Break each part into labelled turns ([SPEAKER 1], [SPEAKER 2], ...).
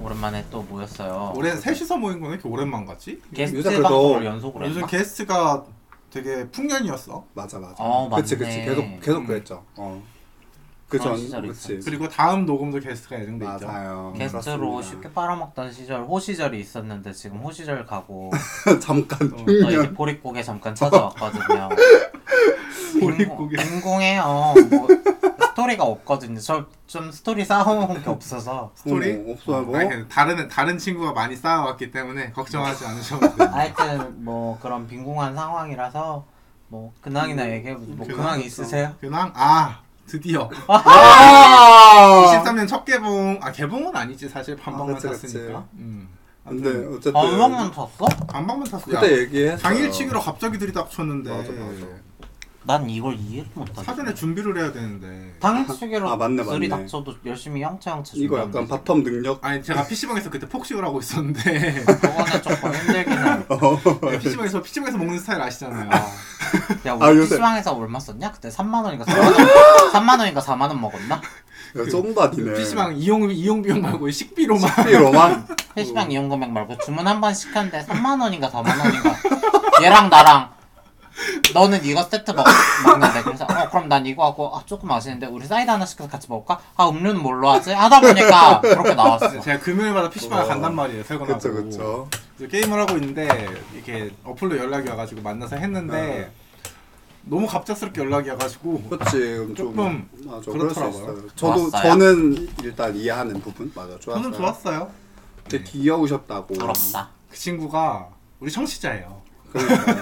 [SPEAKER 1] 오랜만에 또 모였어요.
[SPEAKER 2] 올해 셋이서 모인 거는 이렇게 오랜만 같지?
[SPEAKER 1] 게스트
[SPEAKER 3] 요새 그래도
[SPEAKER 1] 방송을 연속으로
[SPEAKER 2] 요즘
[SPEAKER 1] 했나?
[SPEAKER 2] 게스트가 되게 풍년이었어.
[SPEAKER 3] 맞아 맞아.
[SPEAKER 1] 어,
[SPEAKER 3] 그치
[SPEAKER 1] 맞네.
[SPEAKER 3] 그치 계속 계속
[SPEAKER 2] 음.
[SPEAKER 3] 그랬죠. 어. 그쵸.
[SPEAKER 1] 그런 시절이
[SPEAKER 3] 그치.
[SPEAKER 2] 그리고 다음 녹음도 게스트가 예정돼 있죠. 음,
[SPEAKER 3] 맞아요.
[SPEAKER 1] 게스트로
[SPEAKER 3] 그렇습니다.
[SPEAKER 1] 쉽게 빨아먹던 시절 호 시절이 있었는데 지금 호 시절 가고
[SPEAKER 3] 잠깐
[SPEAKER 2] 어,
[SPEAKER 1] 또 이제
[SPEAKER 3] 중년.
[SPEAKER 1] 보릿고개 잠깐 찾아왔거든요.
[SPEAKER 2] 보릿고개.
[SPEAKER 1] 인공해요. 뭐 스토리가 없거든요. 저 좀 스토리 쌓아온 게 없어서.
[SPEAKER 2] 스토리?
[SPEAKER 3] 어, 없어요 뭐.
[SPEAKER 2] 아니, 근데 다른 다른 친구가 많이 쌓아왔기 때문에 걱정하지 않으셔도 돼요.
[SPEAKER 1] 하여튼 뭐 그런 빈공한 상황이라서 뭐 근황이나 얘기해 보죠. 뭐 근황 있으세요?
[SPEAKER 2] 근황? 아 드디어
[SPEAKER 3] 아!
[SPEAKER 2] 23년 첫 개봉 아 개봉은 아니지 사실 반방만
[SPEAKER 3] 아, 그치, 그치.
[SPEAKER 2] 탔으니까 음.
[SPEAKER 3] 근데 어쨌든
[SPEAKER 1] 아 음악만 탔어?
[SPEAKER 2] 반방만 탔어
[SPEAKER 3] 그때 얘기했어요.
[SPEAKER 2] 당일치기로 갑자기 들이닥쳤는데
[SPEAKER 3] 맞아, 맞아.
[SPEAKER 1] 난 이걸 이해를 못하겠어.
[SPEAKER 2] 사전에 준비를 해야 되는데
[SPEAKER 1] 당일치기로
[SPEAKER 3] 아, 맞네, 맞네.
[SPEAKER 1] 둘이 닥쳐도 열심히 형체형체
[SPEAKER 3] 이거 약간 바텀 능력
[SPEAKER 2] 아니 제가 PC방에서 그때 폭식을 하고 있었는데
[SPEAKER 1] 저거는 조금 힘들긴 해.
[SPEAKER 2] PC방에서 PC방에서 먹는 스타일 아시잖아요
[SPEAKER 1] 야,
[SPEAKER 3] 아,
[SPEAKER 1] 우리
[SPEAKER 3] 요새-
[SPEAKER 1] PC방에서 얼마 썼냐? 그때 3만 원인가 4만 원? 3만 원인가 4만 원 먹었나?
[SPEAKER 2] 그
[SPEAKER 3] 야, 쫑바디네.
[SPEAKER 2] PC방 이용 이용 비용 말고 식비로만
[SPEAKER 3] 로만 어.
[SPEAKER 1] PC방 이용 금액 말고 주문 한 번 시켰는데 3만 원인가 4만 원인가. 얘랑 나랑 너는 이거 세트 먹, 먹는데 그래서 어 그럼 난 이거 하고 아 조금 아쉬운데 우리 사이드 하나 시켜서 같이 먹을까? 아 음료는 뭘로 하지? 하다 보니까 그렇게 나왔어.
[SPEAKER 2] 제가 금요일마다 PC방을
[SPEAKER 3] 어.
[SPEAKER 2] 간단 말이에요 퇴근하고
[SPEAKER 3] 그쵸 그쵸.
[SPEAKER 2] 그래서 게임을 하고 있는데 이렇게 어플로 연락이 와가지고 만나서
[SPEAKER 3] 네,
[SPEAKER 2] 했는데 너무 갑작스럽게 연락이 와가지고
[SPEAKER 3] 그치 좀
[SPEAKER 2] 조금
[SPEAKER 3] 맞아 그럴 수
[SPEAKER 2] 그렇더라고요.
[SPEAKER 3] 있어요. 저도
[SPEAKER 1] 좋았어요?
[SPEAKER 3] 저는 일단 이해하는 부분 맞아 좋았어요.
[SPEAKER 2] 저는 좋았어요
[SPEAKER 3] 근데 귀여우셨다고.
[SPEAKER 1] 부럽다.
[SPEAKER 2] 그 친구가 우리 청취자예요
[SPEAKER 3] 그러니까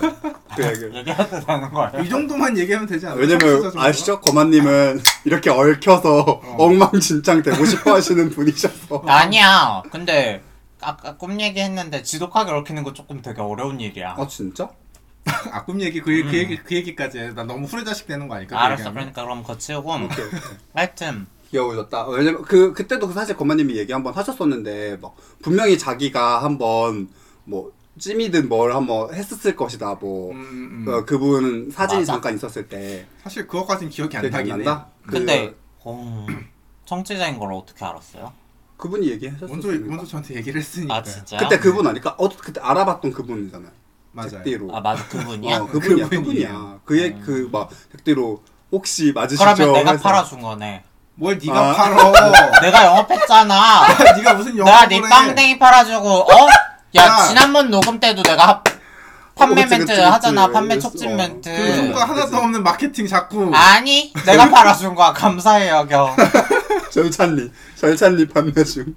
[SPEAKER 3] 그 얘기를.
[SPEAKER 1] 얘기해도 되는 거야?
[SPEAKER 2] 이 정도만 얘기하면 되지 않아요? 어. 청취자
[SPEAKER 3] 왜냐면
[SPEAKER 2] 정도가?
[SPEAKER 3] 아시죠? 거만님은 이렇게 얽혀서 엉망진창 되고 싶어 하시는 분이셔서
[SPEAKER 1] 아니야. 근데 아까 꿈 얘기했는데 지독하게 얽히는 거 조금 되게 어려운 일이야.
[SPEAKER 3] 아 진짜?
[SPEAKER 2] 아, 꿈 얘기 그, 그
[SPEAKER 3] 음.
[SPEAKER 2] 얘기 그 얘기까지 해. 나 너무 후레자식 되는 거 아닐까? 그
[SPEAKER 1] 알았어.
[SPEAKER 2] 얘기하면?
[SPEAKER 1] 그러니까 그럼 거치우고
[SPEAKER 3] 오케이, 오케이.
[SPEAKER 1] 하여튼
[SPEAKER 3] 귀여우셨다 왜냐면 그 그때도 사실 거만님이 얘기 한번 하셨었는데 막 분명히 자기가 한번 뭐 찜이든 뭘 한번 했었을 것이다 뭐
[SPEAKER 2] 음, 음.
[SPEAKER 3] 어, 그분 사진이
[SPEAKER 1] 맞아.
[SPEAKER 3] 잠깐 있었을 때
[SPEAKER 2] 사실 그것까진 기억이 안
[SPEAKER 3] 기억이 안
[SPEAKER 2] 나긴 해.
[SPEAKER 3] 난다? 그,
[SPEAKER 1] 근데 어, 청취자인 걸 어떻게 알았어요?
[SPEAKER 3] 그분이 얘기하셨어요
[SPEAKER 2] 먼저 먼저 저한테 얘기를 했으니까.
[SPEAKER 1] 아 진짜요?
[SPEAKER 3] 그때 그분 아니까 어 그때 알아봤던 그분이잖아요
[SPEAKER 2] 맞아요.
[SPEAKER 3] 잭디로
[SPEAKER 1] 아 맞아 그분이야? 아.
[SPEAKER 3] 어, 그분이야
[SPEAKER 2] 그분이에요.
[SPEAKER 3] 그분이야 그의 그막 잭디로 혹시 맞으시죠?
[SPEAKER 1] 그러면 내가
[SPEAKER 3] 해서.
[SPEAKER 1] 팔아준 거네.
[SPEAKER 2] 뭘 네가
[SPEAKER 3] 아.
[SPEAKER 2] 팔어?
[SPEAKER 1] 내가 영업했잖아.
[SPEAKER 2] 네가 무슨 영화
[SPEAKER 1] 내가 네 빵댕이 팔아주고 어? 야
[SPEAKER 2] 야.
[SPEAKER 1] 지난번 녹음 때도 내가 하- 판매
[SPEAKER 3] 어, 아. 그치,
[SPEAKER 1] 멘트
[SPEAKER 3] 그치,
[SPEAKER 1] 하잖아.
[SPEAKER 3] 그치.
[SPEAKER 1] 판매
[SPEAKER 3] 그랬어.
[SPEAKER 1] 촉진
[SPEAKER 2] 그
[SPEAKER 1] 멘트.
[SPEAKER 2] 정도 하나도 없는 마케팅 자꾸.
[SPEAKER 1] 네. 아니 내가 팔아준 거야. 감사해요 경.
[SPEAKER 3] 절찬리 절찬리 판매 중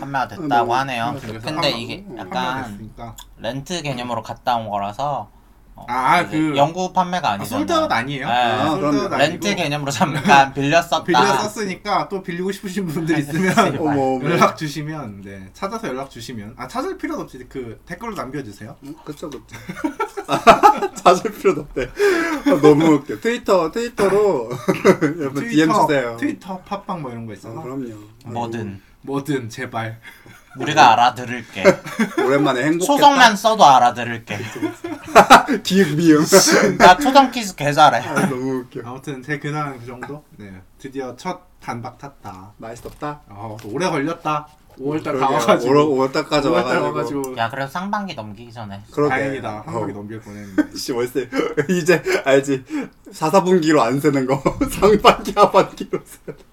[SPEAKER 1] 판매가 됐다고
[SPEAKER 3] 음,
[SPEAKER 1] 하네요.
[SPEAKER 2] 그래서
[SPEAKER 1] 근데
[SPEAKER 2] 아, 판매-
[SPEAKER 1] 이게
[SPEAKER 3] 음,
[SPEAKER 1] 약간
[SPEAKER 2] 판매됐으니까.
[SPEAKER 1] 렌트 개념으로 갔다 온 거라서 어,
[SPEAKER 2] 아,
[SPEAKER 1] 이제
[SPEAKER 2] 그-
[SPEAKER 1] 영구 판매가 아니잖아.
[SPEAKER 2] 솔드아웃 아니에요?
[SPEAKER 1] 네.
[SPEAKER 2] 아,
[SPEAKER 3] 그럼요.
[SPEAKER 2] 솔드아웃 아니고
[SPEAKER 1] 렌트 개념으로 잠깐 빌렸었다. 아,
[SPEAKER 2] 빌려 썼으니까 또 빌리고 싶으신 분들
[SPEAKER 1] 네,
[SPEAKER 2] 있으면
[SPEAKER 3] 어머 어머
[SPEAKER 2] 연락 주시면 네 찾아서 연락 주시면 아 찾을 필요도 없지 그 댓글로 남겨주세요.
[SPEAKER 3] 음, 그쵸 그쵸 찾을 필요도 없대 아, 너무 웃겨 트위터 트위터로 여러분 DM 주세요
[SPEAKER 2] 트위터 팟빵 뭐 이런 거
[SPEAKER 3] 아,
[SPEAKER 2] 있잖아.
[SPEAKER 3] 그럼요
[SPEAKER 2] 음.
[SPEAKER 1] 뭐든
[SPEAKER 2] 뭐든 제발.
[SPEAKER 1] 우리가 알아들을게.
[SPEAKER 3] 아이고, 오랜만에 행복했다
[SPEAKER 1] 초성만 써도 알아들을게.
[SPEAKER 3] 기획 미음
[SPEAKER 1] 나 초성 키스 개 잘해.
[SPEAKER 3] 아, 너무 웃겨
[SPEAKER 2] 아무튼 제 근황은 그 정도. 네 드디어 첫 단박 탔다.
[SPEAKER 3] 맛있었다
[SPEAKER 2] 어, 오래 걸렸다. 5월달 다 와가지고.
[SPEAKER 3] 5월 달까지
[SPEAKER 2] 5월달
[SPEAKER 3] 와가지고
[SPEAKER 2] 와가지고.
[SPEAKER 1] 야 그래도 상반기 넘기기 전에
[SPEAKER 3] 그러게.
[SPEAKER 2] 다행이다. 한국이
[SPEAKER 3] 어.
[SPEAKER 2] 넘길 뻔했는데.
[SPEAKER 3] 씨 월세 이제 알지 4, 4분기로 안 세는 거 상반기 하반기로 세는 거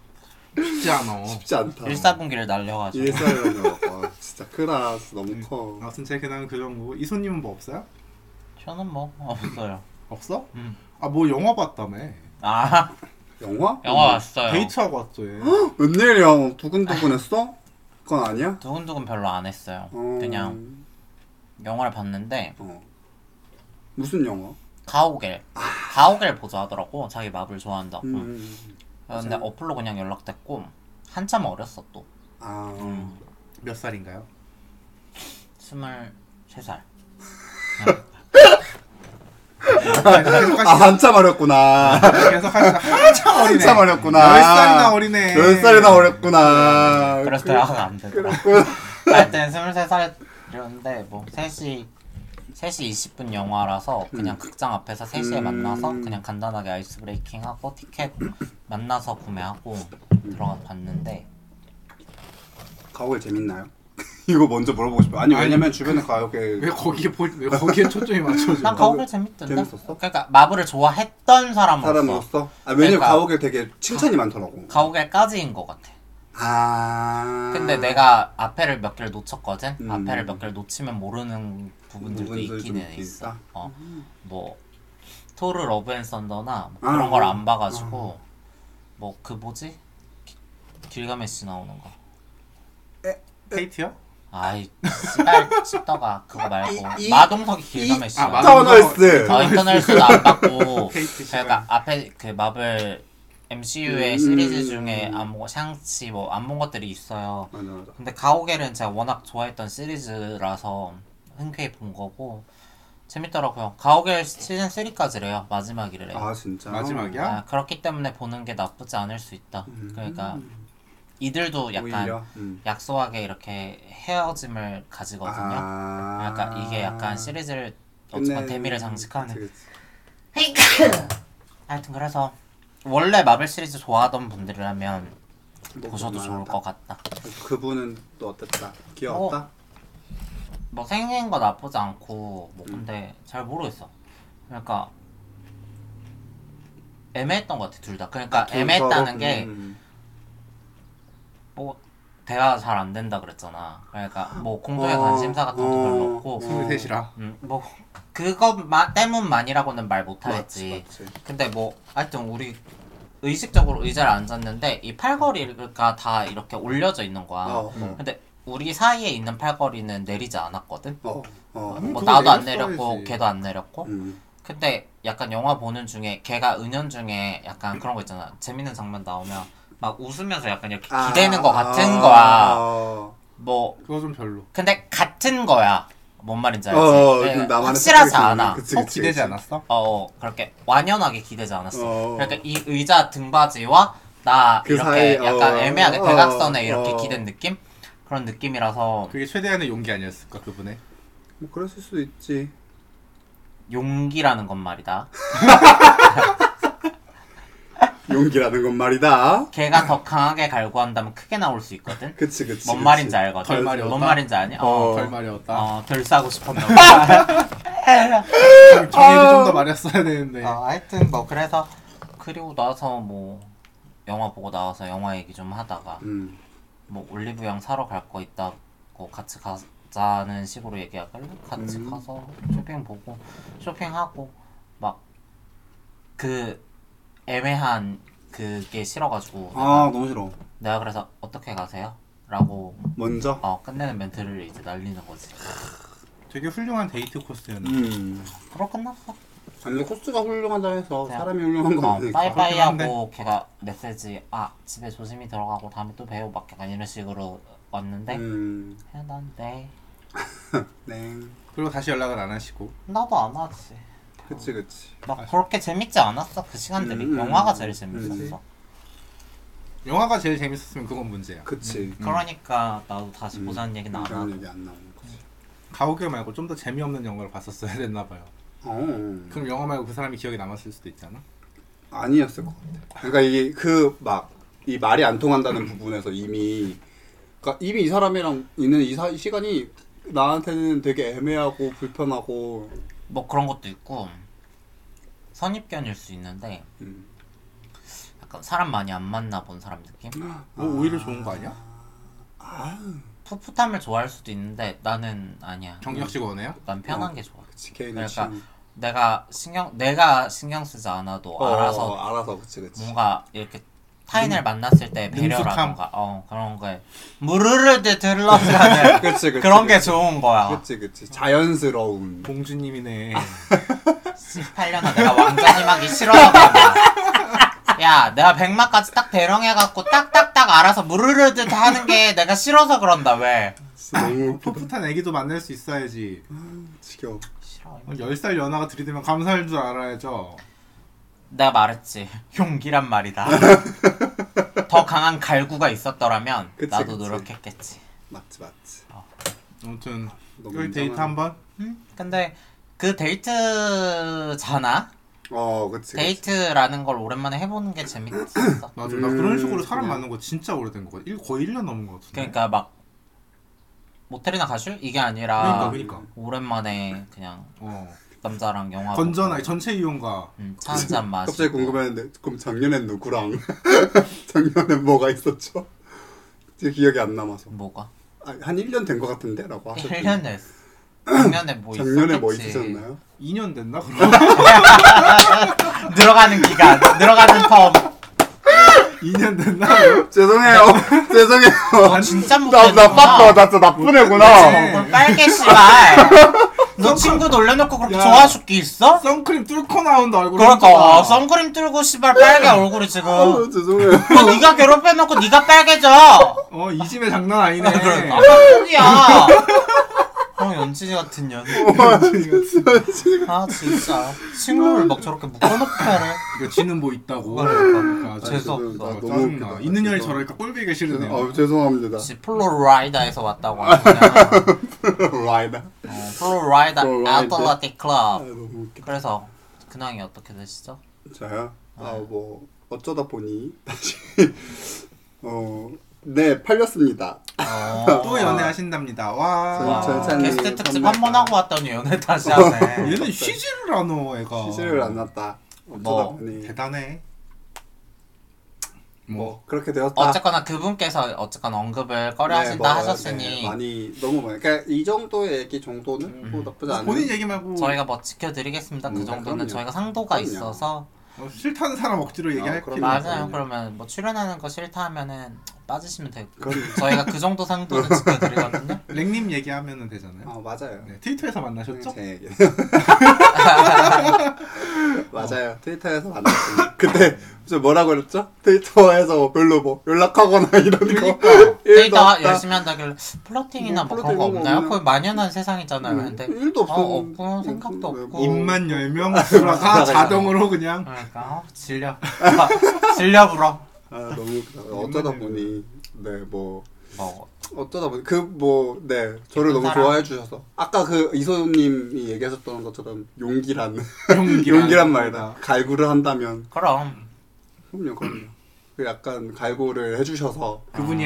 [SPEAKER 2] 쉽지 않아.
[SPEAKER 3] 쉽지 않다
[SPEAKER 1] 1사분기를 날려가지고
[SPEAKER 3] 일사분기로 와 진짜 크다 너무 커
[SPEAKER 2] 아무튼 제 근황은 그 정도고 이소님은 뭐 없어요?
[SPEAKER 1] 저는 뭐 없어요.
[SPEAKER 2] 없어?
[SPEAKER 1] 음.
[SPEAKER 2] 아 뭐 영화 봤다며.
[SPEAKER 1] 아
[SPEAKER 3] 영화?
[SPEAKER 1] 영화 왔어요.
[SPEAKER 2] 데이트하고 왔어 얘.
[SPEAKER 3] 웬일이야 두근두근했어? 그건 아니야?
[SPEAKER 1] 두근두근 별로 안 했어요.
[SPEAKER 2] 음.
[SPEAKER 3] 어,
[SPEAKER 1] 그냥 영화를 봤는데
[SPEAKER 3] 어. 무슨 영화?
[SPEAKER 1] 가오갤 가오갤 보자 하더라고 자기 마블 좋아한다고
[SPEAKER 3] 음.
[SPEAKER 1] 근데 어플로 그냥 연락됐고 한참 어렸어 또
[SPEAKER 3] 아
[SPEAKER 2] 몇 살인가요?
[SPEAKER 1] 23살
[SPEAKER 3] 아, 한참 어렸구나
[SPEAKER 2] 계속 하시다 한참 어리네.
[SPEAKER 3] 한참 어렸구나
[SPEAKER 2] 열 살이나 어리네.
[SPEAKER 3] 열 살이나 어렸구나
[SPEAKER 1] 아, 그래서
[SPEAKER 3] 그-
[SPEAKER 1] 대화가 안 되더라 하여튼 23살이었는데 뭐 3시 3시 20분 영화라서 그냥 극장 앞에서 3시에
[SPEAKER 3] 음.
[SPEAKER 1] 만나서 그냥 간단하게 아이스 브레이킹하고 티켓 만나서 구매하고 들어가 봤는데
[SPEAKER 3] 가오갤 그, 재밌나요? 이거 먼저 물어보고 싶어. 아니
[SPEAKER 2] 아니,
[SPEAKER 3] 왜냐면 주변에 가요계
[SPEAKER 2] 왜 거기에 보, 왜 거기에 초점이 맞춰져?
[SPEAKER 1] 난 가오갤 재밌던데.
[SPEAKER 3] 재밌었어?
[SPEAKER 1] 그러니까 마블을 좋아했던 사람으로서
[SPEAKER 3] 사람으로서 아, 왜냐면
[SPEAKER 1] 그러니까.
[SPEAKER 3] 가옥에 되게 칭찬이 많더라고.
[SPEAKER 1] 가오갤까지인 것 같아.
[SPEAKER 3] 아.
[SPEAKER 1] 근데 내가 앞에를 몇 개를 놓쳤거든.
[SPEAKER 3] 음.
[SPEAKER 1] 앞에를 몇 개를 놓치면 모르는 부분들도
[SPEAKER 3] 부분들도
[SPEAKER 1] 있기는
[SPEAKER 3] 좀
[SPEAKER 1] 있어.
[SPEAKER 3] 있다?
[SPEAKER 1] 어, 뭐 토르 러브 앤 썬더나 뭐
[SPEAKER 3] 아.
[SPEAKER 1] 그런 걸 안 봐가지고 뭐 그 뭐지 기- 길가메시 나오는 거.
[SPEAKER 2] 페이트요?
[SPEAKER 1] 아이 씨발 씹다가 그거 말고
[SPEAKER 3] 이-
[SPEAKER 1] 마동석이 길가메시.
[SPEAKER 2] 아, 마동-
[SPEAKER 3] 터널스.
[SPEAKER 1] 어, 인터넷도 안 받고
[SPEAKER 2] 페이트 씨발.
[SPEAKER 1] 그러니까 앞에 그 마블 MCU의
[SPEAKER 3] 음.
[SPEAKER 1] 시리즈 중에 안본 샹치 뭐 안 본 것들이 있어요.
[SPEAKER 3] 맞아 맞아.
[SPEAKER 1] 근데 가오갤은 제가 워낙 좋아했던 시리즈라서 흔쾌히 본 거고 재밌더라고요. 가오갤 시즌 3까지래요. 네. 마지막이래요.
[SPEAKER 3] 아 진짜.
[SPEAKER 2] 마지막이야?
[SPEAKER 1] 아, 그렇기 때문에 보는 게 나쁘지 않을 수 있다. 그러니까 이들도 약간
[SPEAKER 3] 음. 오히려. 음.
[SPEAKER 1] 약소하게 이렇게 헤어짐을 가지거든요.
[SPEAKER 3] 아.
[SPEAKER 1] 약간 이게 약간 시리즈를 어쨌건
[SPEAKER 3] 끝내-
[SPEAKER 1] 대미를 장식하는.
[SPEAKER 3] 그치, 그치.
[SPEAKER 1] 하여튼 그래서 원래 마블 시리즈 좋아하던 분들이라면
[SPEAKER 3] 네,
[SPEAKER 1] 보셔도 좋을 것 같다.
[SPEAKER 3] 그분은 또 어땠다? 귀여웠다?
[SPEAKER 1] 뭐 생긴 거 나쁘지 않고
[SPEAKER 3] 음.
[SPEAKER 1] 뭐 근데 잘 모르겠어. 그러니까 애매했던 것 같아 둘 다. 그러니까 애매했다는
[SPEAKER 3] 음.
[SPEAKER 1] 게 뭐 대화 잘 안 된다 그랬잖아. 그러니까 뭐 공동의
[SPEAKER 3] 어,
[SPEAKER 1] 관심사 같은 것도
[SPEAKER 3] 어,
[SPEAKER 1] 별로 없고
[SPEAKER 3] 어.
[SPEAKER 2] 23이라.
[SPEAKER 1] 음, 뭐 그것만 때문만이라고는 말 못하겠지.
[SPEAKER 3] 맞지, 맞지.
[SPEAKER 1] 근데 뭐 하여튼 우리 의식적으로 의자를 앉았는데 이 팔걸이가 다 이렇게 올려져 있는 거야.
[SPEAKER 3] 어, 어.
[SPEAKER 1] 근데 우리 사이에 있는 팔걸이는 내리지 않았거든.
[SPEAKER 3] 어, 어.
[SPEAKER 2] 음,
[SPEAKER 1] 뭐
[SPEAKER 2] 그거
[SPEAKER 1] 나도 안
[SPEAKER 2] 내렸어야지.
[SPEAKER 1] 내렸고 걔도 안 내렸고.
[SPEAKER 3] 음.
[SPEAKER 1] 근데 약간 영화 보는 중에 걔가 은연중에 약간 그런 거 있잖아. 재밌는 장면 나오면 막 웃으면서 약간 이렇게
[SPEAKER 3] 아.
[SPEAKER 1] 기대는 거 같은 거야.
[SPEAKER 3] 어.
[SPEAKER 1] 뭐
[SPEAKER 2] 그거 좀 별로.
[SPEAKER 1] 근데 같은 거야. 뭔 말인지 알지?
[SPEAKER 3] 어,
[SPEAKER 1] 네,
[SPEAKER 3] 나만의
[SPEAKER 1] 확실하지
[SPEAKER 3] 색깔이
[SPEAKER 1] 않아.
[SPEAKER 3] 그치,
[SPEAKER 2] 어,
[SPEAKER 3] 그치,
[SPEAKER 2] 기대지
[SPEAKER 3] 그치.
[SPEAKER 2] 않았어?
[SPEAKER 1] 어 그렇게 완연하게 기대지 않았어.
[SPEAKER 3] 어.
[SPEAKER 1] 그러니까 이 의자 등받이와 나
[SPEAKER 3] 그
[SPEAKER 1] 이렇게
[SPEAKER 3] 사이,
[SPEAKER 1] 약간
[SPEAKER 3] 어,
[SPEAKER 1] 애매하게
[SPEAKER 3] 어,
[SPEAKER 1] 대각선에 이렇게
[SPEAKER 3] 어.
[SPEAKER 1] 기댄 느낌 그런 느낌이라서
[SPEAKER 2] 그게 최대한의 용기 아니었을까 그분의?
[SPEAKER 3] 뭐 그랬을 수도 있지.
[SPEAKER 1] 용기라는 건 말이다.
[SPEAKER 3] 용기라는 건 말이다.
[SPEAKER 1] 걔가 더 강하게 갈구한다면 크게 나올 수 있거든.
[SPEAKER 3] 그치 그치.
[SPEAKER 1] 뭔
[SPEAKER 3] 그치.
[SPEAKER 1] 말인지 알거든.
[SPEAKER 2] 덜 마려웠다.
[SPEAKER 1] 뭔 말인지 아니? 어.
[SPEAKER 3] 어.
[SPEAKER 2] 덜 말이었다.
[SPEAKER 1] 어, 덜 싸고 싶었나 보다.
[SPEAKER 2] 정- 정리를 좀 더 말했어야 되는데.
[SPEAKER 1] 어, 하여튼 뭐 그래서 그리고 나서 뭐 영화 보고 나와서 영화 얘기 좀 하다가
[SPEAKER 3] 음.
[SPEAKER 1] 뭐 올리브영 사러 갈 거 있다고 같이 가자는 식으로 얘기하길래 같이
[SPEAKER 3] 음.
[SPEAKER 1] 가서 쇼핑 보고 쇼핑하고 막 그 애매한 그게 싫어가지고
[SPEAKER 3] 아 너무 싫어.
[SPEAKER 1] 내가 그래서 어떻게 가세요? 라고
[SPEAKER 3] 먼저.
[SPEAKER 1] 어, 끝내는 멘트를 이제 날리는 거지
[SPEAKER 2] 되게 훌륭한 데이트 코스였는데.
[SPEAKER 3] 음.
[SPEAKER 1] 그러 끝났어
[SPEAKER 3] 아니 코스가 훌륭하다 해서
[SPEAKER 1] 네.
[SPEAKER 3] 사람이 훌륭한 건
[SPEAKER 1] 어,
[SPEAKER 3] 아니니까.
[SPEAKER 1] 빠이빠이 하고
[SPEAKER 2] 그렇긴
[SPEAKER 1] 걔가 메시지 아 집에 조심히 들어가고 다음에 또 배워 막 약간 이런 식으로 왔는데
[SPEAKER 3] 음.
[SPEAKER 1] 그냥 난네
[SPEAKER 3] 네.
[SPEAKER 2] 그리고 다시 연락을 안 하시고.
[SPEAKER 1] 나도 안 하지
[SPEAKER 3] 그치 그치.
[SPEAKER 1] 막 그렇게 재밌지 않았어 그 시간들이
[SPEAKER 3] 음, 음,
[SPEAKER 1] 영화가
[SPEAKER 3] 음.
[SPEAKER 1] 제일 재밌었어
[SPEAKER 2] 영화가 제일 재밌었으면 그건 문제야.
[SPEAKER 3] 그치.
[SPEAKER 1] 그러니까 나도 다시
[SPEAKER 3] 음.
[SPEAKER 1] 보자는 얘기는 안 하고
[SPEAKER 3] 그런 얘기 안 나오는 거지.
[SPEAKER 2] 가오갤 말고 좀 더 재미없는 영화를 봤었어야 됐나 봐요.
[SPEAKER 3] 어.
[SPEAKER 2] 그럼 영화 말고 그 사람이 기억에 남았을 수도 있잖아.
[SPEAKER 3] 아니었을 것 같아. 그러니까 이게 그 막 이 말이 안 통한다는 부분에서 이미 그러니까 이미 이 사람이랑 있는 이 사, 시간이 나한테는 되게 애매하고 불편하고
[SPEAKER 1] 뭐 그런 것도 있고 선입견일 수 있는데
[SPEAKER 3] 음.
[SPEAKER 1] 약간 사람 많이 안 만나 본 사람 느낌
[SPEAKER 2] 뭐 오히려 좋은 거 아니야?
[SPEAKER 3] 아
[SPEAKER 1] 풋풋함을 좋아할 수도 있는데 나는 아니야
[SPEAKER 2] 정력 씨가 원해요?
[SPEAKER 1] 난
[SPEAKER 3] 어.
[SPEAKER 1] 편한 게 좋아
[SPEAKER 3] 그치 개인의
[SPEAKER 1] 그러니까
[SPEAKER 3] 취향.
[SPEAKER 1] 내가 신경 내가 신경 쓰지 않아도 알아서
[SPEAKER 3] 어, 알아서 그치 그치
[SPEAKER 1] 뭔가 이렇게 타인을 만났을 때 배려라던가 어 그런 거에 무르르드 들러가는
[SPEAKER 3] 그치 그치
[SPEAKER 1] 그런 게
[SPEAKER 3] 그치.
[SPEAKER 1] 좋은 거야.
[SPEAKER 3] 그치 그치 자연스러운
[SPEAKER 2] 공주님이네.
[SPEAKER 1] 18년아 내가 왕자님 하기 싫어서 그런 거야. 야 내가 백마까지 딱 대령해갖고 딱딱딱 알아서 무르르드 다 하는 게 내가 싫어서 그런다 왜?
[SPEAKER 3] 너무 웃기다.
[SPEAKER 2] 풋풋한 애기도 만날 수 있어야지.
[SPEAKER 3] 지겨워
[SPEAKER 1] 싫어.
[SPEAKER 2] 10살 연하가 들이대면 감사할 줄 알아야죠.
[SPEAKER 1] 내가 말했지 용기란 말이다. 더 강한 갈구가 있었더라면
[SPEAKER 3] 그치,
[SPEAKER 1] 나도
[SPEAKER 3] 그치.
[SPEAKER 1] 노력했겠지.
[SPEAKER 3] 맞지 맞지
[SPEAKER 2] 아무튼
[SPEAKER 3] 너무
[SPEAKER 2] 꿀 데이트
[SPEAKER 3] 인정하네.
[SPEAKER 2] 한번
[SPEAKER 1] 음 근데 그 데이트잖아.
[SPEAKER 3] 어 그치 그치.
[SPEAKER 1] 데이트라는 걸 오랜만에 해보는 게 재밌었어.
[SPEAKER 2] 맞아. 나
[SPEAKER 3] 음,
[SPEAKER 2] 그런 식으로 사람
[SPEAKER 3] 그냥.
[SPEAKER 2] 그러니까. 만난 거 진짜 오래된 거 같아. 일- 거의 1년 넘은 거 같은데.
[SPEAKER 1] 그러니까 막 그러니까 모텔이나 가실 이게 아니라
[SPEAKER 2] 그러니까 그러니까.
[SPEAKER 1] 오랜만에 그냥
[SPEAKER 2] 어.
[SPEAKER 1] 남자랑 영화 보고,
[SPEAKER 2] 건전하게 전체 이용과
[SPEAKER 1] 음, 차 한잔 마시고
[SPEAKER 3] 갑자기 궁금했는데 그럼 작년엔 누구랑 작년엔 뭐가 있었죠? 제 기억이 안 남아서
[SPEAKER 1] 뭐가?
[SPEAKER 3] 아, 한 1년 된 것 같은데? 라고 하셨는데
[SPEAKER 1] 1년 됐어 작년에 뭐
[SPEAKER 3] 아, 작년에 뭐
[SPEAKER 1] 있었겠지.
[SPEAKER 3] 있으셨나요?
[SPEAKER 2] 2년 됐나 그럼?
[SPEAKER 1] 늘어가는 기간 늘어가는 텀
[SPEAKER 2] 2년 됐나? 그럼?
[SPEAKER 3] 죄송해요 죄송해요
[SPEAKER 1] 진짜
[SPEAKER 3] 나,
[SPEAKER 1] 못하는구나 아,
[SPEAKER 3] 나 빠빠 나 진짜 나쁜 애구나
[SPEAKER 2] 그치.
[SPEAKER 1] 얼굴 빨개 씨발 너 친구 놀려놓고 그렇게
[SPEAKER 2] 야.
[SPEAKER 1] 좋아할 수게 있어?
[SPEAKER 2] 선크림 뚫고 나온다 얼굴.
[SPEAKER 1] 그러니까
[SPEAKER 2] 혼자.
[SPEAKER 1] 어, 선크림 뚫고 씨발 빨개 얼굴이 지금
[SPEAKER 3] 아유, 죄송해요
[SPEAKER 1] 너뭐 네가 괴롭혀놓고 네가 빨개져
[SPEAKER 2] 어, 이 집의 장난 아니네.
[SPEAKER 1] 그러니까 깜짝이야 형 연진이 같은 년. 아 진짜 친구를 막 저렇게 뭐 묶어놓고 말해
[SPEAKER 2] 이거 지는 뭐 있다고.
[SPEAKER 1] 그러니까.
[SPEAKER 2] 아,
[SPEAKER 1] 재수
[SPEAKER 2] 진짜
[SPEAKER 1] 없어.
[SPEAKER 3] 나 네. 너무
[SPEAKER 2] 짜증나.
[SPEAKER 3] 웃기다
[SPEAKER 2] 있는 년이 저러니까 꼴보기가 싫으네.
[SPEAKER 3] 어, 죄송합니다
[SPEAKER 1] 혹시 플로라이다에서 왔다고
[SPEAKER 3] 아.
[SPEAKER 1] 하냐
[SPEAKER 3] 라이다
[SPEAKER 1] 어, 플로라이다
[SPEAKER 3] 플로라이다.
[SPEAKER 1] 애틀라틱
[SPEAKER 3] 아
[SPEAKER 1] 클럽
[SPEAKER 3] 너무 웃기다
[SPEAKER 1] 그래서 근황이 어떻게 되시죠?
[SPEAKER 3] 저요?
[SPEAKER 1] 네.
[SPEAKER 3] 아뭐 어쩌다 보니 다시 어네 팔렸습니다
[SPEAKER 1] 어,
[SPEAKER 2] 아, 또 연애하신답니다. 와.
[SPEAKER 1] 와,
[SPEAKER 3] 전- 전-
[SPEAKER 1] 게스트
[SPEAKER 3] 전-
[SPEAKER 1] 특집
[SPEAKER 3] 전-
[SPEAKER 1] 한 번 하고 왔더니 연애 다시 하네
[SPEAKER 2] 얘는 쉬지를 않어, 애가.
[SPEAKER 3] 시세를 안 났다 어쩌다
[SPEAKER 1] 뭐,
[SPEAKER 3] 보니
[SPEAKER 2] 대단해. 뭐
[SPEAKER 3] 뭐 그렇게 되었다
[SPEAKER 1] 어쨌거나 그분께서 아, 어쨌거나 언급을 꺼려
[SPEAKER 3] 네,
[SPEAKER 1] 하신다
[SPEAKER 3] 뭐,
[SPEAKER 1] 하셨으니
[SPEAKER 3] 네, 많이 너무 많이 그러니까 이 정도의 얘기 정도는
[SPEAKER 1] 음.
[SPEAKER 3] 뭐 나쁘지 않은
[SPEAKER 2] 본인 얘기만 하고
[SPEAKER 1] 저희가 뭐 지켜드리겠습니다 그
[SPEAKER 3] 음, 그럼요.
[SPEAKER 1] 정도는 저희가 상도가
[SPEAKER 3] 그럼요.
[SPEAKER 1] 있어서
[SPEAKER 2] 어, 싫다는 사람 억지로 얘기할
[SPEAKER 3] 그럼
[SPEAKER 2] 필요
[SPEAKER 3] 맞아요. 네.
[SPEAKER 1] 맞아요
[SPEAKER 3] 그럼요.
[SPEAKER 1] 그러면 뭐 출연하는 거 싫다 하면은 빠지시면 되고
[SPEAKER 3] 그건
[SPEAKER 1] 저희가 그 정도 상도는 지켜드리거든요
[SPEAKER 2] 랭님 얘기하면 되잖아요.
[SPEAKER 3] 아 맞아요
[SPEAKER 2] 네, 트위터에서 만나셨죠?
[SPEAKER 3] 제 얘기 맞아요 트위터에서 만났습니다 그때 저 뭐라고 그랬죠? 트위터에서 별로 뭐 연락하거나 이런 거 일도
[SPEAKER 1] 데이터
[SPEAKER 3] 없다
[SPEAKER 1] 그러니까. 열심히 한다길래 플러팅이나 뭐,
[SPEAKER 3] 뭐
[SPEAKER 1] 그런 거
[SPEAKER 3] 플러팅
[SPEAKER 1] 없나요?
[SPEAKER 3] 없나?
[SPEAKER 1] 거의 만연한 세상이잖아요
[SPEAKER 3] 음,
[SPEAKER 1] 근데
[SPEAKER 3] 일도 뭐 없어
[SPEAKER 1] 어, 없고 생각도 없고.
[SPEAKER 2] 입만
[SPEAKER 3] 어.
[SPEAKER 2] 열면 수라가 자동으로 그냥
[SPEAKER 1] 그러니까 어, 질려 질려 불어
[SPEAKER 3] 아 너무 웃기다. 어쩌다
[SPEAKER 1] 음.
[SPEAKER 2] 입만
[SPEAKER 3] 보니 네 뭐
[SPEAKER 1] 뭐
[SPEAKER 3] 어쩌다 보니 그 뭐 네 저를
[SPEAKER 1] 예쁜
[SPEAKER 3] 너무
[SPEAKER 1] 사람.
[SPEAKER 3] 좋아해 주셔서 아까 그 이소님이 얘기하셨던 것처럼 용기란
[SPEAKER 2] 용기란,
[SPEAKER 3] 용기란 말이다 갈구를 한다면
[SPEAKER 1] 그럼
[SPEAKER 3] 그럼요 그럼요 그 약간 갈구를 해주셔서
[SPEAKER 2] 그분이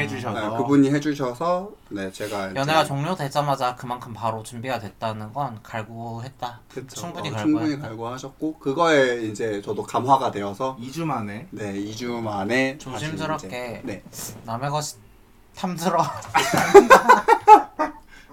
[SPEAKER 3] 네,
[SPEAKER 2] 해주셔서
[SPEAKER 3] 그분이 해주셔서 네 제가 이제
[SPEAKER 1] 연애가 종료되자마자 그만큼 바로 준비가 됐다는 건 갈구했다
[SPEAKER 3] 그쵸.
[SPEAKER 1] 충분히
[SPEAKER 3] 어,
[SPEAKER 1] 갈구했다
[SPEAKER 3] 충분히 갈구하셨고 그거에 이제 저도 감화가 되어서
[SPEAKER 2] 2주 만에
[SPEAKER 3] 네 2주 만에 다시
[SPEAKER 1] 조심스럽게.
[SPEAKER 3] 이제- 네
[SPEAKER 1] 남의 것이 탐스러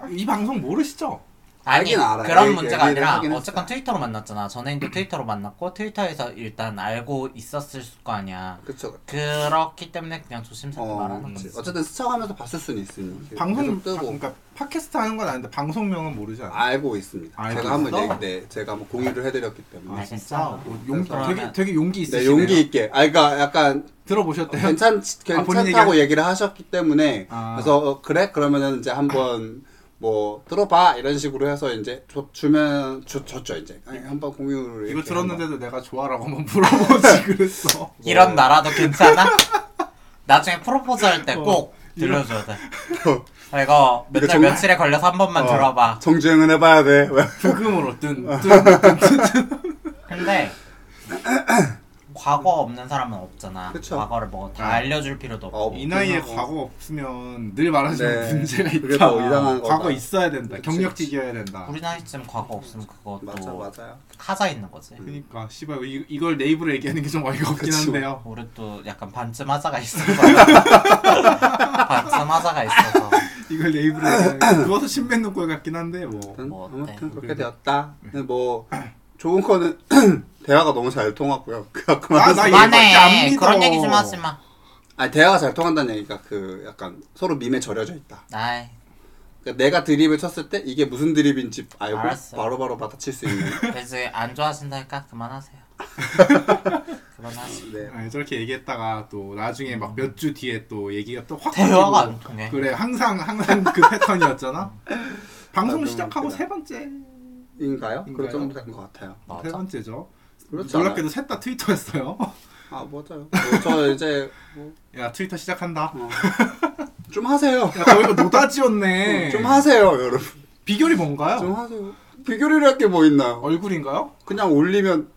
[SPEAKER 2] 아, 이 방송 모르시죠?
[SPEAKER 1] 아니
[SPEAKER 3] 알긴 알아요.
[SPEAKER 1] 그런
[SPEAKER 3] 얘기-
[SPEAKER 1] 문제가
[SPEAKER 3] 얘기를
[SPEAKER 1] 아니라
[SPEAKER 3] 하긴 했어요.
[SPEAKER 1] 어쨌건 트위터로 만났잖아 전혜인도 트위터로 만났고 트위터에서 일단 알고 있었을 거 아니야
[SPEAKER 3] 그쵸
[SPEAKER 1] 그렇기 때문에 그냥 조심스럽게
[SPEAKER 3] 어,
[SPEAKER 1] 말하는 거지
[SPEAKER 3] 어쨌든 스쳐가면서 봤을 수는 있으니
[SPEAKER 2] 방송
[SPEAKER 3] 그 계속
[SPEAKER 2] 뜨고
[SPEAKER 3] 뜨고
[SPEAKER 2] 그러니까 팟캐스트 하는 건 아닌데 방송명은 모르지 않아요?
[SPEAKER 3] 알고 있습니다.
[SPEAKER 2] 알고
[SPEAKER 3] 제가 한번
[SPEAKER 2] 있어?
[SPEAKER 3] 얘기, 네, 제가 한번 공유를 해드렸기 때문에.
[SPEAKER 1] 아, 진짜?
[SPEAKER 3] 뭐
[SPEAKER 2] 어, 용기
[SPEAKER 1] 그래서-
[SPEAKER 2] 되게 되게 용기
[SPEAKER 3] 네,
[SPEAKER 2] 있으시네요.
[SPEAKER 3] 용기 있게. 아, 그러니까 약간
[SPEAKER 2] 들어보셨대요?
[SPEAKER 3] 괜찮
[SPEAKER 2] 아, 본인
[SPEAKER 3] 괜찮다고 얘기를 하셨기 때문에
[SPEAKER 2] 아.
[SPEAKER 3] 그래서 어, 그래 그러면은 이제 한번 뭐 들어봐 이런 식으로 해서 이제 줬- 주면 줬- 줬죠 이제 아니, 한번 공유를
[SPEAKER 2] 이거
[SPEAKER 3] 이렇게
[SPEAKER 2] 들었는데도 내가 좋아라고 한번 물어보지 그랬어.
[SPEAKER 1] 이런 나라도 괜찮아? 나중에 프로포즈 할 때 꼭
[SPEAKER 2] 어, 이런-
[SPEAKER 1] 들려줘야 돼
[SPEAKER 3] 한번.
[SPEAKER 1] 아, 이거
[SPEAKER 3] 이거
[SPEAKER 1] 몇날
[SPEAKER 3] 정말-
[SPEAKER 1] 며칠에 걸려서 한 번만
[SPEAKER 3] 어,
[SPEAKER 1] 들어봐
[SPEAKER 3] 정주행은 해봐야 돼.
[SPEAKER 2] 부금으로 뜬. 뜬.
[SPEAKER 1] 근데 과거 없는 사람은 없잖아
[SPEAKER 3] 그쵸.
[SPEAKER 1] 과거를 뭐 다
[SPEAKER 3] 아.
[SPEAKER 1] 알려줄 필요도 없고
[SPEAKER 3] 어,
[SPEAKER 2] 이 나이에
[SPEAKER 3] 뜬하고.
[SPEAKER 2] 과거 없으면 늘 말하지만
[SPEAKER 3] 네,
[SPEAKER 2] 문제가
[SPEAKER 3] 그게
[SPEAKER 2] 있다.
[SPEAKER 3] 더 이상한 거다.
[SPEAKER 2] 과거 있어야 된다.
[SPEAKER 3] 그치,
[SPEAKER 2] 경력직이어야 된다.
[SPEAKER 1] 우리 나이쯤 과거 없으면 그것도
[SPEAKER 3] 맞아 음. 맞아요.
[SPEAKER 1] 타자 있는 거지
[SPEAKER 2] 그러니까 씨발 이, 이걸 내 입으로 얘기하는 게 좀 어이가 없긴
[SPEAKER 3] 그치. 뭐.
[SPEAKER 2] 한데요.
[SPEAKER 1] 우리 또 약간 반쯤 하자가 있어서 반쯤 하자가 있어서
[SPEAKER 2] 이걸 내 입으로 얘기하는 게 그것도 신뱉는 꼴 같긴 한데 뭐.
[SPEAKER 3] 아무튼,
[SPEAKER 1] 뭐 어때?
[SPEAKER 3] 음, 아무튼 네, 그렇게 되었다.
[SPEAKER 2] 음.
[SPEAKER 3] 근데 뭐 좋은 거는 대화가 너무 잘 통하고요. 그 아까
[SPEAKER 2] 아,
[SPEAKER 3] 말한
[SPEAKER 2] 나 이거 진짜 안
[SPEAKER 1] 그만해
[SPEAKER 2] 믿어.
[SPEAKER 1] 그런 얘기 좀 하지 마
[SPEAKER 3] 아니 대화가 잘 통한다는 얘기가 그 약간 서로 밈에 절여져 있다.
[SPEAKER 1] 아이
[SPEAKER 3] 그러니까 내가 드립을 쳤을 때 이게 무슨 드립인지 알고
[SPEAKER 1] 알았어.
[SPEAKER 3] 바로바로 받아칠 수 있는.
[SPEAKER 1] 그래서 안 좋아하신다니까 그만하세요 그만하세요
[SPEAKER 3] 네.
[SPEAKER 2] 아, 저렇게 얘기했다가 또 나중에 막 몇 주 뒤에 또 얘기가 또확
[SPEAKER 1] 대화가 안 통해
[SPEAKER 2] 그래 항상 항상 그 패턴이었잖아. 방송
[SPEAKER 3] 나도
[SPEAKER 2] 시작하고
[SPEAKER 3] 그래.
[SPEAKER 2] 세 번째
[SPEAKER 3] 인가요? 그럴
[SPEAKER 2] 인가요?
[SPEAKER 3] 정도 된 것 같아요.
[SPEAKER 2] 세
[SPEAKER 1] 맞아
[SPEAKER 2] 번째죠.
[SPEAKER 3] 그렇지
[SPEAKER 2] 놀랍게도 셋 다 트위터였어요.
[SPEAKER 3] 않아요? 아 맞아요. 뭐저 이제 뭐,
[SPEAKER 2] 야 트위터 시작한다.
[SPEAKER 3] 어. 좀 하세요.
[SPEAKER 2] 야 저희가 노다지였네.
[SPEAKER 3] 어, 좀 하세요, 여러분.
[SPEAKER 2] 비결이 뭔가요?
[SPEAKER 3] 좀 하세요. 비교를 할 게 뭐 있나요?
[SPEAKER 2] 얼굴인가요?
[SPEAKER 3] 그냥 올리면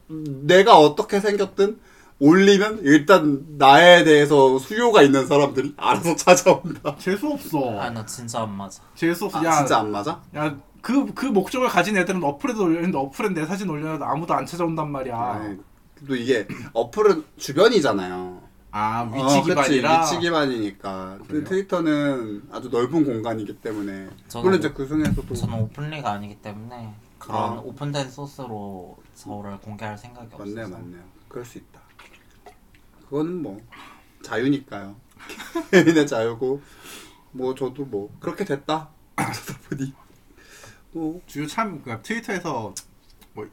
[SPEAKER 3] 내가 어떻게 생겼든 올리면 일단 나에 대해서 수요가 있는 사람들이 알아서 찾아온다.
[SPEAKER 2] 재수 없어.
[SPEAKER 1] 아나 진짜 안 맞아.
[SPEAKER 2] 재수 없어.
[SPEAKER 3] 아,
[SPEAKER 2] 야,
[SPEAKER 3] 진짜 안 맞아?
[SPEAKER 2] 야, 그, 그 목적을 가진 애들은 어플에도 올렸는데 어플엔 내 사진 올려도 아무도 안 찾아온단 말이야.
[SPEAKER 3] 아니, 네. 또 이게 어플은 주변이잖아요.
[SPEAKER 2] 아,
[SPEAKER 3] 어,
[SPEAKER 2] 위치
[SPEAKER 3] 그치.
[SPEAKER 2] 기반이라.
[SPEAKER 3] 위치 기반이니까. 근데
[SPEAKER 2] 그래요?
[SPEAKER 3] 트위터는 아주 넓은 공간이기 때문에
[SPEAKER 1] 저는-
[SPEAKER 3] 물론
[SPEAKER 2] 뭐
[SPEAKER 3] 이제 그 중에서도
[SPEAKER 1] 저는 오픈리가 아니기 때문에 그런
[SPEAKER 3] 아.
[SPEAKER 1] 오픈된 소스로 저를 공개할 생각이 없어요.
[SPEAKER 3] 맞네요, 맞네요. 그럴 수 있다. 그거는 뭐 자유니까요. 개인의 자유고 뭐 저도 뭐 그렇게 됐다. 그러다 보니 뭐
[SPEAKER 2] 주요 참 그러니까 트위터에서 뭐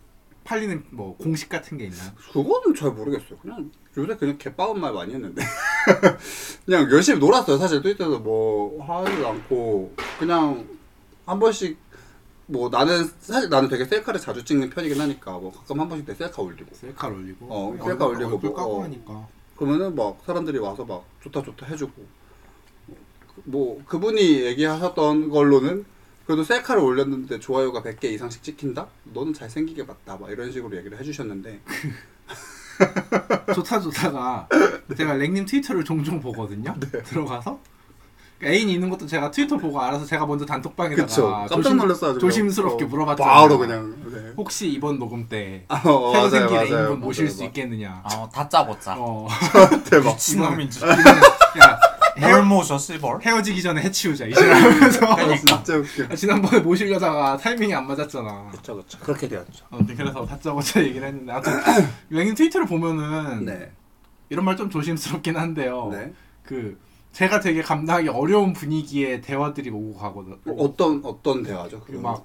[SPEAKER 2] 팔리는 뭐 공식 같은 게 있나?
[SPEAKER 3] 그거는 잘 모르겠어요. 그냥 요새 그냥 개빠운 말 많이 했는데 그냥 열심히 놀았어요. 사실 트위터에서 뭐 하지도 않고 그냥 한 번씩 뭐 나는 사실 나는 되게 셀카를 자주 찍는 편이긴 하니까 뭐 가끔 한 번씩 내 셀카 올리고
[SPEAKER 2] 셀카 올리고
[SPEAKER 3] 어,
[SPEAKER 2] 얼굴-
[SPEAKER 3] 셀카 올리고
[SPEAKER 2] 얼굴
[SPEAKER 3] 뭐,
[SPEAKER 2] 까고
[SPEAKER 3] 어.
[SPEAKER 2] 하니까
[SPEAKER 3] 그러면은 막 사람들이 와서 막 좋다 좋다 해주고 뭐 그분이 얘기하셨던 걸로는 그래도 셀카를 올렸는데 좋아요가 100개 이상씩 찍힌다? 너는 잘생기게 봤다 막 이런 식으로 얘기를 해주셨는데
[SPEAKER 2] 좋다 좋다가 제가 랭님 트위터를 종종 보거든요.
[SPEAKER 3] 네.
[SPEAKER 2] 들어가서 그러니까 애인이 있는 것도 제가 트위터 보고 알아서 제가 먼저 단톡방에다가
[SPEAKER 3] 그쵸 깜짝 놀랐어 아주
[SPEAKER 2] 조심스럽게
[SPEAKER 3] 어,
[SPEAKER 2] 물어봤잖아요.
[SPEAKER 3] 바로 그냥 네.
[SPEAKER 2] 혹시 이번 녹음 때
[SPEAKER 3] 아, 어,
[SPEAKER 2] 새로
[SPEAKER 3] 맞아요,
[SPEAKER 2] 생긴
[SPEAKER 3] 맞아요,
[SPEAKER 2] 애인분 모실
[SPEAKER 3] 맞아요, 아.
[SPEAKER 2] 수
[SPEAKER 3] 맞아요.
[SPEAKER 2] 있겠느냐.
[SPEAKER 1] 어, 다짜 고짜.
[SPEAKER 2] 어,
[SPEAKER 3] 대박
[SPEAKER 1] 미친놈인 줄.
[SPEAKER 2] 야,
[SPEAKER 1] 뭘 모셔 씨벌.
[SPEAKER 2] 헤어지기 전에 해치우자 이제라면서
[SPEAKER 3] 아, 진짜 웃겨
[SPEAKER 2] 지난번에 모시려다가 타이밍이 안 맞았잖아.
[SPEAKER 3] 그쵸 그쵸 그렇게 되었죠
[SPEAKER 2] 아무튼 그래서 다짜고짜 얘기를 했는데 아무튼 랭님 트위터를 보면은
[SPEAKER 3] 네,
[SPEAKER 2] 이런 말 좀 조심스럽긴 한데요.
[SPEAKER 3] 네.
[SPEAKER 2] 그 제가 되게 감당하기 어려운 분위기의 대화들이 오고 가거든.
[SPEAKER 3] 어, 어떤 어떤 대화죠?
[SPEAKER 2] 그리고 막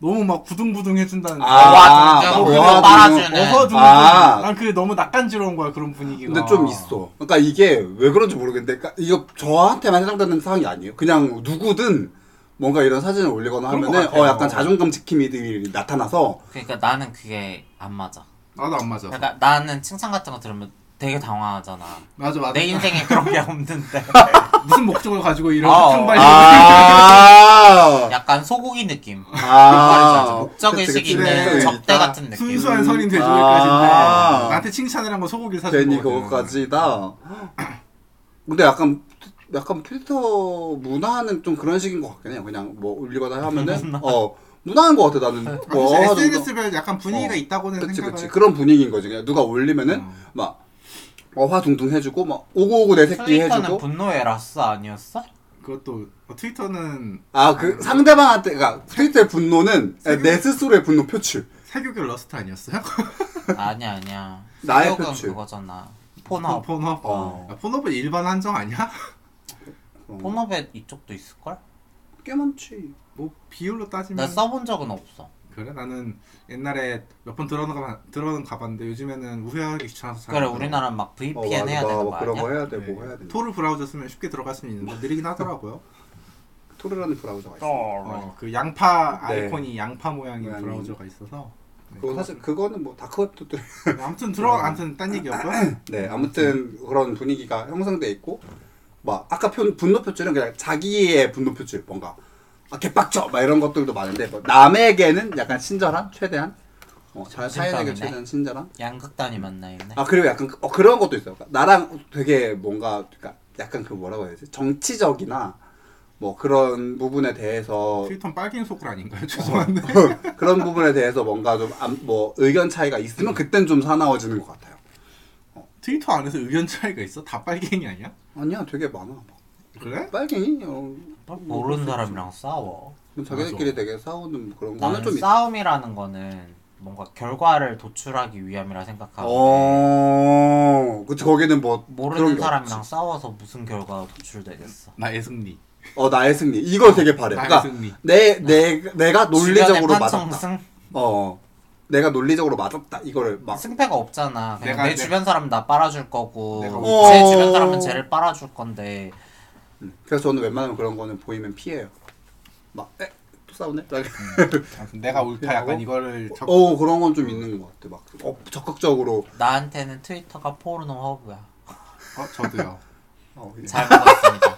[SPEAKER 2] 너무 막 부둥부둥 해준다는.
[SPEAKER 1] 아,
[SPEAKER 3] 막
[SPEAKER 1] 어, 그거
[SPEAKER 3] 어하고
[SPEAKER 1] 빨아주는.
[SPEAKER 2] 어서 주는
[SPEAKER 3] 아.
[SPEAKER 2] 아, 난 그게 너무 낯간지러운 거야 그런 분위기가.
[SPEAKER 3] 근데 좀 있어. 그러니까 이게 왜 그런지 모르겠는데, 그러니까 이거 저한테만 해당되는 상황이 아니에요. 그냥 누구든 뭔가 이런 사진을 올리거나
[SPEAKER 2] 그런 것
[SPEAKER 3] 하면은
[SPEAKER 2] 같아요.
[SPEAKER 3] 어 약간 자존감 지킴이들이 나타나서
[SPEAKER 1] 그러니까 나는 그게 안 맞아.
[SPEAKER 2] 나도 안 맞아.
[SPEAKER 1] 그러니까 나는 칭찬 같은 거 들으면 되게 당황하잖아.
[SPEAKER 2] 맞아 맞아.
[SPEAKER 1] 내
[SPEAKER 3] 네.
[SPEAKER 1] 인생에 그런 게 없는데.
[SPEAKER 3] 어.
[SPEAKER 2] 무슨 목적을 가지고 이런
[SPEAKER 1] 아,
[SPEAKER 2] 큰
[SPEAKER 1] 어.
[SPEAKER 2] 발이.
[SPEAKER 3] 아,
[SPEAKER 1] 약간 소고기 느낌.
[SPEAKER 3] 아,
[SPEAKER 1] 목적
[SPEAKER 3] 그치, 네,
[SPEAKER 1] 의식이
[SPEAKER 3] 그치.
[SPEAKER 1] 있는
[SPEAKER 3] 그치.
[SPEAKER 1] 적대 같은 느낌.
[SPEAKER 2] 순수한 선인 돼지고기까지인데
[SPEAKER 3] 아.
[SPEAKER 2] 나한테 칭찬을 한 건 소고기를 사준
[SPEAKER 3] 괜히
[SPEAKER 2] 거거든.
[SPEAKER 3] 그거까지다.
[SPEAKER 2] 네.
[SPEAKER 3] 근데 약간 약간 필터 문화는 좀 그런 식인 것 같긴 해요. 그냥 뭐 올리거나 하면은 어 문화인 것 같아 나는. 뭐
[SPEAKER 2] 아, 사실
[SPEAKER 3] 어하고
[SPEAKER 2] SNS별 약간 분위기가
[SPEAKER 3] 어.
[SPEAKER 2] 있다고는
[SPEAKER 3] 그치
[SPEAKER 2] 생각을.
[SPEAKER 3] 그치 그런 분위기인 거지 그냥 누가 올리면은
[SPEAKER 2] 어.
[SPEAKER 3] 막 어화둥둥 해주고 막 오고오고 내 새끼
[SPEAKER 1] 트위터는
[SPEAKER 3] 해주고
[SPEAKER 1] 그 분노의 라스 아니었어?
[SPEAKER 2] 그것도 어, 트위터는
[SPEAKER 3] 아 그 상대방한테 그러니까 트위터의 분노는 내 스스로의 분노 표출
[SPEAKER 2] 사교결 러스트 아니었어요?
[SPEAKER 1] 아니야 아니야.
[SPEAKER 3] 나의
[SPEAKER 1] 수족은
[SPEAKER 3] 표출.
[SPEAKER 1] 그거잖아. 폰업.
[SPEAKER 2] 폰업.
[SPEAKER 3] 어.
[SPEAKER 2] 야, 폰업은 일반 한정 아니야?
[SPEAKER 3] 음.
[SPEAKER 1] 폰업에 이쪽도 있을걸?
[SPEAKER 3] 꽤 많지
[SPEAKER 2] 뭐 비율로
[SPEAKER 1] 나
[SPEAKER 2] 따지면
[SPEAKER 1] 써본 적은 없어.
[SPEAKER 2] 그래 나는 옛날에 몇 번 들어가 들어는 가봤는데 요즘에는 우회하기 귀찮아서 잘
[SPEAKER 1] 그래
[SPEAKER 2] 안 들어가.
[SPEAKER 1] 우리나라는 막 VPN
[SPEAKER 3] 어, 맞아,
[SPEAKER 1] 해야
[SPEAKER 3] 막
[SPEAKER 1] 되는 거
[SPEAKER 3] 그런
[SPEAKER 1] 아니야?
[SPEAKER 3] 거 해야
[SPEAKER 2] 네.
[SPEAKER 3] 되고 뭐 해야 되고
[SPEAKER 2] 토르 브라우저 쓰면 쉽게 들어갈 수는 있는데 느리긴 하더라고요.
[SPEAKER 3] 토르라는 브라우저가 있어
[SPEAKER 1] 어,
[SPEAKER 2] 어, 그 양파
[SPEAKER 3] 네.
[SPEAKER 2] 아이콘이 양파 모양인
[SPEAKER 3] 모양이.
[SPEAKER 2] 브라우저가 있어서 네,
[SPEAKER 3] 그거 사실 그거는 뭐 다크웹도
[SPEAKER 2] 그거- 아무튼 들어 아무튼 딴 얘기였고요.
[SPEAKER 3] 네 아무튼 그런 분위기가 형성돼 있고 막 아까 표, 분노 표출은 그냥 자기의 분노 표출 뭔가 아 개빡쳐 막 이런 것들도 많은데 뭐 남에게는 약간 친절한 최대한 어잘 사연에게
[SPEAKER 1] 진땀이네.
[SPEAKER 3] 최대한 친절한
[SPEAKER 1] 양극단이 만나 있네.
[SPEAKER 3] 아 그리고 약간 그- 어, 그런 것도 있어요. 그러니까 나랑 되게 뭔가 그러니까 약간 그 뭐라고 해야 되지? 정치적이나 뭐 그런 부분에 대해서
[SPEAKER 2] 트위터는 빨갱이 속을
[SPEAKER 3] 어.
[SPEAKER 2] 아닌가요? 죄송한데.
[SPEAKER 3] 그런 부분에 대해서 뭔가 좀 뭐 의견 차이가 있으면 그땐 좀 사나워지는 것 같아요.
[SPEAKER 2] 트위터 안에서 의견 차이가 있어? 다 빨갱이 아니야?
[SPEAKER 3] 아니야 되게 많아. 막
[SPEAKER 2] 그래?
[SPEAKER 3] 빨갱이 어,
[SPEAKER 1] 모르는 사람이랑 싸워.
[SPEAKER 3] 그럼 자기들끼리
[SPEAKER 2] 맞아.
[SPEAKER 3] 되게 싸우는 그런 거는
[SPEAKER 1] 나는
[SPEAKER 3] 좀 있어.
[SPEAKER 1] 싸움이라는 거는 뭔가 결과를 도출하기 위함이라 생각하는데
[SPEAKER 3] 어, 그 거기는 뭐 그런
[SPEAKER 1] 아. 모르는
[SPEAKER 3] 게
[SPEAKER 1] 사람이랑
[SPEAKER 3] 없지.
[SPEAKER 1] 싸워서 무슨 결과가
[SPEAKER 3] 음.
[SPEAKER 1] 도출되겠어.
[SPEAKER 2] 나의 승리.
[SPEAKER 3] 어 나의 승리 이걸 되게 바래.
[SPEAKER 2] 나의
[SPEAKER 3] 그러니까
[SPEAKER 2] 승리.
[SPEAKER 3] 내, 내 내가 논리적으로
[SPEAKER 1] 주변의
[SPEAKER 3] 맞았다.
[SPEAKER 1] 판정승?
[SPEAKER 3] 어 내가 논리적으로 맞았다 이거를 막
[SPEAKER 1] 승패가 없잖아. 그냥
[SPEAKER 2] 내가-
[SPEAKER 1] 내
[SPEAKER 2] 내가-
[SPEAKER 1] 주변 사람은 나 빨아줄 거고
[SPEAKER 2] 내가
[SPEAKER 1] 제
[SPEAKER 3] 어.
[SPEAKER 1] 주변 사람은 쟤를 빨아줄 건데
[SPEAKER 3] 음. 그래서 저는 웬만하면 그런 거는 보이면 피해요. 막, 에? 또 싸우네?
[SPEAKER 1] 음,
[SPEAKER 2] 아무튼 내가 옳다 약간
[SPEAKER 3] 어?
[SPEAKER 2] 이거를 적...
[SPEAKER 3] 어, 그런 건 좀 있는 것 같아. 막, 어, 적극적으로.
[SPEAKER 1] 나한테는 트위터가 포르노 허브야.
[SPEAKER 2] 어, 저도요.
[SPEAKER 3] 어,
[SPEAKER 1] 잘 먹었습니다.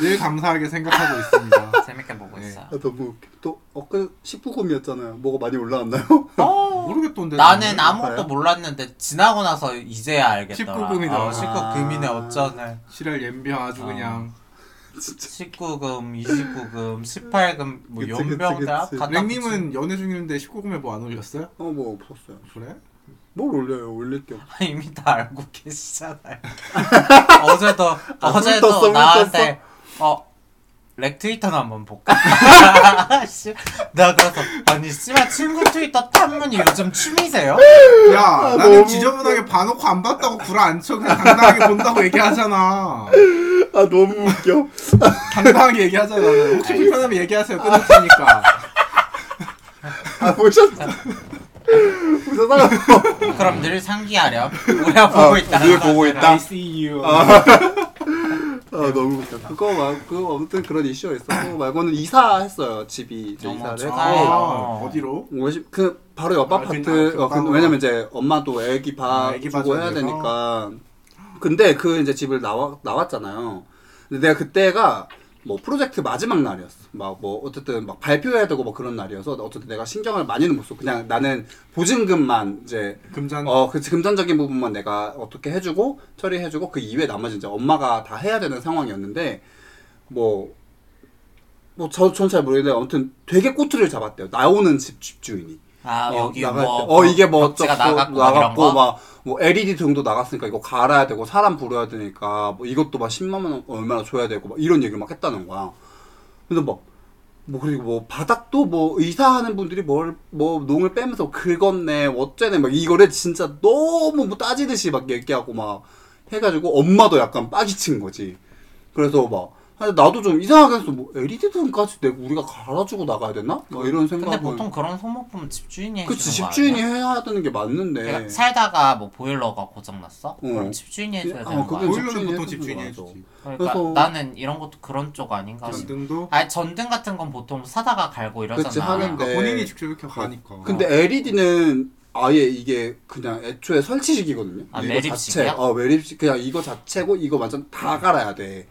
[SPEAKER 2] 늘 감사하게 생각하고 있습니다.
[SPEAKER 1] 재밌게 보고
[SPEAKER 2] 네.
[SPEAKER 1] 있어요.
[SPEAKER 3] 아, 너무 웃겨. 또 어, 엊그 19금이었잖아요. 뭐가 많이 올라왔나요?
[SPEAKER 1] 어,
[SPEAKER 2] 모르겠던데.
[SPEAKER 1] 나는
[SPEAKER 2] 나는.
[SPEAKER 1] 아무것도 몰랐는데 지나고 나서 이제야 알겠더라.
[SPEAKER 2] 19금이다.
[SPEAKER 1] 어, 19금이네
[SPEAKER 3] 아.
[SPEAKER 1] 어쩌네.
[SPEAKER 2] 실할 옌비 아주
[SPEAKER 1] 어.
[SPEAKER 2] 그냥
[SPEAKER 1] 19금, 29금, 18금 뭐
[SPEAKER 3] 그치, 그치,
[SPEAKER 1] 연병 다
[SPEAKER 3] 그치.
[SPEAKER 1] 갖다 붙인-
[SPEAKER 2] 랭님은 연애 중인데 19금에 뭐 안 올렸어요?
[SPEAKER 3] 어, 뭐 없었어요.
[SPEAKER 2] 그래?
[SPEAKER 3] 뭘 올려요? 올릴 게 없.
[SPEAKER 1] 아, 이미 다 알고 계시잖아요. 어제도
[SPEAKER 3] 아,
[SPEAKER 1] 어제도
[SPEAKER 3] 훑었어, 훑었어.
[SPEAKER 1] 나한테 어. 렉 트위터나 한번 볼까? 씨, 나 그래서 아니 씨발 친구 트위터 탐문이 요즘 취미세요?
[SPEAKER 2] 야,
[SPEAKER 3] 아, 너무
[SPEAKER 2] 나는 지저분하게 봐놓고 안 봤다고 구라 안 쳐. 그냥 당당하게 본다고 얘기하잖아.
[SPEAKER 3] 아 너무 웃겨.
[SPEAKER 2] 당당하게 얘기하잖아. 나는. 혹시 불편하면 얘기하세요. 끊을 테니까.
[SPEAKER 3] 아 보셨어? 보셨어?
[SPEAKER 1] 그럼 늘 상기하렴. 우리가 보고 있다.
[SPEAKER 3] 늘 아, 보고 있다.
[SPEAKER 2] I see you.
[SPEAKER 3] 아 너무 웃겨. 그거 말 그거 아무튼 그런 이슈가 있었고 말고는 이사했어요. 집이 이제
[SPEAKER 1] 어머,
[SPEAKER 3] 이사를
[SPEAKER 1] 축하해요.
[SPEAKER 3] 했고.
[SPEAKER 1] 어.
[SPEAKER 2] 아, 어디로?
[SPEAKER 3] 오십 그 바로 옆
[SPEAKER 2] 아,
[SPEAKER 3] 아파트
[SPEAKER 2] 그냥
[SPEAKER 3] 어, 그,
[SPEAKER 2] 옆방으로.
[SPEAKER 3] 왜냐면 이제 엄마도 애기 봐
[SPEAKER 2] 아, 애기
[SPEAKER 3] 주고
[SPEAKER 2] 봐줘야
[SPEAKER 3] 해야
[SPEAKER 2] 돼서.
[SPEAKER 3] 되니까 근데 그 이제 집을 나와 나왔잖아요 근데 내가 그때가 뭐 프로젝트 마지막 날이었어 막 뭐 어쨌든 막 발표해야 되고 뭐 그런 날이어서 어쨌든 내가 신경을 많이는 못써 그냥 나는 보증금만 이제
[SPEAKER 2] 금잔.
[SPEAKER 3] 어, 그 금전적인 부분만 내가 어떻게 해주고 처리해주고 그 이외 나머지 이제 엄마가 다 해야 되는 상황이었는데 뭐. 뭐저전잘 모르겠는데 아무튼 되게 꼬투리를 잡았대요. 나오는 집 집주인이.
[SPEAKER 1] 아 여기
[SPEAKER 3] 나갈
[SPEAKER 1] 뭐
[SPEAKER 3] 때, 어 이게 뭐
[SPEAKER 1] 벽지가
[SPEAKER 3] 어쩌고
[SPEAKER 1] 나갔고,
[SPEAKER 3] 나갔고
[SPEAKER 1] 이런 거.
[SPEAKER 3] 막 뭐 LED 등도 나갔으니까 이거 갈아야 되고 사람 부려야 되니까 뭐 이것도 막 10만 원 얼마나 줘야 되고 막 이런 얘기를 막 했다는 거야. 근데 막 뭐 그리고 뭐 바닥도 뭐 의사하는 분들이 뭘 뭐 농을 빼면서 긁었네 어쩌네 막 이거를 진짜 너무 뭐 따지듯이 막 얘기하고 막 해가지고 엄마도 약간 빠기친 거지. 그래서 막 아니, 나도 좀 이상하게 해서 뭐 LED 등까지 내가 우리가 갈아주고 나가야 되나? 막 이런 생각을
[SPEAKER 1] 근데 보통 그런 소모품 집주인이 해주는
[SPEAKER 3] 그치
[SPEAKER 1] 네. 거
[SPEAKER 3] 집주인이
[SPEAKER 1] 아니야?
[SPEAKER 3] 해야 하는 게 맞는데
[SPEAKER 1] 그러니까 살다가 뭐 보일러가 고장났어? 그럼 집주인이 해줘야
[SPEAKER 3] 어,
[SPEAKER 1] 되는 거
[SPEAKER 3] 그건
[SPEAKER 1] 아니야?
[SPEAKER 2] 보일러는
[SPEAKER 3] 집주인이
[SPEAKER 2] 보통
[SPEAKER 3] 해주는
[SPEAKER 2] 집주인이
[SPEAKER 3] 거죠.
[SPEAKER 2] 해주지.
[SPEAKER 1] 그러니까
[SPEAKER 3] 그래서-
[SPEAKER 1] 나는 이런 것도 그런 쪽 아닌가 싶어.
[SPEAKER 2] 전등도.
[SPEAKER 1] 아니 전등 같은 건 보통 사다가 갈고 이러잖아.
[SPEAKER 3] 그치, 하는데.
[SPEAKER 2] 그러니까 본인이 직접 이렇게 가니까.
[SPEAKER 3] 네. 어.
[SPEAKER 2] 아,
[SPEAKER 3] 근데 LED는 아예 이게 그냥 애초에 설치식이거든요.
[SPEAKER 1] 아,
[SPEAKER 3] 이거
[SPEAKER 1] 매립식이야?
[SPEAKER 3] 자체. 어, 매립식 그냥 이거 자체고 이거 완전 다 갈아야 돼.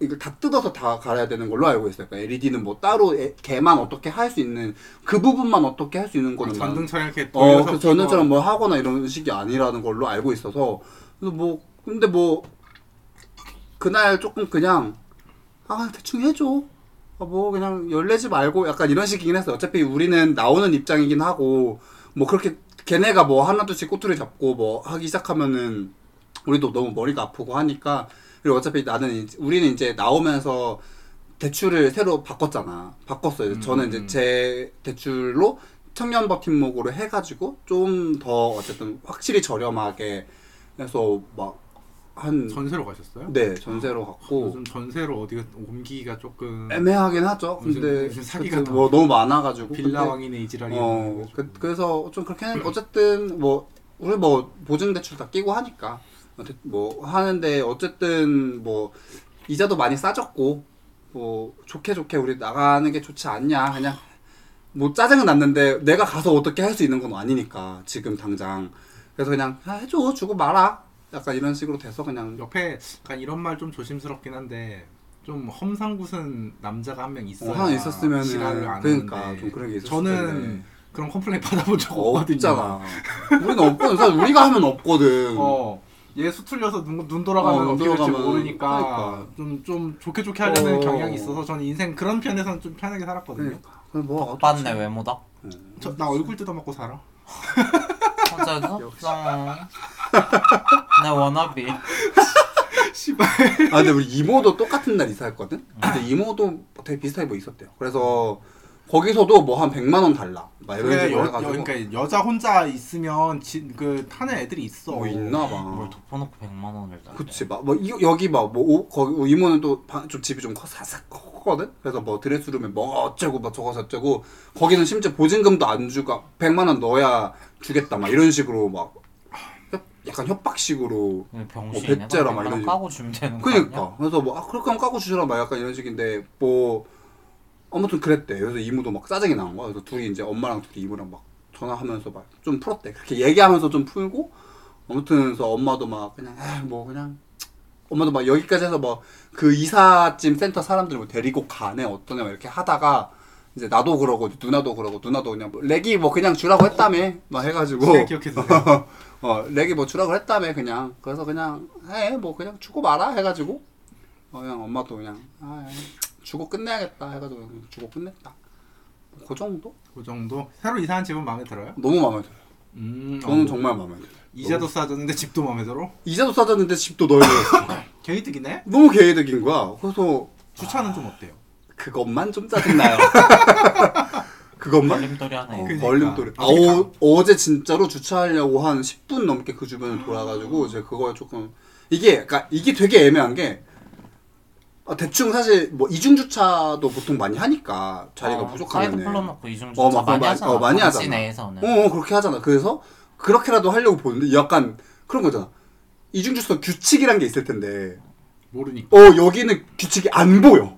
[SPEAKER 3] 이걸 다 뜯어서 다 갈아야 되는 걸로 알고 있어요. 그러니까 LED는 뭐 따로 애- 걔만 어떻게 할 수 있는 그 부분만 어떻게 할 수 있는 거는 나는
[SPEAKER 2] 아, 전등처럼 이렇게
[SPEAKER 3] 어,
[SPEAKER 2] 돌려서
[SPEAKER 3] 그 전에처럼 뭐 하거나 이런 식이 아니라는 걸로 알고 있어서 그래서 뭐 근데 뭐 그날 조금 그냥 아 대충 해줘 아, 뭐 그냥 열내지 말고 약간 이런 식이긴 했어 요 어차피 우리는 나오는 입장이긴 하고 뭐 그렇게 걔네가 뭐 하나둘씩 꼬투리 잡고 뭐 하기 시작하면은 우리도 너무 머리가 아프고 하니까 그리고 어차피 나는 이제- 우리는 이제 나오면서 대출을 새로 바꿨잖아 바꿨어요 저는 이제
[SPEAKER 1] 음.
[SPEAKER 3] 제 대출로 청년 버팀목으로 해가지고 좀 더 어쨌든 확실히 저렴하게 해서 막한
[SPEAKER 2] 뭐 전세로 가셨어요?
[SPEAKER 3] 네 전세로 갖고
[SPEAKER 2] 요즘 전세로 어디 옮기기가 조금
[SPEAKER 3] 애매하긴 하죠.
[SPEAKER 2] 요즘-
[SPEAKER 3] 근데
[SPEAKER 2] 음. 요즘 사기가
[SPEAKER 3] 그때 뭐 너무 많아가지고
[SPEAKER 2] 빌라
[SPEAKER 3] 근데-
[SPEAKER 2] 왕이네 이지랄이.
[SPEAKER 3] 어 그, 그래서 좀 그렇게 했는데 어쨌든 뭐 우리 뭐 보증 대출 다 끼고 하니까 어쨌- 뭐 하는데 어쨌든 뭐 이자도 많이 싸졌고 뭐 좋게 좋게 우리 나가는 게 좋지 않냐 그냥 뭐 짜증은 났는데 내가 가서 어떻게 할 수 있는 건 아니니까 지금 당장 그래서 그냥 아, 해줘 주고 말아 약간 이런 식으로 돼서 그냥
[SPEAKER 2] 옆에 약간 이런 말 좀 조심스럽긴 한데 좀 험상궂은 남자가 한 명 있어야
[SPEAKER 3] 어, 하나 있었으면은
[SPEAKER 2] 지랄을 안
[SPEAKER 3] 그러니까
[SPEAKER 2] 하는데
[SPEAKER 3] 좀 그런 게 있었을 텐데. 어,
[SPEAKER 2] 저는 그런 컴플레인 받아본 적 없거든요.
[SPEAKER 3] 없잖아 우리는 없거든 사실 우리가 하면 없거든
[SPEAKER 2] 어. 얘 수틀려서 눈, 눈 돌아가면
[SPEAKER 3] 어, 눈
[SPEAKER 2] 어, 떻게 될지
[SPEAKER 3] 돌아가면.
[SPEAKER 2] 모르니까
[SPEAKER 3] 그러니까.
[SPEAKER 2] 좀 좀 좋게 좋게 하려는
[SPEAKER 3] 어.
[SPEAKER 2] 경향이 있어서 저는 인생 그런 편에서는 좀 편하게 살았거든요.
[SPEAKER 3] 그러니까 그럼 뭐 어쩌지?
[SPEAKER 1] 오빠네 외모다.
[SPEAKER 2] 저, 나 얼굴 뜯어먹고 살아.
[SPEAKER 1] 진짜 속상. 내 워너비.
[SPEAKER 2] 씨발.
[SPEAKER 3] 아 근데 우리 이모도 똑같은 날 이사했거든.
[SPEAKER 2] 음.
[SPEAKER 3] 근데 이모도 되게 비슷하게 뭐 있었대요. 그래서 거기서도 뭐 한 100만 원 달라. 막 이런
[SPEAKER 2] 그래
[SPEAKER 3] 식으로
[SPEAKER 2] 네, 여, 여,
[SPEAKER 3] 해가지고
[SPEAKER 2] 그러니까 여자 혼자 있으면 지, 그 타는 애들이 있어.
[SPEAKER 3] 뭐 있나
[SPEAKER 1] 뭘
[SPEAKER 3] 봐.
[SPEAKER 1] 덮어놓고 100만 원을 달래.
[SPEAKER 3] 그치 막뭐 여기 막뭐 거기 이모는 또 좀 집이 좀 커, 사삭 크거든. 그래서 뭐 드레스룸에 뭐 어쩌고 뭐 저거 저쩌고 거기는 심지어 보증금도 안 주고 100만 원 넣어야 주겠다 막 이런 식으로 막 협- 약간 협박식으로
[SPEAKER 1] 병신이네.
[SPEAKER 3] 어, 백제라 막 이런
[SPEAKER 1] 그냥 까고 주면 되는 거 아니야?
[SPEAKER 3] 그니까 그래서 뭐 아, 그럴 거면 까고 주시라 막 약간 이런 식인데 뭐 아무튼 그랬대 그래서 이모도 막 짜증이 난 거야 그래서 둘이 이제 엄마랑 둘이 이모랑 막 전화하면서 막 좀 풀었대 아, 뭐 그렇게 얘기하면서 좀 풀고 아무튼 그래서 엄마도 막 그냥 에뭐 그냥 엄마도 막 여기까지 해서 뭐 그 이삿짐 센터 사람들 뭐 데리고 가네 어떠냐 막 이렇게 하다가 이제 나도 그러고 누나도 그러고 누나도 그냥 뭐 렉이 뭐 그냥 주라고 했다며 막 해가지고
[SPEAKER 2] 네, 기억해주세요.
[SPEAKER 3] 어 렉이 뭐 주라고 했다며 그냥 그래서 그냥 해 뭐 그냥 주고 마라 해가지고 어 그냥 엄마도 그냥 아, 예. 주고 끝내야겠다 해가지고 그냥 주고 끝냈다 그 정도
[SPEAKER 2] 그 정도. 새로 이사한 집은 마음에 들어요?
[SPEAKER 3] 너무 마음에 들어
[SPEAKER 2] 음.
[SPEAKER 3] 저는
[SPEAKER 2] 어.
[SPEAKER 3] 정말 마음에 들어
[SPEAKER 2] 이자도 싸졌는데 집도 마음에 들어?
[SPEAKER 3] 이자도 싸졌는데 집도 넓어
[SPEAKER 2] 개이득이네.
[SPEAKER 3] 너무 계획인 거야. 그래서
[SPEAKER 2] 주차는 좀 어때요?
[SPEAKER 3] 그것만 좀 짜증나요. 그것만?
[SPEAKER 1] 걸림돌이 하나
[SPEAKER 3] 어,
[SPEAKER 1] 있네.
[SPEAKER 2] 그니까. 그러니까.
[SPEAKER 3] 걸림돌이. 아,
[SPEAKER 2] 어떻게
[SPEAKER 3] 오, 어제 진짜로 주차하려고 한 10분 넘게 그 주변을 돌아가지고 제가 그거에 조금 이게 그러니까 이게 되게 애매한 게 아, 대충 사실 뭐 이중 주차도 보통 많이 하니까 자리가
[SPEAKER 2] 아,
[SPEAKER 1] 어, 사이드
[SPEAKER 3] 부족하면은
[SPEAKER 1] 풀러놓고 이중
[SPEAKER 3] 어,
[SPEAKER 1] 주차
[SPEAKER 3] 막
[SPEAKER 1] 많이
[SPEAKER 3] 그런 말-
[SPEAKER 1] 하잖아.
[SPEAKER 3] 어, 많이
[SPEAKER 1] 도시
[SPEAKER 3] 하잖아.
[SPEAKER 2] 네.
[SPEAKER 1] 내에서는.
[SPEAKER 3] 어, 어, 그렇게 하잖아. 그래서 그렇게라도 하려고 보는데 약간 그런 거잖아. 이중 주차 규칙이란 게 있을 텐데
[SPEAKER 2] 모르니까.
[SPEAKER 3] 어 여기는 규칙이 안 보여.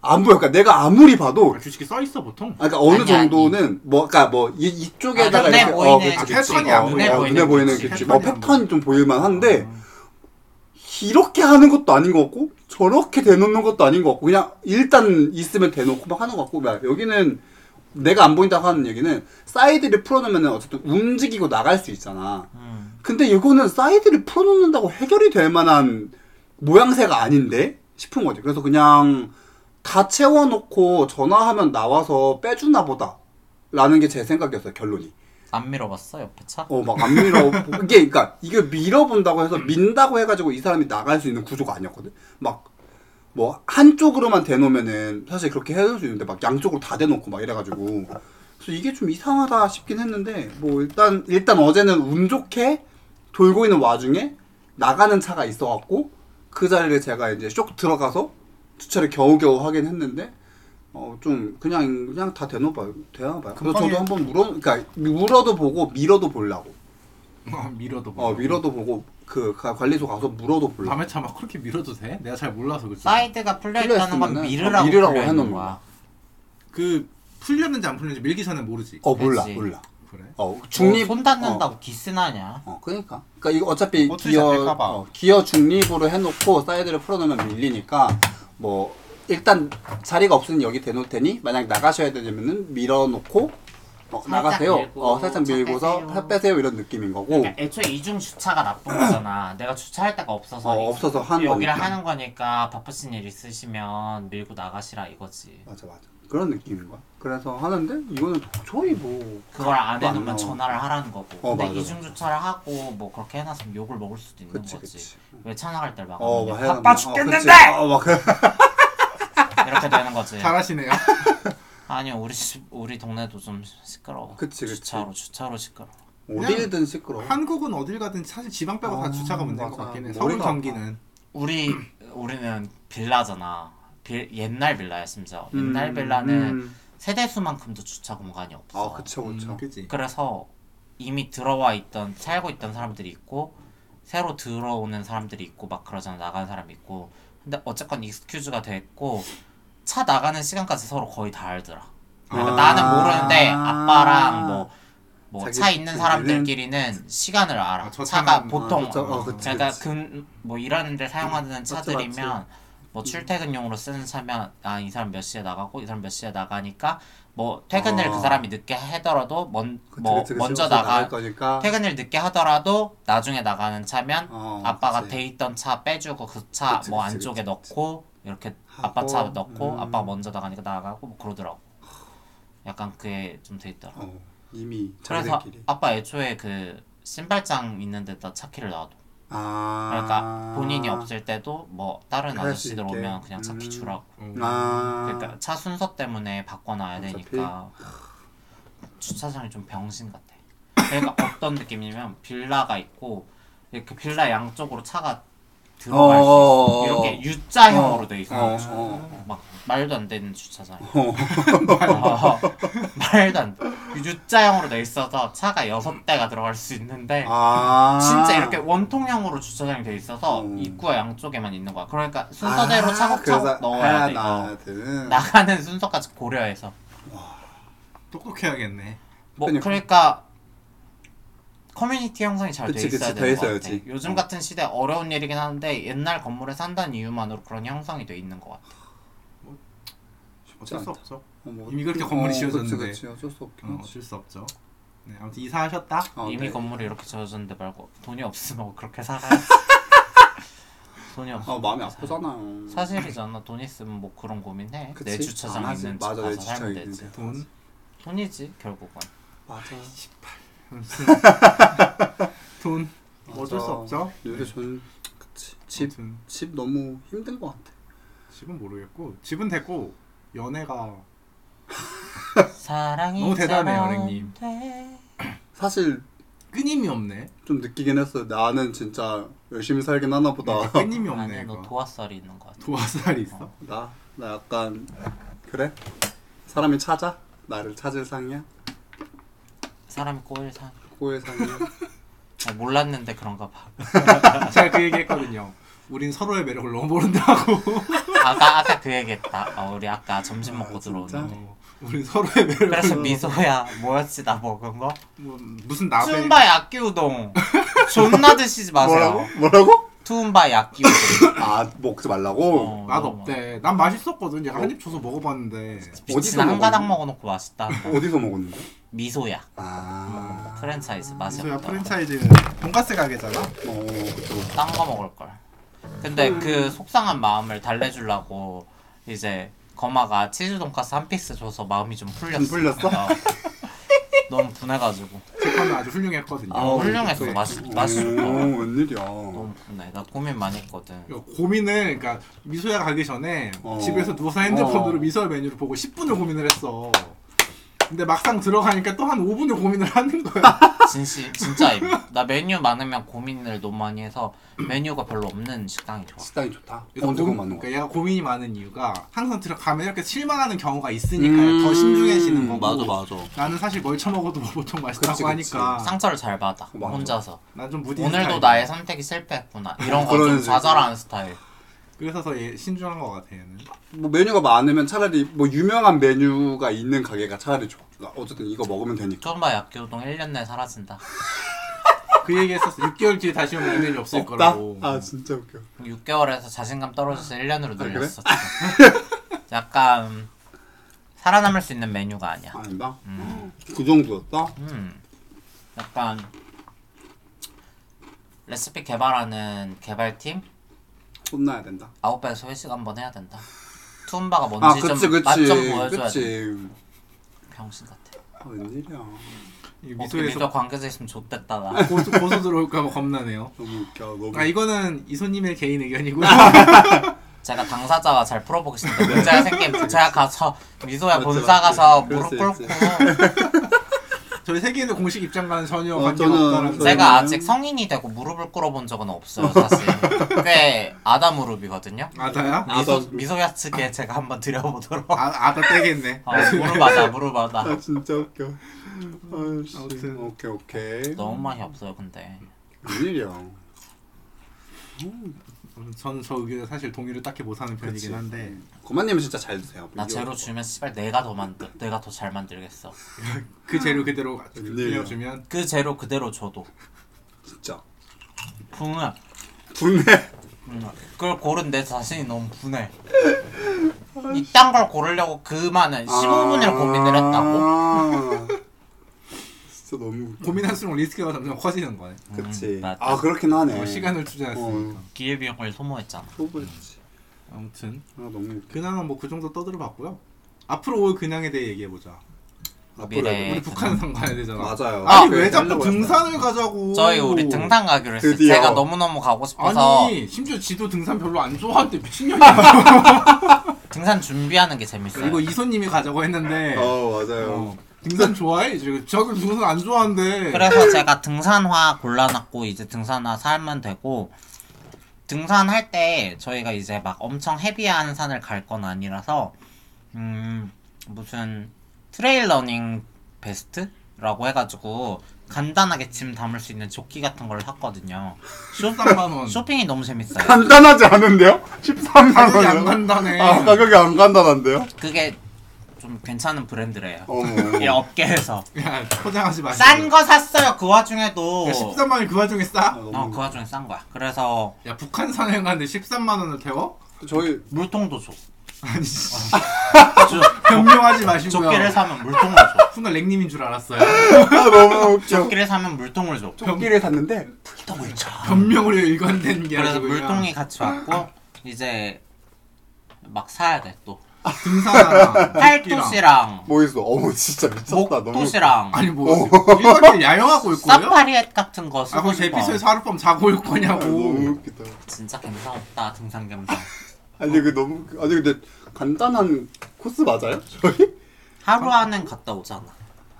[SPEAKER 3] 안 보여. 그러니까 내가 아무리 봐도
[SPEAKER 2] 아, 주식이 써 있어 보통.
[SPEAKER 3] 아, 그러니까 어느
[SPEAKER 1] 아니,
[SPEAKER 3] 정도는 뭐 그러니까 뭐 이, 이쪽에다가
[SPEAKER 1] 아, 눈에
[SPEAKER 3] 이렇게 어,
[SPEAKER 1] 보이는
[SPEAKER 3] 그치,
[SPEAKER 1] 규칙.
[SPEAKER 3] 그치.
[SPEAKER 2] 패턴이 안
[SPEAKER 3] 어,
[SPEAKER 2] 보이는
[SPEAKER 3] 어,
[SPEAKER 1] 보이는
[SPEAKER 3] 눈에 보이는
[SPEAKER 1] 규칙.
[SPEAKER 3] 규칙. 뭐
[SPEAKER 2] 패턴이 안
[SPEAKER 3] 패턴이 좀 보일만 한데
[SPEAKER 2] 아.
[SPEAKER 3] 이렇게 하는 것도 아닌 것 같고 저렇게 대놓는 것도 아닌 것 같고 그냥 일단 있으면 대놓고 막 하는 것 같고 막 여기는 내가 안 보인다고 하는 얘기는 사이드를 풀어놓으면 어쨌든 움직이고 나갈 수 있잖아.
[SPEAKER 1] 음.
[SPEAKER 3] 근데 이거는 사이드를 풀어놓는다고 해결이 될 만한 모양새가 아닌데 싶은 거지. 그래서 그냥 다 채워놓고 전화하면 나와서 빼주나 보다. 라는 게 제 생각이었어요, 결론이.
[SPEAKER 1] 안 밀어봤어 옆에 차?
[SPEAKER 3] 어, 막 안 밀어. 이게, 그니까, 이게 밀어본다고 해서 민다고 해가지고 이 사람이 나갈 수 있는 구조가 아니었거든? 막, 뭐, 한쪽으로만 대놓으면은 사실 그렇게 해줄 수 있는데 막 양쪽으로 다 대놓고 막 이래가지고. 그래서 이게 좀 이상하다 싶긴 했는데, 뭐, 일단, 일단 어제는 운 좋게 돌고 있는 와중에 나가는 차가 있어갖고 그 자리를 제가 이제 쇽 들어가서 주차를 겨우겨우 하긴 했는데 어 좀 그냥 그냥 다 대놓아봐요 대놔봐요 그래서
[SPEAKER 2] 금방에-
[SPEAKER 3] 저도 한번 물어 그러니까 물어도 보고 밀어도 보려고
[SPEAKER 2] 어, 밀어도.
[SPEAKER 3] 어
[SPEAKER 2] 보고.
[SPEAKER 3] 밀어도 보고 그 가- 관리소 가서 물어도 보려고
[SPEAKER 2] 밤에 차 막 그렇게 밀어도 돼? 내가 잘 몰라서 그렇지.
[SPEAKER 3] 아.
[SPEAKER 1] 사이드가 풀려 있다는 건
[SPEAKER 3] 풀려있으면은 어,
[SPEAKER 1] 밀으라고,
[SPEAKER 3] 밀으라고
[SPEAKER 1] 풀려 있는
[SPEAKER 3] 해놓는
[SPEAKER 1] 거야.
[SPEAKER 2] 그 풀렸는지 안 풀렸는지 밀기 전에 모르지.
[SPEAKER 3] 어 몰라
[SPEAKER 1] 그치.
[SPEAKER 3] 몰라
[SPEAKER 2] 그래.
[SPEAKER 3] 어
[SPEAKER 1] 중립
[SPEAKER 3] 중립
[SPEAKER 1] 손 닿는다고 기스나냐?
[SPEAKER 3] 어, 어 그러니까 그러니까 이거 어차피
[SPEAKER 2] 어차피
[SPEAKER 3] 기어
[SPEAKER 2] 잡힐까봐.
[SPEAKER 3] 어, 기어 중립으로 해놓고 사이드를 풀어놓으면 밀리니까 뭐 일단 자리가 없으니 여기 대놓을 테니 만약 나가셔야 되면은 밀어놓고 어,
[SPEAKER 1] 살짝
[SPEAKER 3] 나가세요
[SPEAKER 1] 밀고,
[SPEAKER 3] 어 살짝
[SPEAKER 1] 차
[SPEAKER 3] 밀고서
[SPEAKER 1] 빼세요.
[SPEAKER 3] 차 빼세요 이런 느낌인 거고
[SPEAKER 1] 그러니까 애초에 이중 주차가 나쁜 거잖아. 내가 주차할 데가 없어서
[SPEAKER 3] 어, 없어서 하는
[SPEAKER 1] 여기를
[SPEAKER 3] 거니까.
[SPEAKER 1] 하는 거니까 바쁘신 일 있으시면 밀고 나가시라 이거지.
[SPEAKER 3] 맞아 맞아 그런 느낌인 거야 그래서 하는데 이거는 도저히 뭐
[SPEAKER 1] 그걸 안
[SPEAKER 3] 안
[SPEAKER 1] 해놓으면
[SPEAKER 3] 나와.
[SPEAKER 1] 전화를 하라는 거고.
[SPEAKER 3] 어,
[SPEAKER 1] 근데
[SPEAKER 3] 맞아, 맞아.
[SPEAKER 1] 이중 주차를 하고 뭐 그렇게 해놨으면 욕을 먹을 수도 있는
[SPEAKER 3] 그치,
[SPEAKER 1] 거지.
[SPEAKER 3] 그치. 음.
[SPEAKER 1] 왜 차 나갈 때 막아?
[SPEAKER 3] 어, 막 해야 되나?
[SPEAKER 1] 바빠 죽겠는데
[SPEAKER 3] 어, 막 그래.
[SPEAKER 1] 이렇게 되는 거지.
[SPEAKER 2] 잘하시네요.
[SPEAKER 1] 아니요 우리 집 우리 동네도 좀 시끄러워.
[SPEAKER 3] 그치, 그치.
[SPEAKER 1] 주차로 주차로 시끄러워.
[SPEAKER 3] 어디든 시끄러워.
[SPEAKER 2] 한국은 어딜 가든 사실 지방 빼고 다
[SPEAKER 3] 아,
[SPEAKER 2] 주차가 문제인 것
[SPEAKER 3] 맞아.
[SPEAKER 2] 같긴 해.
[SPEAKER 3] 머리가
[SPEAKER 2] 서울
[SPEAKER 3] 아파.
[SPEAKER 2] 경기는
[SPEAKER 1] 우리 우리는 빌라잖아. 빌, 옛날 빌라야 심지어.
[SPEAKER 3] 음,
[SPEAKER 1] 옛날 빌라는
[SPEAKER 3] 음.
[SPEAKER 1] 세대수만큼도 주차 공간이 없어.
[SPEAKER 3] 아 그쵸 그쵸.
[SPEAKER 2] 음, 그치.
[SPEAKER 1] 그래서 이미 들어와 있던 살고 있던 사람들이 있고 새로 들어오는 사람들이 있고 막 그러잖아 나간 사람이 있고 근데 어쨌건 익스큐즈가 됐고 차 나가는 시간까지 서로 거의 다 알더라. 그러니까
[SPEAKER 3] 아.
[SPEAKER 1] 나는 모르는데 아빠랑 뭐 뭐 차
[SPEAKER 3] 자기
[SPEAKER 1] 있는 사람들끼리는 시간을 알아.
[SPEAKER 2] 아, 저
[SPEAKER 1] 차가
[SPEAKER 2] 차는-
[SPEAKER 1] 보통
[SPEAKER 3] 아, 저 차- 어, 그치,
[SPEAKER 1] 그러니까
[SPEAKER 3] 그치. 음,
[SPEAKER 1] 근뭐 일하는데 사용하는
[SPEAKER 3] 맞지,
[SPEAKER 1] 차들이면 뭐 출퇴근용으로 쓰는 차면 아 이 사람 몇 시에 나가고 이 사람 몇 시에 나가니까 뭐 퇴근을
[SPEAKER 3] 아.
[SPEAKER 1] 그 사람이 늦게 하더라도 먼
[SPEAKER 3] 그치,
[SPEAKER 1] 뭐
[SPEAKER 3] 그치, 그치.
[SPEAKER 1] 먼저
[SPEAKER 3] 어차피
[SPEAKER 1] 나가
[SPEAKER 3] 나갈 거니까.
[SPEAKER 1] 퇴근을 늦게 하더라도 나중에 나가는 차면
[SPEAKER 3] 어,
[SPEAKER 1] 아빠가
[SPEAKER 3] 그치.
[SPEAKER 1] 돼 있던 차 빼주고 그 차
[SPEAKER 3] 그치,
[SPEAKER 1] 뭐
[SPEAKER 3] 그치,
[SPEAKER 1] 안쪽에
[SPEAKER 3] 그치, 그치.
[SPEAKER 1] 넣고 이렇게 아빠 차
[SPEAKER 3] 하고,
[SPEAKER 1] 넣고
[SPEAKER 3] 음.
[SPEAKER 1] 아빠 먼저 나가니까 나가고 뭐 그러더라고. 약간 그게 좀 돼 있더라.
[SPEAKER 3] 어, 이미
[SPEAKER 1] 그래서
[SPEAKER 3] 자기들끼리.
[SPEAKER 1] 아빠 애초에 그 신발장 있는 데다 차 키를 놔둬.
[SPEAKER 3] 아.
[SPEAKER 1] 그러니까 본인이 없을 때도 뭐 다른
[SPEAKER 3] 할수
[SPEAKER 1] 아저씨들
[SPEAKER 3] 있게.
[SPEAKER 1] 오면 그냥 차
[SPEAKER 3] 음.
[SPEAKER 1] 키 주라고.
[SPEAKER 3] 아.
[SPEAKER 1] 그러니까 차 순서 때문에 바꿔놔야
[SPEAKER 3] 어차피.
[SPEAKER 1] 되니까 주차장이 좀 병신 같아. 그러니까 어떤 느낌이냐면 빌라가 있고 이렇게 빌라 양쪽으로 차가 들어갈
[SPEAKER 3] 어.
[SPEAKER 1] 수 있어. 이렇게 U자형으로 돼 있어.
[SPEAKER 3] 어, 어.
[SPEAKER 1] 막 말도 안 되는 주차장.
[SPEAKER 3] 어.
[SPEAKER 1] 어, 말도 안 돼. U자형으로 돼 있어서 차가 여섯 대가 들어갈 수 있는데
[SPEAKER 3] 아.
[SPEAKER 1] 진짜 이렇게 원통형으로 주차장이 돼 있어서
[SPEAKER 3] 음.
[SPEAKER 1] 입구와 양쪽에만 있는 거야. 그러니까 순서대로 차곡차곡
[SPEAKER 3] 아, 그래서
[SPEAKER 1] 넣어야 돼. 어.
[SPEAKER 3] 나야 되는.
[SPEAKER 1] 나가는 순서까지 고려해서.
[SPEAKER 2] 똑똑해야겠네.
[SPEAKER 1] 뭐
[SPEAKER 3] 그러니까.
[SPEAKER 1] 그러니까 커뮤니티 형성이 잘 돼
[SPEAKER 3] 그치,
[SPEAKER 1] 있어야
[SPEAKER 3] 그치,
[SPEAKER 1] 되는
[SPEAKER 3] 돼
[SPEAKER 1] 것 같아.
[SPEAKER 3] 있어야지.
[SPEAKER 1] 요즘
[SPEAKER 3] 어.
[SPEAKER 1] 같은 시대 어려운 일이긴 하는데 옛날 건물에 산다는 이유만으로 그런 형성이 돼 있는 것 같아.
[SPEAKER 2] 어쩔 수 없죠.
[SPEAKER 3] 어, 뭐,
[SPEAKER 2] 이미 그렇게 건물이
[SPEAKER 3] 그치,
[SPEAKER 2] 지어졌는데.
[SPEAKER 3] 그치, 어쩔 수 없긴
[SPEAKER 2] 어,
[SPEAKER 3] 하지.
[SPEAKER 2] 어쩔 수 없죠. 네, 아무튼 이사하셨다.
[SPEAKER 3] 아,
[SPEAKER 1] 이미
[SPEAKER 3] 네.
[SPEAKER 1] 건물이 이렇게 지어졌는데 말고 돈이 없으면 뭐 그렇게 사가. 돈이 없어.
[SPEAKER 3] 아 마음이 아프잖아요.
[SPEAKER 1] 사실이잖아. 돈 있으면 뭐 그런 고민해.
[SPEAKER 3] 그치?
[SPEAKER 1] 내
[SPEAKER 3] 안
[SPEAKER 1] 주차장
[SPEAKER 3] 하지.
[SPEAKER 1] 있는 집
[SPEAKER 3] 맞아, 내
[SPEAKER 1] 가서
[SPEAKER 3] 주차장
[SPEAKER 1] 살면
[SPEAKER 3] 있는
[SPEAKER 1] 되지.
[SPEAKER 3] 집.
[SPEAKER 2] 돈
[SPEAKER 1] 돈이지 결국은.
[SPEAKER 3] 맞아.
[SPEAKER 2] 돈. 뭐 어쩔 수 없죠. 네.
[SPEAKER 3] 요새 저는 네. 그치, 집,
[SPEAKER 2] 아무튼
[SPEAKER 3] 집 너무 힘든 것 같아.
[SPEAKER 2] 집은 모르겠고 집은 됐고 연애가
[SPEAKER 1] 사랑이
[SPEAKER 2] 너무 대단해요,
[SPEAKER 1] 있잖아.
[SPEAKER 2] 은행님.
[SPEAKER 1] 돼.
[SPEAKER 3] 사실
[SPEAKER 2] 끊임이 없네.
[SPEAKER 3] 좀 느끼긴 했어. 나는 진짜 열심히 살긴 하나 보다.
[SPEAKER 2] 그러니까 끊임이 없네.
[SPEAKER 1] 안에 너
[SPEAKER 2] 이거.
[SPEAKER 1] 도화살이 있는 것 같아.
[SPEAKER 2] 도화살이 있어?
[SPEAKER 1] 어.
[SPEAKER 3] 나, 나 약간 그래? 사람이 찾아? 나를 찾을 상이야?
[SPEAKER 1] 사람이 꼬일 상.
[SPEAKER 3] 꼬의 상이야?
[SPEAKER 1] 아, 몰랐는데 그런가 봐.
[SPEAKER 2] 제가 그 얘기했거든요. 우린 서로의 매력을 너무 모른다고.
[SPEAKER 1] 아까 아까 그 얘기했다. 어, 우리 아까 점심 먹고
[SPEAKER 3] 아, 진짜?
[SPEAKER 1] 들어오는데.
[SPEAKER 2] 어, 우린 서로의 매력을
[SPEAKER 1] 그래서 미소야 뭐였지 나 먹은 거?
[SPEAKER 2] 뭐, 무슨 나베
[SPEAKER 1] 투움바 야끼 우동. 존나 드시지 마세요.
[SPEAKER 3] 뭐라고? 뭐라고?
[SPEAKER 1] 투움바 야끼 우동.
[SPEAKER 3] 아 먹지 말라고?
[SPEAKER 1] 어,
[SPEAKER 2] 맛
[SPEAKER 1] 너무
[SPEAKER 2] 없대. 난 맛있었거든. 얘가 한입 줘서 먹어봤는데
[SPEAKER 1] 미친
[SPEAKER 3] 어디서
[SPEAKER 1] 뭐. 한 가닥
[SPEAKER 3] 먹었니?
[SPEAKER 1] 먹어놓고 맛있다.
[SPEAKER 3] 어디서 먹었는데?
[SPEAKER 1] 미소야
[SPEAKER 3] 아,
[SPEAKER 1] 프랜차이즈 맛이
[SPEAKER 2] 미소야
[SPEAKER 1] 없다.
[SPEAKER 2] 프랜차이즈는 돈가스 가게잖아.
[SPEAKER 3] 어, 그쵸.
[SPEAKER 1] 딴 거 먹을 걸. 근데 그 속상한 마음을 달래주려고 이제 거마가 치즈 돈까스 한 피스 줘서 마음이 좀 풀렸어.
[SPEAKER 3] 좀 풀렸어?
[SPEAKER 1] 어. 너무 분해가지고.
[SPEAKER 2] 제판은 아주 훌륭했거든요.
[SPEAKER 1] 아, 훌륭했어.
[SPEAKER 2] 그래.
[SPEAKER 1] 맛있 맛있어.
[SPEAKER 3] 오, 웬일이야.
[SPEAKER 1] 너무 분해. 나 고민 많이 했거든.
[SPEAKER 2] 고민을 그러니까 미소야 가기 전에
[SPEAKER 3] 어.
[SPEAKER 2] 집에서 누워서 핸드폰으로
[SPEAKER 3] 어.
[SPEAKER 2] 미소야 메뉴를 보고 10분을 고민을 했어. 근데 막상 들어가니까 또 한 5분을 고민을 하는 거야.
[SPEAKER 1] 진시 진짜 이거. 나 메뉴 많으면 고민을 너무 많이 해서 메뉴가 별로 없는 식당이 좋아.
[SPEAKER 3] 식당이 좋다.
[SPEAKER 2] 그래서
[SPEAKER 3] 언제
[SPEAKER 2] 고민-
[SPEAKER 3] 만난
[SPEAKER 2] 그러니까
[SPEAKER 3] 거야?
[SPEAKER 2] 얘가 고민이 많은 이유가 항상 들어가면 이렇게 실망하는 경우가 있으니까 더
[SPEAKER 3] 음,
[SPEAKER 2] 신중해지는 거고.
[SPEAKER 3] 맞아, 맞아.
[SPEAKER 2] 나는 사실 뭘 처먹어도 뭐 보통 맛있다고
[SPEAKER 3] 그치, 그치.
[SPEAKER 2] 하니까
[SPEAKER 1] 상처를 잘 받아
[SPEAKER 3] 맞아.
[SPEAKER 1] 혼자서.
[SPEAKER 2] 난 좀 무딘
[SPEAKER 1] 오늘도
[SPEAKER 2] 스타일이야.
[SPEAKER 1] 나의 선택이 실패했구나. 이런 거
[SPEAKER 3] 그런
[SPEAKER 1] 좀
[SPEAKER 3] 식으로.
[SPEAKER 1] 좌절하는 스타일.
[SPEAKER 2] 그래서 더 얘, 신중한 것 같아 얘는.
[SPEAKER 3] 뭐 메뉴가 많으면 차라리 뭐 유명한 메뉴가 있는 가게가 차라리 좋아. 나 어쨌든 이거 먹으면 되니까.
[SPEAKER 1] 쫀바 약교동 1년 내에 사라진다.
[SPEAKER 2] 그 얘기했었어. 6개월 뒤에 다시 오면 이메일이 없을
[SPEAKER 3] 없다?
[SPEAKER 2] 거라고.
[SPEAKER 3] 아 진짜 웃겨.
[SPEAKER 1] 6개월에서 자신감 떨어져서 1년으로
[SPEAKER 3] 그래?
[SPEAKER 1] 늘렸었어. 약간 살아남을 수 있는 메뉴가 아니야.
[SPEAKER 3] 아니다. 그 정도였다.
[SPEAKER 1] 음, 약간 레시피 개발하는 개발팀
[SPEAKER 3] 혼나야 된다.
[SPEAKER 1] 아웃바에서 회식 한번 해야 된다. 투움바가
[SPEAKER 3] 아
[SPEAKER 1] 뭔지
[SPEAKER 3] 그치
[SPEAKER 1] 좀
[SPEAKER 3] 그치
[SPEAKER 1] 맛 좀 보여줘야 돼.
[SPEAKER 3] 그치.
[SPEAKER 1] 병신 같아.
[SPEAKER 3] 아 웬일이야.
[SPEAKER 2] 이
[SPEAKER 1] 어떻게
[SPEAKER 2] 미소에서
[SPEAKER 1] 리더 관계자 있으면 좋겠다 나.
[SPEAKER 2] 고소, 고소 들어올까 봐 겁나네요.
[SPEAKER 3] 너무 웃겨. 너무.
[SPEAKER 2] 아 이거는 이소님의 개인 의견이고요.
[SPEAKER 3] 아.
[SPEAKER 1] 제가 당사자가 잘 풀어보겠습니다. 문제가 생기면 제가 가서 미소야
[SPEAKER 3] 맞지,
[SPEAKER 1] 본사
[SPEAKER 3] 맞지.
[SPEAKER 1] 가서
[SPEAKER 3] 그럴
[SPEAKER 1] 무릎
[SPEAKER 3] 수
[SPEAKER 1] 꿇고
[SPEAKER 2] 저희 세 개는 공식 입장과는 전혀
[SPEAKER 3] 어,
[SPEAKER 2] 관계가
[SPEAKER 3] 저는-
[SPEAKER 2] 없다는
[SPEAKER 3] 저는-
[SPEAKER 1] 제가 아직 성인이 되고 무릎을 꿇어본 적은 없어요 사실. 꽤 아다 무릎이거든요.
[SPEAKER 2] 아다야?
[SPEAKER 1] 미소,
[SPEAKER 3] 무릎.
[SPEAKER 1] 미소야 측에 제가 한번 드려보도록.
[SPEAKER 2] 아, 아다 떼겠네.
[SPEAKER 1] 어, 무릎하다 무릎하다.
[SPEAKER 3] 아 진짜 웃겨. 아씨.
[SPEAKER 2] 아무튼.
[SPEAKER 3] 오케이 오케이.
[SPEAKER 1] 너무 많이 없어요 근데.
[SPEAKER 3] 웬일이야.
[SPEAKER 2] 저는 저 의견에 사실 동의를 딱히 못하는
[SPEAKER 3] 그치.
[SPEAKER 2] 편이긴 한데
[SPEAKER 3] 음. 고만님은 진짜 잘 드세요.
[SPEAKER 1] 나 제로 주면 씨발 내가 더 만들 내가 더 잘 만들겠어.
[SPEAKER 2] 그 재료 그대로
[SPEAKER 3] 웬일이야.
[SPEAKER 2] 빌려주면
[SPEAKER 1] 그 제로 그대로 줘도.
[SPEAKER 3] 진짜
[SPEAKER 1] 분해.
[SPEAKER 3] 분해.
[SPEAKER 1] 음, 그걸 고른 내 자신이 너무 분해. 이딴 걸 고르려고 그만은
[SPEAKER 3] 아.
[SPEAKER 1] 15분을 고민을 했다고? 음,
[SPEAKER 3] 했다고? 아. 진짜 너무 웃겨.
[SPEAKER 2] 고민할수록 리스크가 점점 커지는 거네.
[SPEAKER 3] 그치.
[SPEAKER 1] 맞다. 뭐
[SPEAKER 3] 아 그렇긴 하네.
[SPEAKER 2] 더 시간을 투자했으니까.
[SPEAKER 3] 어,
[SPEAKER 1] 기회비용을 소모했잖아.
[SPEAKER 3] 소불했지.
[SPEAKER 2] 아무튼
[SPEAKER 3] 아 너무 웃겨.
[SPEAKER 2] 근황은 뭐 그 정도 떠들어봤고요. 앞으로 올 근황에 대해 얘기해 보자.
[SPEAKER 1] 미래.
[SPEAKER 2] 우리
[SPEAKER 1] 네,
[SPEAKER 2] 북한산 가야 되잖아.
[SPEAKER 3] 맞아요.
[SPEAKER 2] 아니
[SPEAKER 3] 그
[SPEAKER 2] 왜
[SPEAKER 3] 얘기
[SPEAKER 2] 자꾸
[SPEAKER 3] 하려고 했어요.
[SPEAKER 2] 등산을 가자고?
[SPEAKER 1] 저희 우리 등산 가기로 했어요.
[SPEAKER 3] 드디어.
[SPEAKER 1] 제가 너무너무 가고 싶어서
[SPEAKER 2] 아니 심지어 지도 등산 별로 안 좋아한대 미친년이야.
[SPEAKER 1] 등산 준비하는 게 재밌어요.
[SPEAKER 2] 네. 이거 이소님이 가자고 했는데
[SPEAKER 3] 어 맞아요.
[SPEAKER 2] 어, 등산 좋아해? 저기 저기 등산 안 좋아한대.
[SPEAKER 1] 그래서 제가 등산화 골라놨고 이제 등산화 살면 되고 등산할 때 저희가 이제 막 엄청 헤비한 산을 갈 건 아니라서 음 무슨 트레일 러닝 베스트라고 해가지고 간단하게 짐 담을 수 있는 조끼 같은 걸 샀거든요.
[SPEAKER 2] 13만 원.
[SPEAKER 1] 쇼핑이 너무 재밌어요.
[SPEAKER 3] 아, 간단하지 않은데요? 아, 13만
[SPEAKER 2] 가격이
[SPEAKER 3] 원이요?
[SPEAKER 2] 안 간다네.
[SPEAKER 3] 아 가격이 안 간단한데요?
[SPEAKER 1] 그게 좀 괜찮은 브랜드래요.
[SPEAKER 3] 어머.
[SPEAKER 1] 이 업계에서
[SPEAKER 2] 야, 포장하지 마시고.
[SPEAKER 1] 싼 거 샀어요. 그 와중에도
[SPEAKER 2] 13만 원이 아, 그 와중에
[SPEAKER 3] 아,
[SPEAKER 2] 싸?
[SPEAKER 1] 어, 그 와중에 싼 거야. 그래서
[SPEAKER 2] 야, 북한산 행가는데 13만 원을 태워?
[SPEAKER 3] 저희
[SPEAKER 1] 물통도 줘.
[SPEAKER 2] 아니, 씨.
[SPEAKER 1] 조-
[SPEAKER 2] 변명하지 마시고요.
[SPEAKER 1] 조끼를 사면 물통을 줘.
[SPEAKER 2] 순간 랭님인 줄 알았어요.
[SPEAKER 3] 아, 너무 웃겨.
[SPEAKER 1] 조끼를 사면 물통을 줘.
[SPEAKER 3] 조끼를 샀는데
[SPEAKER 1] 물통을 줘.
[SPEAKER 2] 변명으로 일관된 게
[SPEAKER 1] 그래서
[SPEAKER 2] 아니고
[SPEAKER 1] 물통이 같이 왔고 이제 막 사야 돼 또.
[SPEAKER 2] 등산화,
[SPEAKER 1] 팔도시랑
[SPEAKER 3] 뭐 있어? 어머 진짜 미쳤다. 너무
[SPEAKER 1] 목도시랑
[SPEAKER 2] 아니 뭐
[SPEAKER 3] 어.
[SPEAKER 2] 일반인 야영하고 올 거예요?
[SPEAKER 1] 사파리엣 같은 거
[SPEAKER 2] 아
[SPEAKER 1] 쓰고
[SPEAKER 2] 그럼
[SPEAKER 1] 싶어.
[SPEAKER 2] 제피소에서 하룻밤 자고 올
[SPEAKER 3] 아, 너무
[SPEAKER 2] 거냐고
[SPEAKER 3] 웃기다.
[SPEAKER 1] 진짜 감성 없다 등산 감성.
[SPEAKER 3] 아니 그 너무 아니 근데 간단한 코스 맞아요? 저희
[SPEAKER 1] 하루 안엔 갔다 오잖아.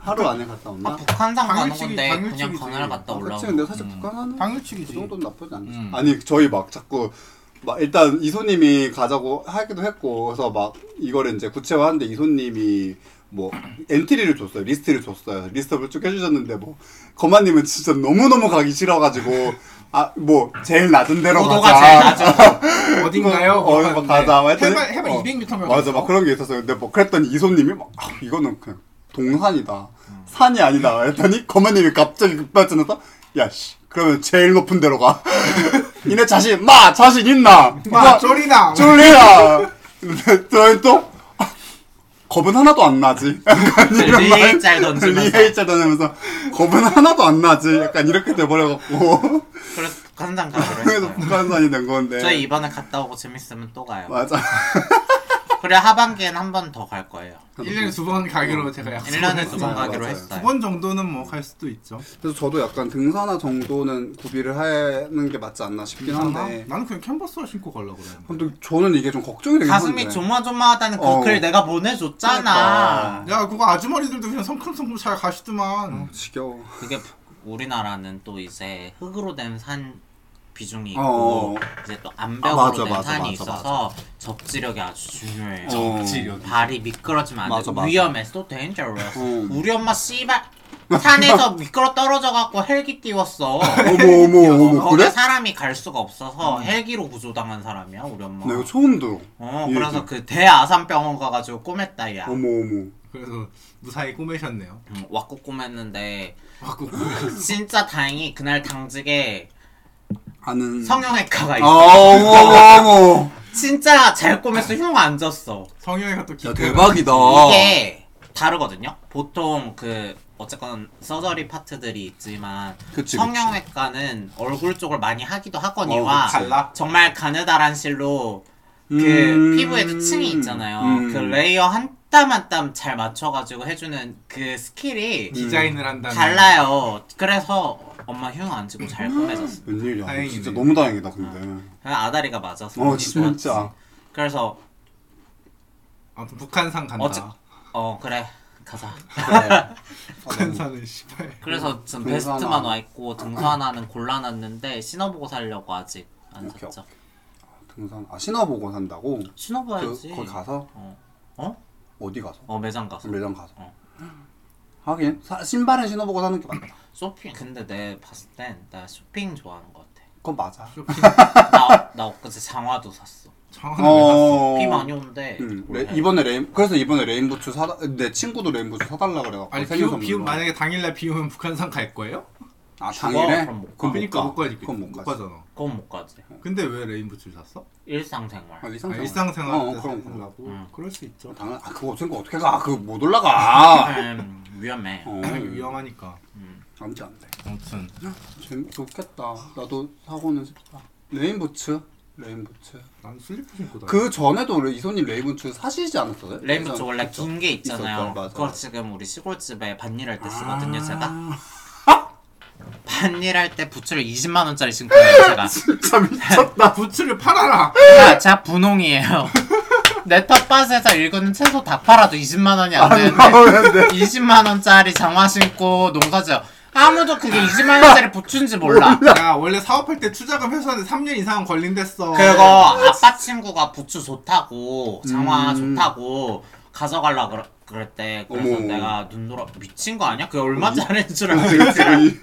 [SPEAKER 3] 하루 안에 갔다
[SPEAKER 1] 아,
[SPEAKER 3] 왔나?
[SPEAKER 1] 북한산 가는
[SPEAKER 2] 당일치기,
[SPEAKER 1] 건데 그냥
[SPEAKER 2] 당일치기지.
[SPEAKER 1] 건을 갔다 올라오는
[SPEAKER 3] 아, 그치 근데 사실
[SPEAKER 1] 음.
[SPEAKER 3] 북한은 그
[SPEAKER 2] 당일치기지
[SPEAKER 3] 정도는 나쁘지 않죠.
[SPEAKER 1] 음.
[SPEAKER 3] 아니 저희 막 자꾸 막 일단 이소님이 가자고 하기도 했고 그래서 막 이거를 이제 구체화하는데 이소님이 뭐 엔트리를 줬어요 리스트를 줬어요 리스트를 쭉 해주셨는데 뭐 거마님은 진짜 너무 너무 가기 싫어가지고 아 뭐 제일 낮은 데로
[SPEAKER 1] 고도가 제일
[SPEAKER 3] 가자.
[SPEAKER 1] 낮은 거.
[SPEAKER 2] 어딘가요? 네.
[SPEAKER 3] 어, 어, 막 가자. 막 했더니-
[SPEAKER 2] 해발, 해발
[SPEAKER 3] 어.
[SPEAKER 2] 200m
[SPEAKER 3] 맞아 막 그런 게 있었어요. 근데 뭐 그랬더니 이소님이 막 아, 이거는 그냥 동산이다. 산이 아니다. 했더니 거마님이 갑자기 급발진해서 야씨 그러면 제일 높은 데로 가. 니네 자신 마 자신 있나?
[SPEAKER 2] 막 아, 쫄이나
[SPEAKER 3] 쫄리야. 근데 저희 또 아, 겁은 하나도 안 나지. 약간 이런 말.
[SPEAKER 1] 리에이짤 던지면서.
[SPEAKER 3] 리에이짤 던지면서 겁은 하나도 안 나지. 약간 이렇게 돼버려갖고
[SPEAKER 1] 그래서 북한산 가기로
[SPEAKER 3] 그래서 네.
[SPEAKER 1] 했어요.
[SPEAKER 3] 북한산이 된 건데.
[SPEAKER 1] 네. 저희 이번에 갔다 오고 재밌으면 또 가요.
[SPEAKER 3] 맞아.
[SPEAKER 1] 그래 하반기엔 한 번 더 갈 거예요.
[SPEAKER 2] 1년에 두 번 가기로 아, 제가 약속
[SPEAKER 1] 1년에 두
[SPEAKER 3] 맞아요,
[SPEAKER 1] 번 가기로
[SPEAKER 3] 맞아요.
[SPEAKER 1] 했어요.
[SPEAKER 2] 두번 정도는 뭐 갈 수도 있죠
[SPEAKER 3] 그래서 저도 약간 등산화 정도는 구비를 하는 게 맞지 않나 싶긴 한데
[SPEAKER 2] 나는 그냥 캔버스를 신고 가려고 그래
[SPEAKER 3] 근데 저는 이게 좀그 걱정이 되긴 한데
[SPEAKER 1] 가슴이 조마조마하다는
[SPEAKER 3] 어.
[SPEAKER 1] 그 글 내가 보내줬잖아.
[SPEAKER 3] 그러니까.
[SPEAKER 2] 야 그거 아주머니들도 그냥 성큼성큼 잘 가시더만
[SPEAKER 3] 지겨워
[SPEAKER 1] 그게 부- 우리나라는 또 이제 흙으로 된 산 비중이
[SPEAKER 3] 어.
[SPEAKER 1] 있고 이제 또 암벽으로
[SPEAKER 3] 아, 맞아,
[SPEAKER 1] 된
[SPEAKER 3] 맞아,
[SPEAKER 1] 산이
[SPEAKER 3] 맞아,
[SPEAKER 1] 있어서 접지력이 아주 중요해요.
[SPEAKER 3] 어.
[SPEAKER 1] 발이 미끄러지면 안
[SPEAKER 3] 맞아,
[SPEAKER 1] 되고
[SPEAKER 3] 맞아.
[SPEAKER 1] 위험해. So dangerous.
[SPEAKER 3] 음.
[SPEAKER 1] 우리 엄마 씨발 산에서 미끄러 떨어져 갖고 헬기 띄웠어.
[SPEAKER 3] 어머 어머 어머
[SPEAKER 1] 거기
[SPEAKER 3] 그래? 음.
[SPEAKER 1] 사람이 갈 수가 없어서 헬기로 구조당한 사람이야 우리 엄마.
[SPEAKER 3] 나 이거 처음 들어
[SPEAKER 1] 어
[SPEAKER 3] 이
[SPEAKER 1] 그래서
[SPEAKER 3] 얘기.
[SPEAKER 1] 그 대아산병원 가가지고 꼬맸다 야.
[SPEAKER 3] 어머 어머
[SPEAKER 2] 그래서 무사히 꼬매셨네요 아,
[SPEAKER 1] 음, 왔고 꼬맸는데
[SPEAKER 2] 와꾸
[SPEAKER 1] 진짜 다행히 그날 당직에
[SPEAKER 3] 아는
[SPEAKER 1] 성형외과가
[SPEAKER 3] 아
[SPEAKER 1] 있어.
[SPEAKER 3] 어머 어머 어머
[SPEAKER 1] 진짜 잘 꼬맸어 흉 안 졌어.
[SPEAKER 2] 성형이가 또
[SPEAKER 3] 야
[SPEAKER 2] 기가
[SPEAKER 3] 대박이다
[SPEAKER 1] 이게 다르거든요. 보통 그 어쨌건 서저리 파트들이 있지만
[SPEAKER 3] 그치,
[SPEAKER 1] 성형외과는 얼굴 쪽을 많이 하기도 하거니와
[SPEAKER 3] 어, 그치.
[SPEAKER 2] 달라?
[SPEAKER 1] 정말 가느다란 실로 그
[SPEAKER 3] 음.
[SPEAKER 1] 피부에 그 층이 있잖아요.
[SPEAKER 3] 음.
[SPEAKER 1] 그 레이어 한 땀 한 땀 잘 맞춰가지고 해주는 그 스킬이
[SPEAKER 2] 디자인을 한다는
[SPEAKER 1] 달라요. 그래서 엄마 흉 안 지고 잘 꾸며졌어.
[SPEAKER 3] 웬일이야
[SPEAKER 2] 다행이네.
[SPEAKER 3] 진짜 너무 다행이다 근데
[SPEAKER 1] 아다리가 맞아서.
[SPEAKER 3] 어
[SPEAKER 1] 운이 좋았지.
[SPEAKER 3] 진짜
[SPEAKER 1] 그래서
[SPEAKER 2] 아무튼 북한산 간다
[SPEAKER 1] 어째- 어 그래 가자.
[SPEAKER 3] 그래.
[SPEAKER 2] 북한산은 씨발
[SPEAKER 1] 그래서 지금
[SPEAKER 3] 등산화.
[SPEAKER 1] 베스트만 와 있고 등산화는 골라놨는데 신어보고 살려고 아직 안
[SPEAKER 3] 오케이,
[SPEAKER 1] 샀죠.
[SPEAKER 3] 등산 아 신어보고 산다고 그,
[SPEAKER 1] 신어봐야지.
[SPEAKER 3] 거기 가서
[SPEAKER 1] 어? 어?
[SPEAKER 3] 어디 가서
[SPEAKER 1] 어 매장 가서.
[SPEAKER 3] 매장 가서
[SPEAKER 1] 어.
[SPEAKER 3] 하긴 사, 신발은 신어보고 사는 게 맞다
[SPEAKER 1] 쇼핑 근데 내 봤을 땐 나 쇼핑 좋아하는 것 같아.
[SPEAKER 3] 그건 맞아
[SPEAKER 2] 쇼핑
[SPEAKER 1] 나, 나 엊그제 장화도 샀어.
[SPEAKER 2] 장안을 왜 샀어
[SPEAKER 1] 비 많이 온대.
[SPEAKER 3] 음, 레,
[SPEAKER 1] 올해.
[SPEAKER 3] 이번에 레인 그래서 이번에 레인부츠 사다 내 친구도 레인부츠 사달라 그래갖고
[SPEAKER 2] 아니
[SPEAKER 3] 생일
[SPEAKER 2] 비오, 비오
[SPEAKER 3] 선물로.
[SPEAKER 2] 만약에 당일날 비오면 북한산 갈 거예요?
[SPEAKER 3] 아
[SPEAKER 1] 죽어,
[SPEAKER 3] 당일에
[SPEAKER 1] 그럼 못
[SPEAKER 3] 그건
[SPEAKER 2] 그러니까 못 가지
[SPEAKER 3] 그건 못
[SPEAKER 2] 못
[SPEAKER 3] 가지
[SPEAKER 2] 가잖아
[SPEAKER 1] 그건 못 가지.
[SPEAKER 2] 근데 왜 레인부츠를 샀어?
[SPEAKER 1] 일상생활.
[SPEAKER 3] 아,
[SPEAKER 2] 아,
[SPEAKER 3] 일상생활
[SPEAKER 2] 일상생활
[SPEAKER 3] 어,
[SPEAKER 2] 때
[SPEAKER 3] 어, 그럼 그럼
[SPEAKER 2] 생각하고 어, 그럴 수 있죠
[SPEAKER 3] 당연 아 그거 없으니까 어떻게 가그못 올라가
[SPEAKER 1] 음, 위험해.
[SPEAKER 3] 아. 어
[SPEAKER 2] 위험하니까
[SPEAKER 3] 안돼 안돼
[SPEAKER 2] 아무튼
[SPEAKER 3] 재밌 좋겠다 나도 사고는 싶다 레인부츠 레인부츠
[SPEAKER 2] 난 슬리퍼 신고 다녀
[SPEAKER 3] 그 전에도 이소님 레인부츠 사시지 않았어요?
[SPEAKER 1] 레인부츠 원래 긴 게 있잖아요.
[SPEAKER 3] 있었죠, 맞아. 아.
[SPEAKER 1] 그거 지금 우리 시골집에 밭일할 때 쓰거든요, 제가. 밭일할 때 부츠를 20만 원짜리 신고 해요, 제가.
[SPEAKER 3] 진짜 미쳤다
[SPEAKER 2] 부츠를 팔아라
[SPEAKER 3] 그
[SPEAKER 1] 자, 자 분홍이에요. 내 텃밭에서 읽은 채소 다 팔아도 20만 원이 안
[SPEAKER 3] 어,
[SPEAKER 1] 되는데 20만 원짜리 장화 신고 농사지어 아무도 그게 20만 원짜리 부츠인지 몰라.
[SPEAKER 2] 야 원래 사업할 때 투자금 회수하는데 3년 이상은 걸린댔어
[SPEAKER 1] 그리고 아빠 친구가 부츠 좋다고 장화
[SPEAKER 3] 음.
[SPEAKER 1] 좋다고 가져가려 그러, 그랬대. 그래서
[SPEAKER 3] 어머. 음.
[SPEAKER 1] 내가 눈 돌아 미친 거 아니야? 그게 얼마짜리인 줄 알고
[SPEAKER 3] 지금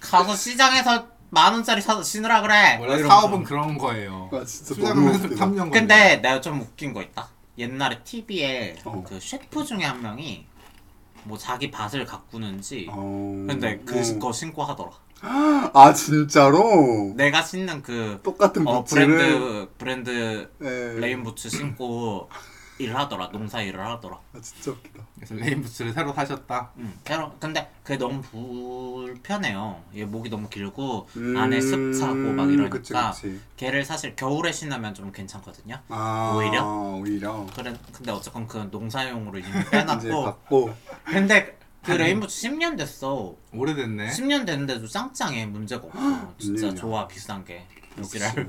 [SPEAKER 1] 가서 시장에서 만 원짜리 사서 신으라 그래. 뭐
[SPEAKER 2] 원래
[SPEAKER 1] 이러면서.
[SPEAKER 2] 사업은 그런 거예요
[SPEAKER 3] 아 진짜
[SPEAKER 2] 투자금
[SPEAKER 3] 너무
[SPEAKER 2] 회수
[SPEAKER 3] 웃기다
[SPEAKER 2] 3년 걸려
[SPEAKER 1] 근데 내가 좀 웃긴 거 있다. 옛날에 TV에
[SPEAKER 3] 어.
[SPEAKER 1] 그 셰프 중에 한 명이 뭐 자기 밭을 가꾸는지
[SPEAKER 3] 어.
[SPEAKER 1] 근데
[SPEAKER 3] 어.
[SPEAKER 1] 그거 신고 하더라.
[SPEAKER 3] 아
[SPEAKER 2] 네.
[SPEAKER 3] 진짜로
[SPEAKER 1] 내가 신는 그
[SPEAKER 3] 똑같은
[SPEAKER 1] 어,
[SPEAKER 3] 부츠를
[SPEAKER 1] 브랜드 브랜드
[SPEAKER 3] 예.
[SPEAKER 1] 레인 부츠 신고 일하더라. 농사 일을 하더라.
[SPEAKER 3] 아 진짜 웃기다.
[SPEAKER 2] 그래서 레인 부츠를 새로 사셨다.
[SPEAKER 1] 음, 새로- 근데 그게 너무 불편해요. 얘 목이 너무 길고
[SPEAKER 3] 음,
[SPEAKER 1] 안에 습 차고 막
[SPEAKER 3] 그치,
[SPEAKER 1] 이러니까
[SPEAKER 3] 그치.
[SPEAKER 1] 걔를 사실 겨울에 신으면 좀 괜찮거든요.
[SPEAKER 3] 아,
[SPEAKER 1] 오히려?
[SPEAKER 3] 오히려
[SPEAKER 1] 그래 근데 어쨌건 그 농사용으로 이미
[SPEAKER 3] 이제
[SPEAKER 1] 빼놨고
[SPEAKER 3] 갖고
[SPEAKER 1] 근데 그 레인부츠 10년 됐어.
[SPEAKER 2] 오래됐네.
[SPEAKER 1] 10년 됐는데도 짱짱해 문제가 없어. 진짜
[SPEAKER 3] 웬일이야.
[SPEAKER 1] 좋아 비싼 게.
[SPEAKER 3] 역시.
[SPEAKER 1] 이지랄.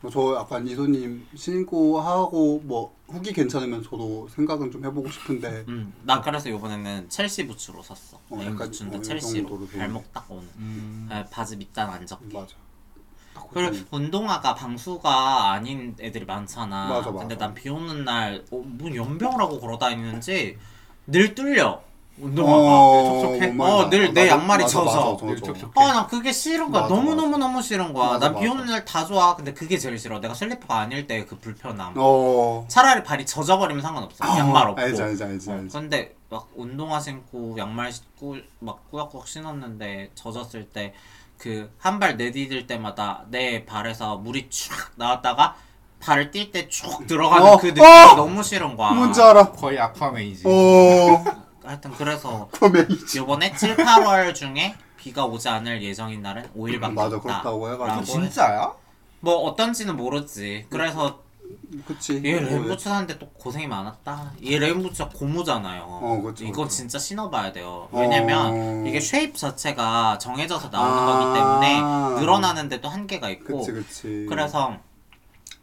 [SPEAKER 3] 뭐저 약간 이소님 신고 하고 뭐 후기 괜찮으면 저도 생각은 좀 해보고 싶은데
[SPEAKER 1] 음, 나 그래서 이번에는 첼시 부츠로 샀어.
[SPEAKER 3] 어,
[SPEAKER 1] 레인
[SPEAKER 3] 약간
[SPEAKER 1] 부츠인데
[SPEAKER 3] 어, 이
[SPEAKER 1] 첼시로
[SPEAKER 3] 정도로 되네.
[SPEAKER 1] 발목 딱 오는.
[SPEAKER 2] 음.
[SPEAKER 1] 아, 바지 밑단 안 적게.
[SPEAKER 3] 맞아. 딱
[SPEAKER 1] 그리고
[SPEAKER 3] 그런-
[SPEAKER 1] 운동화가 방수가 아닌 애들이 많잖아.
[SPEAKER 3] 맞아, 맞아.
[SPEAKER 1] 근데 난 비 오는 날, 어, 뭔 연병이라고 걸어다니는지 늘 뚫려. 어, 운동화가.
[SPEAKER 2] 촉촉해?
[SPEAKER 3] 맞아.
[SPEAKER 1] 어, 늘
[SPEAKER 3] 아,
[SPEAKER 1] 내
[SPEAKER 3] 맞아,
[SPEAKER 1] 양말이
[SPEAKER 3] 맞아,
[SPEAKER 1] 젖어.
[SPEAKER 3] 맞아, 젖어.
[SPEAKER 2] 촉촉해.
[SPEAKER 1] 아, 난 그게 싫은 거야.
[SPEAKER 3] 맞아,
[SPEAKER 1] 너무너무너무 싫은 거야.
[SPEAKER 3] 맞아,
[SPEAKER 1] 난 비
[SPEAKER 3] 맞아.
[SPEAKER 1] 오는 날 다 좋아. 근데 그게 제일 싫어. 내가 슬리퍼가 아닐 때 그 불편함.
[SPEAKER 3] 어.
[SPEAKER 1] 차라리 발이 젖어버리면 상관없어. 양말 없고.
[SPEAKER 3] 알지 알지 알지
[SPEAKER 1] 어,
[SPEAKER 3] 알지.
[SPEAKER 1] 근데 막 운동화 신고 양말 신고 막 꾸역꾸역 신었는데 젖었을 때 그 한 발 내디딜 때마다 내 발에서 물이 촥 나왔다가 발을 뛸 때 쭉 들어가는
[SPEAKER 3] 어,
[SPEAKER 1] 그 느낌이
[SPEAKER 3] 어!
[SPEAKER 1] 너무 싫은 거야.
[SPEAKER 3] 뭔지 알아.
[SPEAKER 2] 거의 아쿠아맨이지.
[SPEAKER 3] 어.
[SPEAKER 1] 하여튼 그래서
[SPEAKER 3] 코메이지.
[SPEAKER 1] 이번에 7, 8월 중에 비가 오지 않을 예정인 날은 5일밖에
[SPEAKER 3] 맞아,
[SPEAKER 1] 없다.
[SPEAKER 3] 그렇다고 해가지고.
[SPEAKER 1] 라고 했-
[SPEAKER 2] 진짜야?
[SPEAKER 1] 뭐 어떤지는 모르지. 그래서
[SPEAKER 3] 그치.
[SPEAKER 1] 얘 레인부츠 사는데 또 고생이 많았다. 얘 레인부츠가 고무잖아요.
[SPEAKER 3] 어, 그쵸,
[SPEAKER 1] 이거
[SPEAKER 3] 그쵸.
[SPEAKER 1] 진짜 신어봐야 돼요.
[SPEAKER 3] 어.
[SPEAKER 1] 왜냐면 이게 쉐입 자체가 정해져서 나오는
[SPEAKER 3] 아.
[SPEAKER 1] 거기 때문에 늘어나는데도 한계가 있고.
[SPEAKER 3] 그치 그치.
[SPEAKER 1] 그래서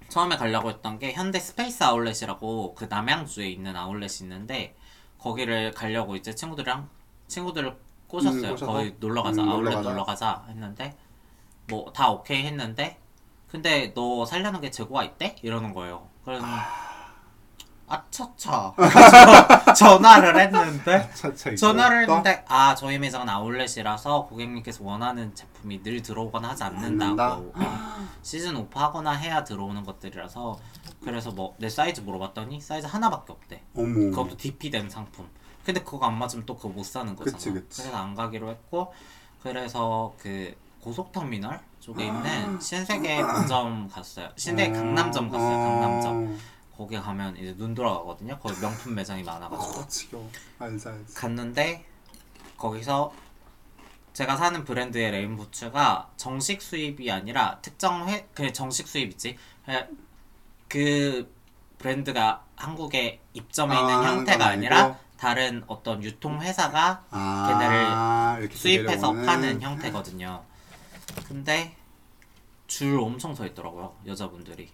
[SPEAKER 1] 처음에 가려고 했던 게 현대 스페이스 아울렛이라고 그 남양주에 있는 아울렛이 있는데 거기를 가려고 이제 친구들이랑 친구들을 꼬셨어요.
[SPEAKER 3] 음, 꼬셔서?
[SPEAKER 1] 거기 놀러 가자.
[SPEAKER 3] 음,
[SPEAKER 1] 아울렛
[SPEAKER 3] 놀러 가자.
[SPEAKER 1] 놀러 가자 했는데 뭐 다 오케이 했는데 근데 너 살려는 게 재고가 있대? 이러는 거예요. 그래서 아차차 전화를 했는데
[SPEAKER 3] 아,
[SPEAKER 2] 차차 이거.
[SPEAKER 1] 전화를
[SPEAKER 3] 없다?
[SPEAKER 1] 했는데 아 저희 매장은 아울렛이라서 고객님께서 원하는 제품이 늘 들어오거나 하지 않는다고
[SPEAKER 3] 어.
[SPEAKER 1] 시즌 오프 하거나 해야 들어오는 것들이라서 그래서 뭐 내 사이즈 물어봤더니 사이즈 하나밖에 없대
[SPEAKER 3] 어머.
[SPEAKER 1] 그것도 DP 된 상품 근데 그거 안 맞으면 또 그거 못 사는 거잖아
[SPEAKER 3] 그치, 그치.
[SPEAKER 1] 래서안 가기로 했고 그래서 그 고속터미널 쪽에 있는 신세계
[SPEAKER 3] 아.
[SPEAKER 1] 본점 갔어요 신세계 강남점 갔어요 강남점 거기 가면 이제 눈 돌아가거든요 거기 명품 매장이 많아가지고
[SPEAKER 3] 아, 지겨워. 알지 알지.
[SPEAKER 1] 갔는데 거기서 제가 사는 브랜드의 레인부츠가 정식 수입이 아니라 특정 회, 그 정식 수입이지. 에, 그 브랜드가 한국에 입점해 있는
[SPEAKER 3] 아,
[SPEAKER 1] 형태가
[SPEAKER 3] 그건
[SPEAKER 1] 아니라
[SPEAKER 3] 아니고?
[SPEAKER 1] 다른 어떤 유통회사가
[SPEAKER 3] 아, 이렇게
[SPEAKER 1] 수입해서
[SPEAKER 3] 내려오는.
[SPEAKER 1] 파는 형태거든요. 근데 줄 엄청 서 있더라고요, 여자분들이.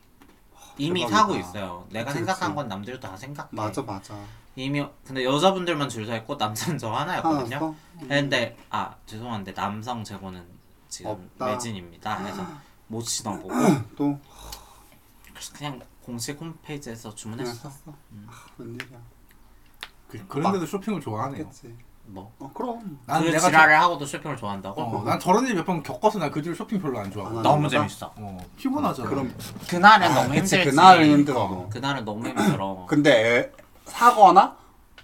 [SPEAKER 1] 이미
[SPEAKER 3] 대박이다. 아,
[SPEAKER 1] 사고 있어요. 내가
[SPEAKER 3] 그치,
[SPEAKER 1] 생각한
[SPEAKER 3] 그치.
[SPEAKER 1] 건 남들도 다 생각해.
[SPEAKER 3] 맞아 맞아.
[SPEAKER 1] 이미 근데 여자분들만 줄 서 있고 남자는 저 하나였거든요.
[SPEAKER 3] 하나
[SPEAKER 1] 근데 아 죄송한데 남성 재고는 지금
[SPEAKER 3] 없다. 아.
[SPEAKER 1] 매진입니다. 그래서 못 신어보고
[SPEAKER 3] 또
[SPEAKER 1] 그래서 그냥 공식 홈페이지에서
[SPEAKER 3] 그냥
[SPEAKER 1] 주문했어.
[SPEAKER 3] 샀어. 아,
[SPEAKER 1] 어.
[SPEAKER 3] 웬일이야.
[SPEAKER 2] 그, 그런데도 쇼핑을 좋아하네요.
[SPEAKER 3] 그치.
[SPEAKER 1] 뭐.
[SPEAKER 3] 어 그럼.
[SPEAKER 1] 그
[SPEAKER 2] 난 내가
[SPEAKER 1] 지랄을 하고도 쇼핑을 좋아한다고?
[SPEAKER 2] 어, 난 저런 일 몇 번 겪어서 난 그들 쇼핑 별로 안 좋아하고.
[SPEAKER 3] 안
[SPEAKER 1] 너무
[SPEAKER 3] 하는구나.
[SPEAKER 1] 재밌어.
[SPEAKER 2] 어, 피곤하잖아.
[SPEAKER 3] 그럼
[SPEAKER 1] 그날은 너무
[SPEAKER 3] 그치,
[SPEAKER 1] 힘들지.
[SPEAKER 3] 그날은 힘들어. 뭐.
[SPEAKER 1] 그날은 너무 힘들어.
[SPEAKER 3] 근데 애, 사거나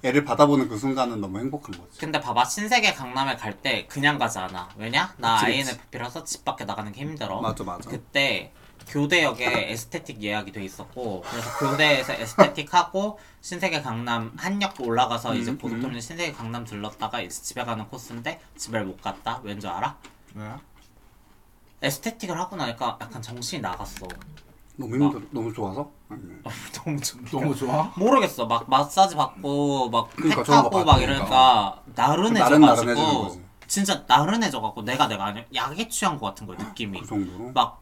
[SPEAKER 3] 애를 받아보는 그 순간은 너무 행복한 거지.
[SPEAKER 1] 근데 봐봐 신세계 강남에 갈 때 그냥 가지 않아. 왜냐? 나
[SPEAKER 3] 그치, 그치.
[SPEAKER 1] INFP라서 집 밖에 나가는 게 힘들어.
[SPEAKER 3] 맞아 맞아.
[SPEAKER 1] 그때 교대역에 에스테틱 예약이 돼 있었고 그래서 교대에서 에스테틱 하고 신세계 강남 한역 올라가서 이제
[SPEAKER 3] 음,
[SPEAKER 1] 고속도로는 신세계 강남 들렀다가 이제 집에 가는 코스인데 집에 못 갔다 왠 줄 알아?
[SPEAKER 2] 왜?
[SPEAKER 1] 에스테틱을 하고 나니까 약간 정신이 나갔어
[SPEAKER 3] 너무 힘들 너무 좋아서. 응.
[SPEAKER 1] 너무 좀
[SPEAKER 2] 너무 좋아?
[SPEAKER 1] 모르겠어 막 마사지 받고 막
[SPEAKER 3] 그러니까
[SPEAKER 1] 팩
[SPEAKER 3] 저런
[SPEAKER 1] 하고
[SPEAKER 3] 거
[SPEAKER 1] 막
[SPEAKER 3] 받으니까. 어, 그러니까
[SPEAKER 1] 이러니까
[SPEAKER 3] 나른나른해지는 거지.
[SPEAKER 1] 나른해져가지고 진짜 나른해져갖고 내가 내가 아니야 약에 취한 것 같은 거야 느낌이
[SPEAKER 3] 그 정도로.
[SPEAKER 1] 막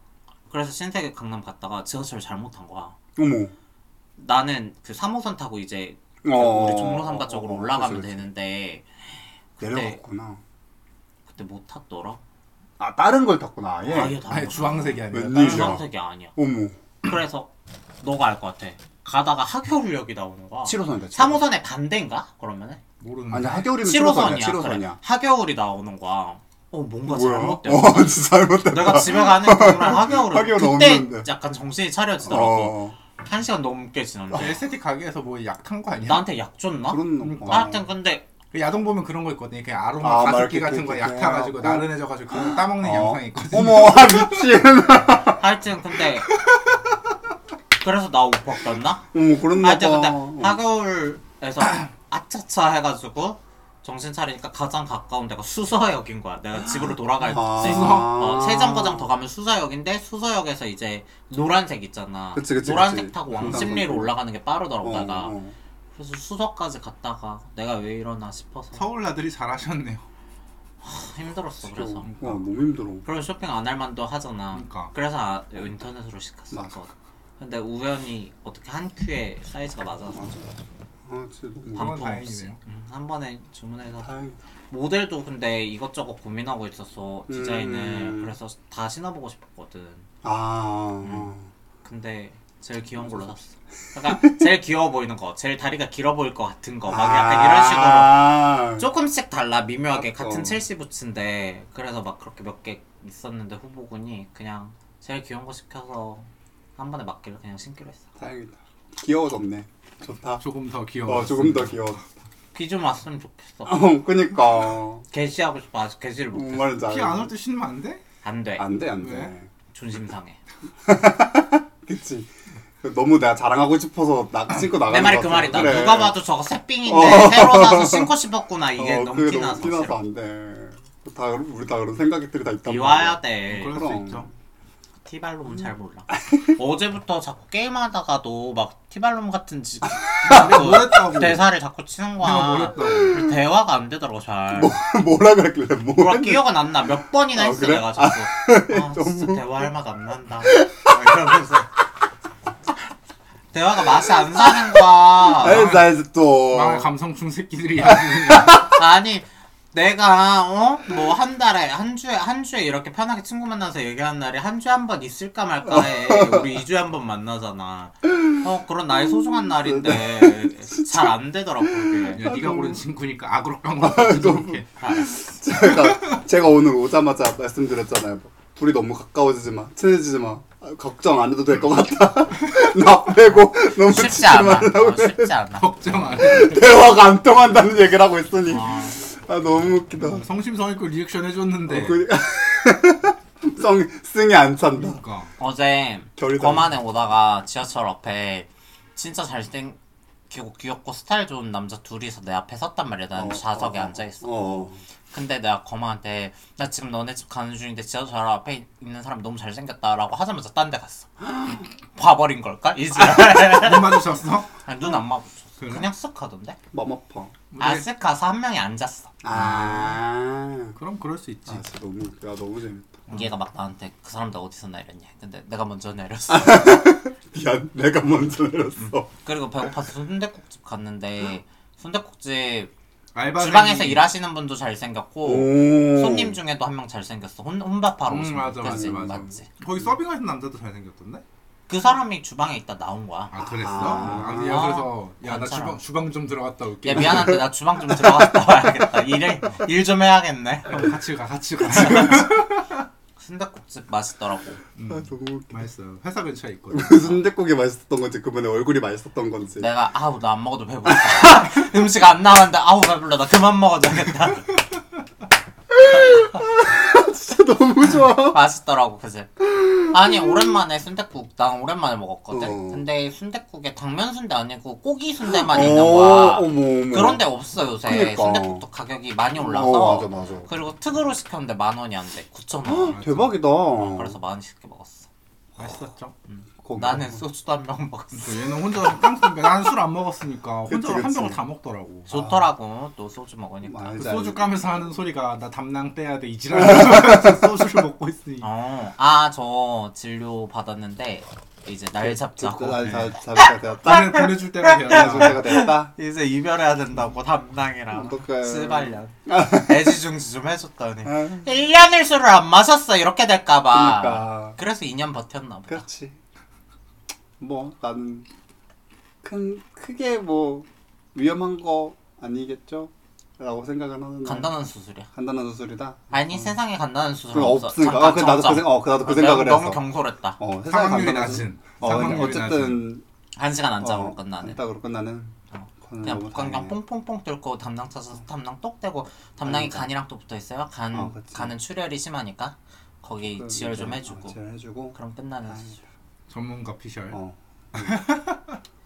[SPEAKER 1] 그래서 신세계 강남 갔다가 지하철 잘못한 거야
[SPEAKER 3] 어머.
[SPEAKER 1] 나는 그 3호선 타고 이제
[SPEAKER 3] 어.
[SPEAKER 1] 우리 종로삼가
[SPEAKER 3] 어,
[SPEAKER 1] 쪽으로
[SPEAKER 3] 어,
[SPEAKER 1] 올라가면
[SPEAKER 3] 그치, 그치.
[SPEAKER 1] 되는데
[SPEAKER 3] 내려갔구나.
[SPEAKER 1] 그때 못 탔더라.
[SPEAKER 3] 아 다른 걸 탔구나. 아예.
[SPEAKER 1] 아예 다
[SPEAKER 2] 아니
[SPEAKER 1] 못
[SPEAKER 2] 주황색이 아니라
[SPEAKER 3] 웬일이야.
[SPEAKER 1] 탔어. 주황색이 아니야.
[SPEAKER 3] 어머.
[SPEAKER 1] 그래서 너가 알 것 같아. 가다가 하교울역이 나오는 거야.
[SPEAKER 3] 7호선이다.
[SPEAKER 1] 3호선의 반대인가? 그러면은
[SPEAKER 2] 모르는.
[SPEAKER 3] 아니 하겨울이면
[SPEAKER 1] 7호선이야.
[SPEAKER 3] 7호선이야.
[SPEAKER 1] 그래.
[SPEAKER 3] 7호선이야.
[SPEAKER 1] 하교울이 나오는 거야. 어 뭔가 잘못돼.
[SPEAKER 3] 어 진짜 잘못됐다.
[SPEAKER 1] 내가 집에 가는 동안 하교울을
[SPEAKER 3] 하겨울
[SPEAKER 1] 그때
[SPEAKER 3] 없는데.
[SPEAKER 1] 약간 정신이 차려지더라고.
[SPEAKER 3] 어.
[SPEAKER 1] 한 시간 넘게 지났는데
[SPEAKER 2] 에스테틱 가게에서 뭐 약 탄 거 아니야?
[SPEAKER 1] 나한테 약 줬나?
[SPEAKER 3] 그런 거.
[SPEAKER 2] 아,
[SPEAKER 1] 하여튼 근데
[SPEAKER 2] 그 야동 보면 그런 거 있거든. 이렇게 아로마
[SPEAKER 3] 아, 막
[SPEAKER 2] 가습기
[SPEAKER 3] 이렇게
[SPEAKER 2] 같은 거
[SPEAKER 3] 이렇게 아,
[SPEAKER 2] 약 타가지고
[SPEAKER 3] 해갖고.
[SPEAKER 2] 나른해져가지고 그걸 따먹는 영상이 있거든.
[SPEAKER 3] 어. 어머 아, 미친.
[SPEAKER 1] 하여튼 근데 그래서 나 오빠 꼈나?
[SPEAKER 3] 어머 그런 거.
[SPEAKER 1] 하여튼 근데
[SPEAKER 3] 봐.
[SPEAKER 1] 하거울에서 아차차 해가지고 정신 차리니까 가장 가까운 데가 수서역인 거야. 내가 집으로 돌아갈
[SPEAKER 3] 아.
[SPEAKER 1] 수 있어. 어, 세정거장 더 가면 수서역인데 수서역에서 이제 노란색 있잖아.
[SPEAKER 3] 그치, 그치,
[SPEAKER 1] 노란색
[SPEAKER 3] 그치.
[SPEAKER 1] 타고
[SPEAKER 3] 강남
[SPEAKER 1] 왕십리로
[SPEAKER 3] 건너.
[SPEAKER 1] 올라가는 게 빠르더라고
[SPEAKER 3] 어,
[SPEAKER 1] 내가.
[SPEAKER 3] 어.
[SPEAKER 1] 그래서 수서까지 갔다가 내가 왜 이러나 싶어서
[SPEAKER 2] 서울 나들이 잘하셨네요.
[SPEAKER 1] 힘들었어
[SPEAKER 3] 어,
[SPEAKER 1] 그래서.
[SPEAKER 3] 너무 힘들어.
[SPEAKER 1] 그럼 쇼핑 안 할 만도 하잖아.
[SPEAKER 2] 그러니까.
[SPEAKER 1] 그래서 아, 인터넷으로 시켰어.
[SPEAKER 3] 맞아.
[SPEAKER 1] 근데 우연히 어떻게 한 큐에 사이즈가 맞아서
[SPEAKER 3] 아 진짜 너무.
[SPEAKER 2] 그건
[SPEAKER 1] 반품 없이
[SPEAKER 2] 다행이네요.
[SPEAKER 1] 응, 한 번에 주문해서
[SPEAKER 3] 다행이다.
[SPEAKER 1] 모델도 근데 이것저것 고민하고 있었어 디자인을
[SPEAKER 3] 음.
[SPEAKER 1] 그래서 다 신어보고 싶었거든.
[SPEAKER 3] 아.
[SPEAKER 1] 음. 근데 제일 귀여운 걸로 샀어. 그러니까 제일 귀여워 보이는 거, 제일 다리가 길어 보일 것 같은 거, 막
[SPEAKER 2] 아.
[SPEAKER 1] 약간 이런 식으로
[SPEAKER 3] 이런
[SPEAKER 1] 조금씩 달라 미묘하게
[SPEAKER 3] 어.
[SPEAKER 1] 같은 첼시 부츠인데 그래서 막 그렇게 몇 개 있었는데 후보군이 그냥 제일 귀여운 거 시켜서 한 번에 맞기를 그냥 신기로 했어
[SPEAKER 3] 다행이다. 귀여워졌네. 좋다.
[SPEAKER 2] 아, 조금 더 귀여워.
[SPEAKER 3] 어 조금 더 귀여워.
[SPEAKER 1] 귀 좀 왔으면
[SPEAKER 2] 아.
[SPEAKER 1] 좋겠어
[SPEAKER 3] 어 그니까.
[SPEAKER 1] 개시하고 싶어 아직 개시를
[SPEAKER 2] 음.
[SPEAKER 3] 뭔
[SPEAKER 1] 못했어
[SPEAKER 3] 말인지
[SPEAKER 2] 피안 올 때 신으면 안 돼?
[SPEAKER 1] 안돼
[SPEAKER 2] 아.
[SPEAKER 3] 안돼 안돼.
[SPEAKER 2] 왜?
[SPEAKER 1] 존심 상해
[SPEAKER 3] 그치. 너무 내가 자랑하고 싶어서 나 신고 나가는
[SPEAKER 1] 내 말이
[SPEAKER 3] 것
[SPEAKER 1] 그
[SPEAKER 3] 같아.
[SPEAKER 1] 말이다
[SPEAKER 3] 그래.
[SPEAKER 1] 누가 봐도 저거 새삥인데
[SPEAKER 3] 어.
[SPEAKER 1] 새로 사서 신고 싶었구나 이게
[SPEAKER 3] 어,
[SPEAKER 1] 너무
[SPEAKER 3] 그게
[SPEAKER 1] 티나서
[SPEAKER 3] 너무
[SPEAKER 1] 싫어.
[SPEAKER 3] 티나서 안 돼. 다 그런- 우리 다 그런 생각들이 다 있단
[SPEAKER 1] 미워야
[SPEAKER 3] 말이야.
[SPEAKER 1] 돼
[SPEAKER 3] 음,
[SPEAKER 2] 그럴 수
[SPEAKER 3] 그럼. 음.
[SPEAKER 2] 있죠.
[SPEAKER 1] 티발롬은 잘 몰라 어제부터 자꾸 게임하다가도 막 티발롬 같은 지... 그
[SPEAKER 3] 아,
[SPEAKER 2] 뭐랬다고?
[SPEAKER 1] 대사를 자꾸 치는
[SPEAKER 2] 내가
[SPEAKER 1] 거야
[SPEAKER 2] 뭐랬다고?
[SPEAKER 1] 대화가 안 되더라고 잘.
[SPEAKER 3] 뭐라 그랬길래 뭐
[SPEAKER 1] 뭐라 기억은 안 나. 몇 번이나
[SPEAKER 3] 아,
[SPEAKER 1] 했어
[SPEAKER 3] 그래?
[SPEAKER 1] 내가 자꾸. 아 진짜 대화할 맛 안 난다. 막 이러면서 대화가 맛이 안 사는 거야.
[SPEAKER 3] 알지 알지 또.
[SPEAKER 2] 망할 감성충 새끼들이 야기는
[SPEAKER 1] 아니 내가 어 뭐 한 달에 한 주에 한 주에 이렇게 편하게 친구 만나서 얘기하는 날이 한 주에 한 번 있을까 말까해. 우리 2 주에 한 번 만나잖아. 어 그런 나의 소중한 날인데 잘 안 되더라고 그게.
[SPEAKER 2] 야, 네가
[SPEAKER 3] 음.
[SPEAKER 2] 고른 친구니까 악으로 깐거 같아. 이렇게.
[SPEAKER 1] 알았어.
[SPEAKER 3] 제가 제가 오늘 오자마자 말씀드렸잖아요. 뭐, 둘이 너무 가까워지지 마, 친해지지 마. 아, 걱정 안 해도 될 것 같다. 나 빼고 너무
[SPEAKER 1] 쉽지
[SPEAKER 3] 치지
[SPEAKER 1] 않아.
[SPEAKER 3] 말라고
[SPEAKER 1] 어, 쉽지 않아.
[SPEAKER 2] 걱정 안 해.
[SPEAKER 3] 대화가 안 통한다는 얘기를 하고 있으니
[SPEAKER 1] 아.
[SPEAKER 3] 아 너무 웃기다.
[SPEAKER 2] 성심성의껏 리액션 해줬는데.
[SPEAKER 3] 어, 그- 성 승이 안 찬다.
[SPEAKER 2] 그러니까.
[SPEAKER 1] 어제
[SPEAKER 3] 결이
[SPEAKER 1] 거만에 오다가 지하철 앞에 진짜 잘생기고 귀엽고 스타일 좋은 남자 둘이서 내 앞에 섰단 말이야. 난
[SPEAKER 3] 어,
[SPEAKER 1] 좌석에
[SPEAKER 3] 어,
[SPEAKER 1] 앉아 있어.
[SPEAKER 3] 어.
[SPEAKER 1] 근데 내가 거만한테 나 지금 너네 집 가는 중인데 지하철 앞에 있는 사람 너무 잘생겼다라고 하자마자 딴 데 갔어. 봐버린 걸까? 이지랄.
[SPEAKER 2] 눈 마주쳤어?
[SPEAKER 1] 눈안 마주쳤어.
[SPEAKER 2] 그래?
[SPEAKER 1] 그냥 쓱 하던데?
[SPEAKER 3] 맘 아파.
[SPEAKER 1] 아, 쓱 가서 한 명이 앉았어.
[SPEAKER 3] 아.
[SPEAKER 2] 그럼 그럴 수 있지.
[SPEAKER 3] 아 진짜 너무 야 너무 재밌다.
[SPEAKER 2] 음.
[SPEAKER 1] 얘가 막 나한테 그 사람들 어디서 내렸냐. 근데 내가 먼저 내렸어.
[SPEAKER 3] 미안 내가 먼저 내렸어.
[SPEAKER 1] 그리고 배고파서 순대국집 갔는데 순대국집
[SPEAKER 2] 알바생이-
[SPEAKER 1] 주방에서 일하시는 분도 잘생겼고
[SPEAKER 3] 오.
[SPEAKER 1] 음. 손님 중에도 한 명 잘생겼어 혼, 혼밥하러
[SPEAKER 2] 음,
[SPEAKER 1] 오신
[SPEAKER 2] 맞아,
[SPEAKER 1] 분 그치?
[SPEAKER 2] 맞아, 맞아.
[SPEAKER 1] 맞지
[SPEAKER 2] 거기 서빙하신 남자도 잘생겼던데?
[SPEAKER 1] 그 사람이 주방에 있다 나온 거야
[SPEAKER 2] 아 그랬어?
[SPEAKER 3] 아.
[SPEAKER 2] 아, 야 그래서 야 나
[SPEAKER 1] 괜찮아.
[SPEAKER 2] 주방 주방 좀 들어갔다 올게.
[SPEAKER 1] 야 미안한데 나 주방 좀 들어갔다 와야겠다 일을 일 좀 해야겠네
[SPEAKER 2] 같이 가 같이 가.
[SPEAKER 1] 순대국집 맛있더라고
[SPEAKER 2] 음,
[SPEAKER 3] 아 너무 웃겨.
[SPEAKER 2] 맛있어요. 회사 근처에 있거든.
[SPEAKER 3] 무슨 대국이 맛있었던 건지 그분의 얼굴이 맛있었던 건지.
[SPEAKER 1] 내가 아우 나 안 먹어도 배부르다 음식 안 나왔는데 아우 배불러 나 그만 먹어도 되겠다
[SPEAKER 3] 진짜 너무 좋아.
[SPEAKER 1] 맛있더라고 그새 아니 오랜만에 순대국 난 오랜만에 먹었거든
[SPEAKER 3] 어.
[SPEAKER 1] 근데 순대국에 당면 순대 아니고 고기 순대만 있는
[SPEAKER 3] 어,
[SPEAKER 1] 거야
[SPEAKER 3] 어머 어머.
[SPEAKER 1] 그런데 없어 요새
[SPEAKER 3] 그니까.
[SPEAKER 1] 순대국도 가격이 많이 올라서
[SPEAKER 3] 어, 맞아 맞아.
[SPEAKER 1] 그리고 특으로 시켰는데 만 원이 안돼 9천 원
[SPEAKER 3] 대박이다.
[SPEAKER 1] 그래서 만 원씩 먹었어
[SPEAKER 2] 맛있었죠?
[SPEAKER 3] 거기.
[SPEAKER 1] 나는 소주도 한 병 먹었어
[SPEAKER 2] 음. 그러니까 얘는 혼자 깡통이니까 나는 술 안 먹었으니까
[SPEAKER 3] 그치,
[SPEAKER 2] 혼자 한
[SPEAKER 3] 그치.
[SPEAKER 2] 병을 다 먹더라고.
[SPEAKER 1] 좋더라고 또 소주 먹으니까
[SPEAKER 2] 그
[SPEAKER 3] 알지,
[SPEAKER 2] 소주
[SPEAKER 3] 알지.
[SPEAKER 2] 까면서 하는 소리가 나 담낭 빼야 돼 이지랄
[SPEAKER 3] 음.
[SPEAKER 2] 소주를 먹고 있으니
[SPEAKER 1] 어, 아 저 진료 받았는데 이제 날 잡자고
[SPEAKER 3] 날 잘, 잘잘 되었다.
[SPEAKER 2] 나는 보내줄 때가
[SPEAKER 3] 잘 잘,
[SPEAKER 2] 되었다
[SPEAKER 3] 때가 되었다.
[SPEAKER 1] 이제 이별해야 된다고 담당이랑
[SPEAKER 3] 어떡해. 아.
[SPEAKER 1] 씨발년 애지중지 좀 해줬더니 1년을 술을 안 마셨어 이렇게 될까봐
[SPEAKER 3] 그러니까.
[SPEAKER 1] 그래서 2년 버텼나 보다
[SPEAKER 3] 그렇지. 뭐 나는 큰 크게 뭐 위험한 거 아니겠죠? 라고 생각은 하는데
[SPEAKER 1] 간단한 수술이야.
[SPEAKER 3] 간단한 수술이다.
[SPEAKER 1] 아니 세상에 간단한 수술은
[SPEAKER 3] 음. 그럼
[SPEAKER 1] 없어.
[SPEAKER 3] 없으니까. 아, 그 나도 그 생- 어, 그 나도 그
[SPEAKER 1] 내가
[SPEAKER 3] 생각을
[SPEAKER 1] 너무
[SPEAKER 3] 했어.
[SPEAKER 1] 경솔했다.
[SPEAKER 3] 어, 세상에
[SPEAKER 2] 사망률이
[SPEAKER 3] 간단한 수술-
[SPEAKER 2] 낮은.
[SPEAKER 3] 어,
[SPEAKER 2] 사망률이
[SPEAKER 3] 어쨌든
[SPEAKER 1] 한 시간
[SPEAKER 3] 어,
[SPEAKER 1] 안짝으로 끝나는.
[SPEAKER 3] 안짝으로 끝나는.
[SPEAKER 1] 어.
[SPEAKER 3] 그건
[SPEAKER 1] 그냥
[SPEAKER 3] 너무
[SPEAKER 1] 복강경
[SPEAKER 3] 다행이네.
[SPEAKER 1] 뽕뽕뽕 뚫고 담낭 쳐서 담낭 똑 떼고 담낭이
[SPEAKER 3] 그러니까.
[SPEAKER 1] 간이랑 또 붙어 있어요. 간
[SPEAKER 3] 어, 그치.
[SPEAKER 1] 간은 출혈이 심하니까 거기 지혈 좀 해주고
[SPEAKER 3] 어, 지혈해주고.
[SPEAKER 1] 그럼 끝나는
[SPEAKER 3] 아이고.
[SPEAKER 1] 수술.
[SPEAKER 2] 전문가 피셜.
[SPEAKER 3] 어.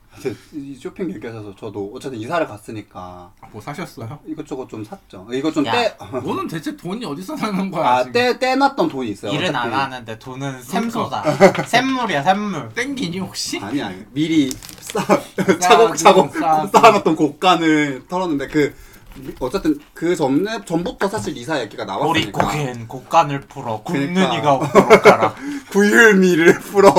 [SPEAKER 3] 하여튼 이 쇼핑 얘기하셔서 저도 어쨌든 이사를 갔으니까
[SPEAKER 2] 뭐 사셨어요?
[SPEAKER 3] 이것저것 좀 샀죠. 이거 좀
[SPEAKER 1] 야.
[SPEAKER 3] 떼.
[SPEAKER 2] 너는 대체 돈이 어디서 나는 거야?
[SPEAKER 3] 아,
[SPEAKER 2] 아, 지금?
[SPEAKER 3] 떼, 떼놨던 돈이 있어요.
[SPEAKER 1] 일은 안
[SPEAKER 3] 어차피. 그
[SPEAKER 1] 하는데 돈은 샘소다. 샘물이야 샘물.
[SPEAKER 2] 땡기니 혹시?
[SPEAKER 3] 아니, 아니. 미리 싸, 차곡차곡
[SPEAKER 1] 싸-
[SPEAKER 3] 쌓아놨던 곡간을 털었는데 그, 어쨌든 그 전에, 전부터 사실 이사 얘기가
[SPEAKER 1] 우리
[SPEAKER 3] 나왔으니까.
[SPEAKER 1] 고기엔 곡간을 풀어 굽는
[SPEAKER 3] 그러니까.
[SPEAKER 1] 이가 없도록 가라.
[SPEAKER 3] 구휼미를 풀어.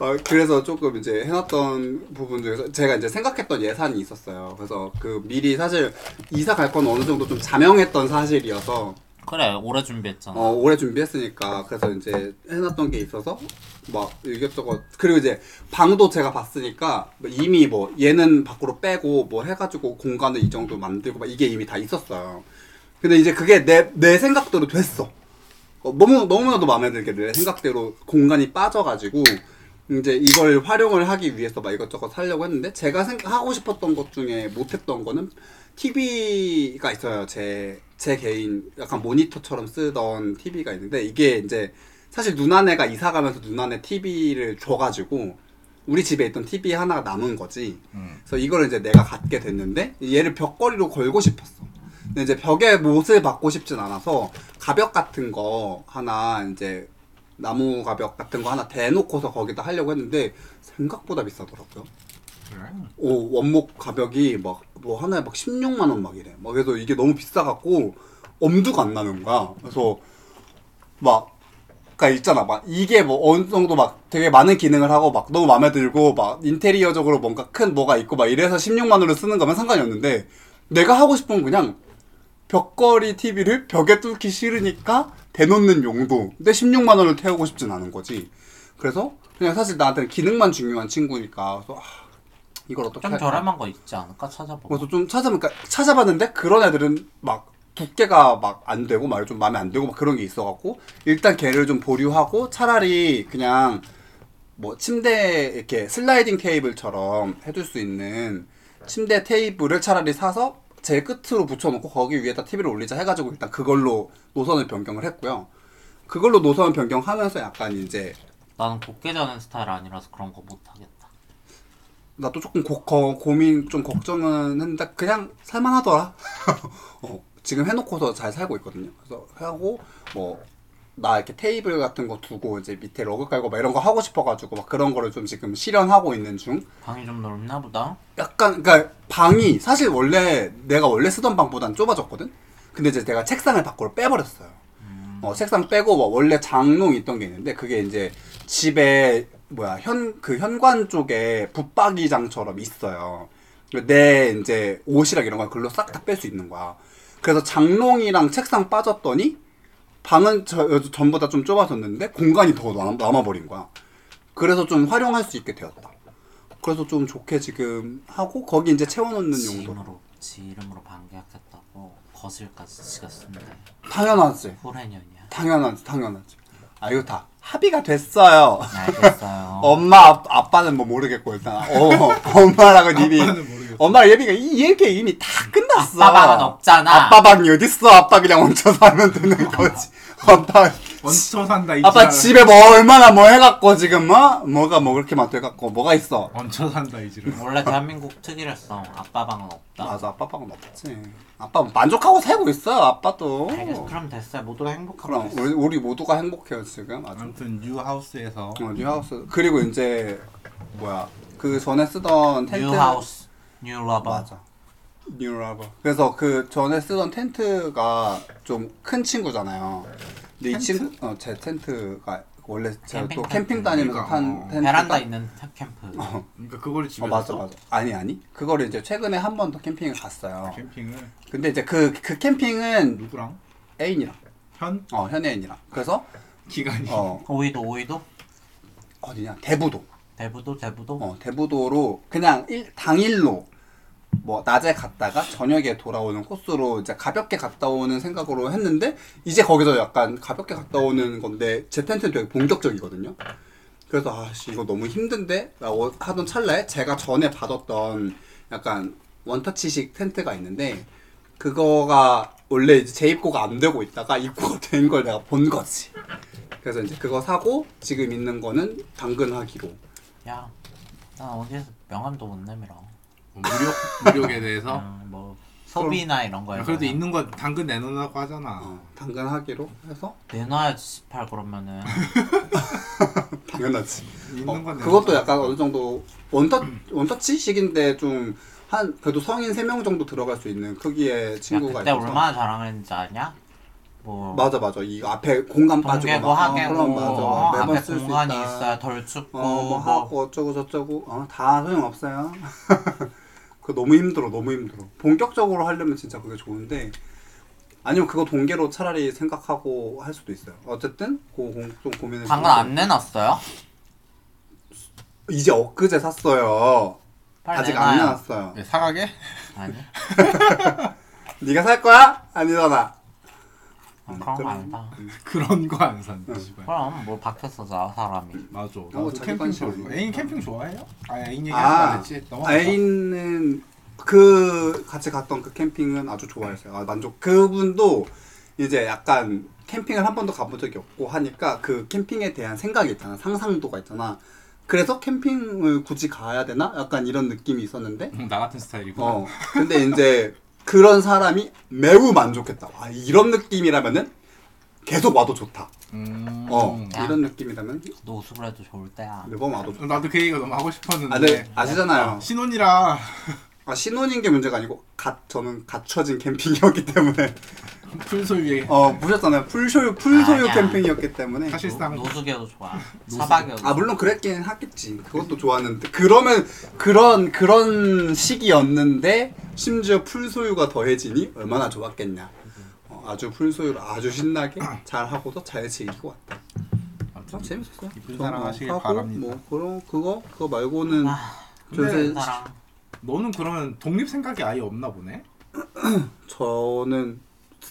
[SPEAKER 3] 어, 그래서 조금 이제 해놨던 부분 중에서 제가 이제 생각했던 예산이 있었어요. 그래서 그 미리 사실 이사 갈 건 어느 정도 좀 자명했던 사실이어서
[SPEAKER 1] 그래 오래 준비했잖아.
[SPEAKER 3] 어, 오래 준비했으니까 그래서 이제 해놨던 게 있어서 막 이것저것 그리고 이제 방도 제가 봤으니까 뭐 이미 뭐 얘는 밖으로 빼고 뭐 해가지고 공간을 이 정도 만들고 막 이게 이미 다 있었어요. 근데 이제 그게 내, 내 생각대로 됐어. 어, 너무 너무나도 마음에 들게 내 생각대로 공간이 빠져가지고 이제 이걸 활용을 하기 위해서 막 이것저것 하려고 했는데 제가 생각 하고 싶었던 것 중에 못했던 거는 TV가 있어요 제 제 개인 약간 모니터처럼 쓰던 TV가 있는데 이게 이제 사실 누나네가 이사 가면서 누나네 TV를 줘가지고 우리 집에 있던 TV 하나가 남은 거지
[SPEAKER 2] 음.
[SPEAKER 3] 그래서 이걸 이제 내가 갖게 됐는데 얘를 벽걸이로 걸고 싶었어. 근데 이제 벽에 못을 박고 싶진 않아서 가벽 같은 거 하나 이제 나무 가벽 같은 거 하나 대놓고서 거기다 하려고 했는데 생각보다 비싸더라고요.
[SPEAKER 2] 그래.
[SPEAKER 3] 오, 원목 가격이 막 뭐 하나에 막 16만 원 막 이래. 막 그래서 이게 너무 비싸 갖고 엄두가 안 나는 거야. 그래서 막 그니까 있잖아. 막 이게 뭐 어느 정도 막 되게 많은 기능을 하고 막 너무 마음에 들고 막 인테리어적으로 뭔가 큰 뭐가 있고 막 이래서 16만 원을 쓰는 거면 상관이 없는데 내가 하고 싶은 건 그냥 벽걸이 TV를 벽에 뚫기 싫으니까 대놓는 용도. 근데 16만 원을 태우고 싶진 않은 거지. 그래서 그냥 사실 나한테는 기능만 중요한 친구니까 그래서 아, 이걸 어떻게
[SPEAKER 1] 좀
[SPEAKER 3] 할까?
[SPEAKER 1] 저렴한 거 있지 않을까 찾아보고.
[SPEAKER 3] 그래서 좀 찾아보니까 찾아봤는데 그런 애들은 막 두께가 막 안 되고 막 좀 마음에 안 들고 막 그런 게 있어갖고 일단 걔를 좀 보류하고 차라리 그냥 뭐 침대 이렇게 슬라이딩 테이블처럼 해줄 수 있는 침대 테이블을 차라리 사서 제일 끝으로 붙여놓고 거기 위에다 TV를 올리자 해가지고 일단 그걸로 노선을 변경을 했고요. 그걸로 노선을 변경하면서 약간 이제
[SPEAKER 1] 나는 곱게 자는 스타일 아니라서 그런 거 못 하겠다.
[SPEAKER 3] 나도 조금 고, 거, 고민 좀 걱정은 했는데 그냥 살만하더라. 어, 지금 해놓고서 잘 살고 있거든요. 그래서 하고 뭐 나 이렇게 테이블 같은 거 두고 이제 밑에 러그 깔고 막 이런 거 하고 싶어가지고 막 그런 거를 좀 지금 실현하고 있는 중.
[SPEAKER 1] 방이 좀 넓나 보다.
[SPEAKER 3] 약간 그러니까 방이 사실 원래 내가 원래 쓰던 방보단 좁아졌거든. 근데 이제 내가 책상을 밖으로 빼버렸어요. 어, 책상 빼고 뭐 원래 장롱 있던 게 있는데 그게 이제 집에 뭐야 현 그 현관 쪽에 붙박이장처럼 있어요. 내 이제 옷이랑 이런 걸 글로 싹 다 뺄 수 있는 거야. 그래서 장롱이랑 책상 빠졌더니 방은 저, 전보다 좀 좁아졌는데 공간이 더 남, 남아버린 거야. 그래서 좀 활용할 수 있게 되었다. 그래서 좀 좋게 지금 하고 거기 이제 채워놓는
[SPEAKER 1] 지
[SPEAKER 3] 용도로
[SPEAKER 1] 이름으로 지 이름으로 방 계약했다고 거실까지 지가 쓴데
[SPEAKER 3] 당연하지.
[SPEAKER 1] 후레년이야.
[SPEAKER 3] 당연하지, 당연하지. 아, 이거 다 합의가 됐어요.
[SPEAKER 1] 알겠어요.
[SPEAKER 3] 엄마, 아, 아빠는 뭐 모르겠고, 일단. 어, 엄마랑은 이미.
[SPEAKER 2] 아빠는 모르겠어. 음.
[SPEAKER 3] 엄마랑 예비가 이 얘기 이미 다 끝났어.
[SPEAKER 1] 아빠 방은 없잖아.
[SPEAKER 3] 아빠 방이 어딨어? 아빠 그냥 얹혀 사면 되는 거지. 아빠,
[SPEAKER 2] 원초 산다 이
[SPEAKER 3] 아빠
[SPEAKER 2] 지랄.
[SPEAKER 3] 집에 뭐 얼마나 뭐 해갖고 지금 뭐? 뭐가 뭐 그렇게 막 돼갖고 뭐가 있어?
[SPEAKER 2] 원초 산다 이 지랄.
[SPEAKER 1] 원래 대한민국 특이랬어. 아빠 방은 없다.
[SPEAKER 3] 맞아, 아빠 방은 없지. 아빠 뭐 만족하고 살고 있어, 아빠도.
[SPEAKER 1] 알겠어. 그럼 됐어요. 모두가 행복하고.
[SPEAKER 3] 그럼
[SPEAKER 1] 됐어.
[SPEAKER 3] 우리, 우리 모두가 행복해요, 지금. 아주.
[SPEAKER 2] 아무튼 뉴하우스에서
[SPEAKER 3] 어, 뉴하우스 그리고 이제 뭐야 그 전에 쓰던 텐트
[SPEAKER 1] 뉴 하우스, 뉴 러버.
[SPEAKER 3] 맞아 뉴라버 그래서 그 전에 쓰던 텐트가 좀 큰 친구잖아요 근데 이
[SPEAKER 2] 텐트?
[SPEAKER 3] 친구 어 제 텐트가 원래 제가
[SPEAKER 1] 캠핑
[SPEAKER 3] 또
[SPEAKER 1] 텐트.
[SPEAKER 3] 캠핑 다니면서
[SPEAKER 2] 그러니까,
[SPEAKER 3] 탄
[SPEAKER 2] 어.
[SPEAKER 3] 텐트
[SPEAKER 1] 베란다 있는 탭 캠프.
[SPEAKER 2] 그러니까 그걸 집에서
[SPEAKER 3] 어 맞아 맞아 아니 아니 그거를 이제 최근에 한 번 더 캠핑을
[SPEAKER 1] 아,
[SPEAKER 3] 갔어요
[SPEAKER 2] 캠핑을
[SPEAKER 3] 근데 이제 그 그 캠핑은
[SPEAKER 2] 누구랑
[SPEAKER 3] 애인이랑
[SPEAKER 2] 현
[SPEAKER 3] 어 현애인이랑 그래서
[SPEAKER 2] 기간이
[SPEAKER 3] 어
[SPEAKER 1] 오이도 오이도
[SPEAKER 3] 어디냐 대부도
[SPEAKER 1] 대부도 대부도.
[SPEAKER 3] 어, 대부도로 그냥 일, 당일로 뭐 낮에 갔다가 저녁에 돌아오는 코스로 이제 가볍게 갔다 오는 생각으로 했는데 이제 거기서 약간 가볍게 갔다 오는 건데 제 텐트는 되게 본격적이거든요. 그래서 아씨 이거 너무 힘든데 라고 하던 찰나에 제가 전에 받았던 약간 원터치식 텐트가 있는데 그거가 원래 이제 재입고가 안 되고 있다가 입고가 된 걸 내가 본 거지. 그래서 이제 그거 사고 지금 있는 거는 당근하기로.
[SPEAKER 1] 야, 나 어디서 명함도 못 내밀어.
[SPEAKER 2] 무력 무력에 대해서
[SPEAKER 1] 그냥 뭐 소비나 이런 거에
[SPEAKER 2] 야, 아, 그래도
[SPEAKER 1] 그냥
[SPEAKER 2] 있는 거 당근 내놓으라고 하잖아.
[SPEAKER 3] 어, 당근하기로 해서
[SPEAKER 1] 내놔야지 18 그러면은
[SPEAKER 3] 당연하지.
[SPEAKER 2] 있는
[SPEAKER 3] 어,
[SPEAKER 2] 건
[SPEAKER 3] 그것도
[SPEAKER 2] 내놓으라고.
[SPEAKER 3] 약간 어느 정도 원터 원터치식인데 좀 한 그래도 성인 3명 정도 들어갈 수 있는 크기의
[SPEAKER 1] 야
[SPEAKER 3] 친구가
[SPEAKER 1] 그때
[SPEAKER 3] 있어서
[SPEAKER 1] 얼마나 자랑했는지 아냐? 뭐
[SPEAKER 3] 맞아 맞아 이 앞에 공간 빠지고
[SPEAKER 1] 동계고 뭐
[SPEAKER 3] 막,
[SPEAKER 1] 하계고
[SPEAKER 3] 그런 맞아
[SPEAKER 1] 어, 앞에
[SPEAKER 3] 매번 쓸 수
[SPEAKER 1] 공간이
[SPEAKER 3] 있다
[SPEAKER 1] 있어야 덜 춥고
[SPEAKER 3] 어뭐
[SPEAKER 1] 뭐,
[SPEAKER 3] 하고 어쩌고 저쩌고 어다 소용 없어요 그거 너무 힘들어 너무 힘들어 본격적으로 하려면 진짜 그게 좋은데 아니면 그거 동계로 차라리 생각하고 할 수도 있어요 어쨌든 그좀 고민을
[SPEAKER 1] 당근 안 내놨어요?
[SPEAKER 3] 이제 엊그제 샀어요
[SPEAKER 1] 빨리
[SPEAKER 3] 아직 음,
[SPEAKER 1] 내놔요.
[SPEAKER 3] 안 나왔어요
[SPEAKER 4] 네, 사가게?
[SPEAKER 1] 아니
[SPEAKER 3] 네가 살 거야? 아니잖아.
[SPEAKER 1] 아, 그런 거 아니다.
[SPEAKER 3] 음.
[SPEAKER 2] 그런 거 안 산다. 씨발.
[SPEAKER 1] 그럼 뭐 바뀌었어 나 사람이.
[SPEAKER 2] 맞아. 나도
[SPEAKER 3] 어, 자기
[SPEAKER 2] 캠핑
[SPEAKER 3] 관심
[SPEAKER 2] 좋아해. 애인 캠핑 좋아해요? 아 애인 얘기
[SPEAKER 3] 아,
[SPEAKER 2] 안 했지. 넘어가.
[SPEAKER 3] 아이는 그 같이 갔던 그 캠핑은 아주 좋아했어요. 아, 만족. 그분도 이제 약간 캠핑을 한 번도 가본 적이 없고 하니까 그 캠핑에 대한 생각이 있잖아. 상상도가 있잖아. 그래서 캠핑을 굳이 가야 되나? 약간 이런 느낌이 있었는데.
[SPEAKER 4] 음, 나 같은 스타일이고.
[SPEAKER 3] 어. 근데 이제 그런 사람이 매우 만족했다. 와, 이런 느낌이라면은 계속 와도 좋다.
[SPEAKER 4] 음.
[SPEAKER 3] 어.
[SPEAKER 1] 야.
[SPEAKER 3] 이런 느낌이라면
[SPEAKER 1] 노숙을 해도 좋을 때야.
[SPEAKER 3] 매번 와도 좋다.
[SPEAKER 2] 나도 그 얘기가 너무 하고 싶었는데.
[SPEAKER 3] 아, 네. 아시잖아요.
[SPEAKER 2] 신혼이라
[SPEAKER 3] 아 신혼인 게 문제가 아니고 가, 저는 갖춰진 캠핑이었기 때문에
[SPEAKER 2] 풀소유에
[SPEAKER 3] 어 보셨잖아요 풀소유 풀소유
[SPEAKER 1] 아니야.
[SPEAKER 3] 캠핑이었기 때문에
[SPEAKER 2] 사실- 실상-
[SPEAKER 1] 노, 노숙이어도 좋아. 사박이어도.
[SPEAKER 3] 아 물론 그랬긴 하겠지 그것도 좋았는데 그러면 그런 그런 시기였는데 심지어 풀소유가 더해지니 얼마나 좋았겠냐 어, 아주 풀소유를 아주 신나게 잘 하고서 잘 즐기고 왔다 아, 재밌었어요
[SPEAKER 2] 이쁜
[SPEAKER 3] 저는
[SPEAKER 2] 사랑 하시길
[SPEAKER 3] 하고,
[SPEAKER 2] 바랍니다.
[SPEAKER 3] 뭐 그런 그거 그거 말고는
[SPEAKER 1] 아,
[SPEAKER 3] 저는
[SPEAKER 1] 사랑.
[SPEAKER 2] 너는 그러면 독립 생각이 아예 없나 보네.
[SPEAKER 3] 저는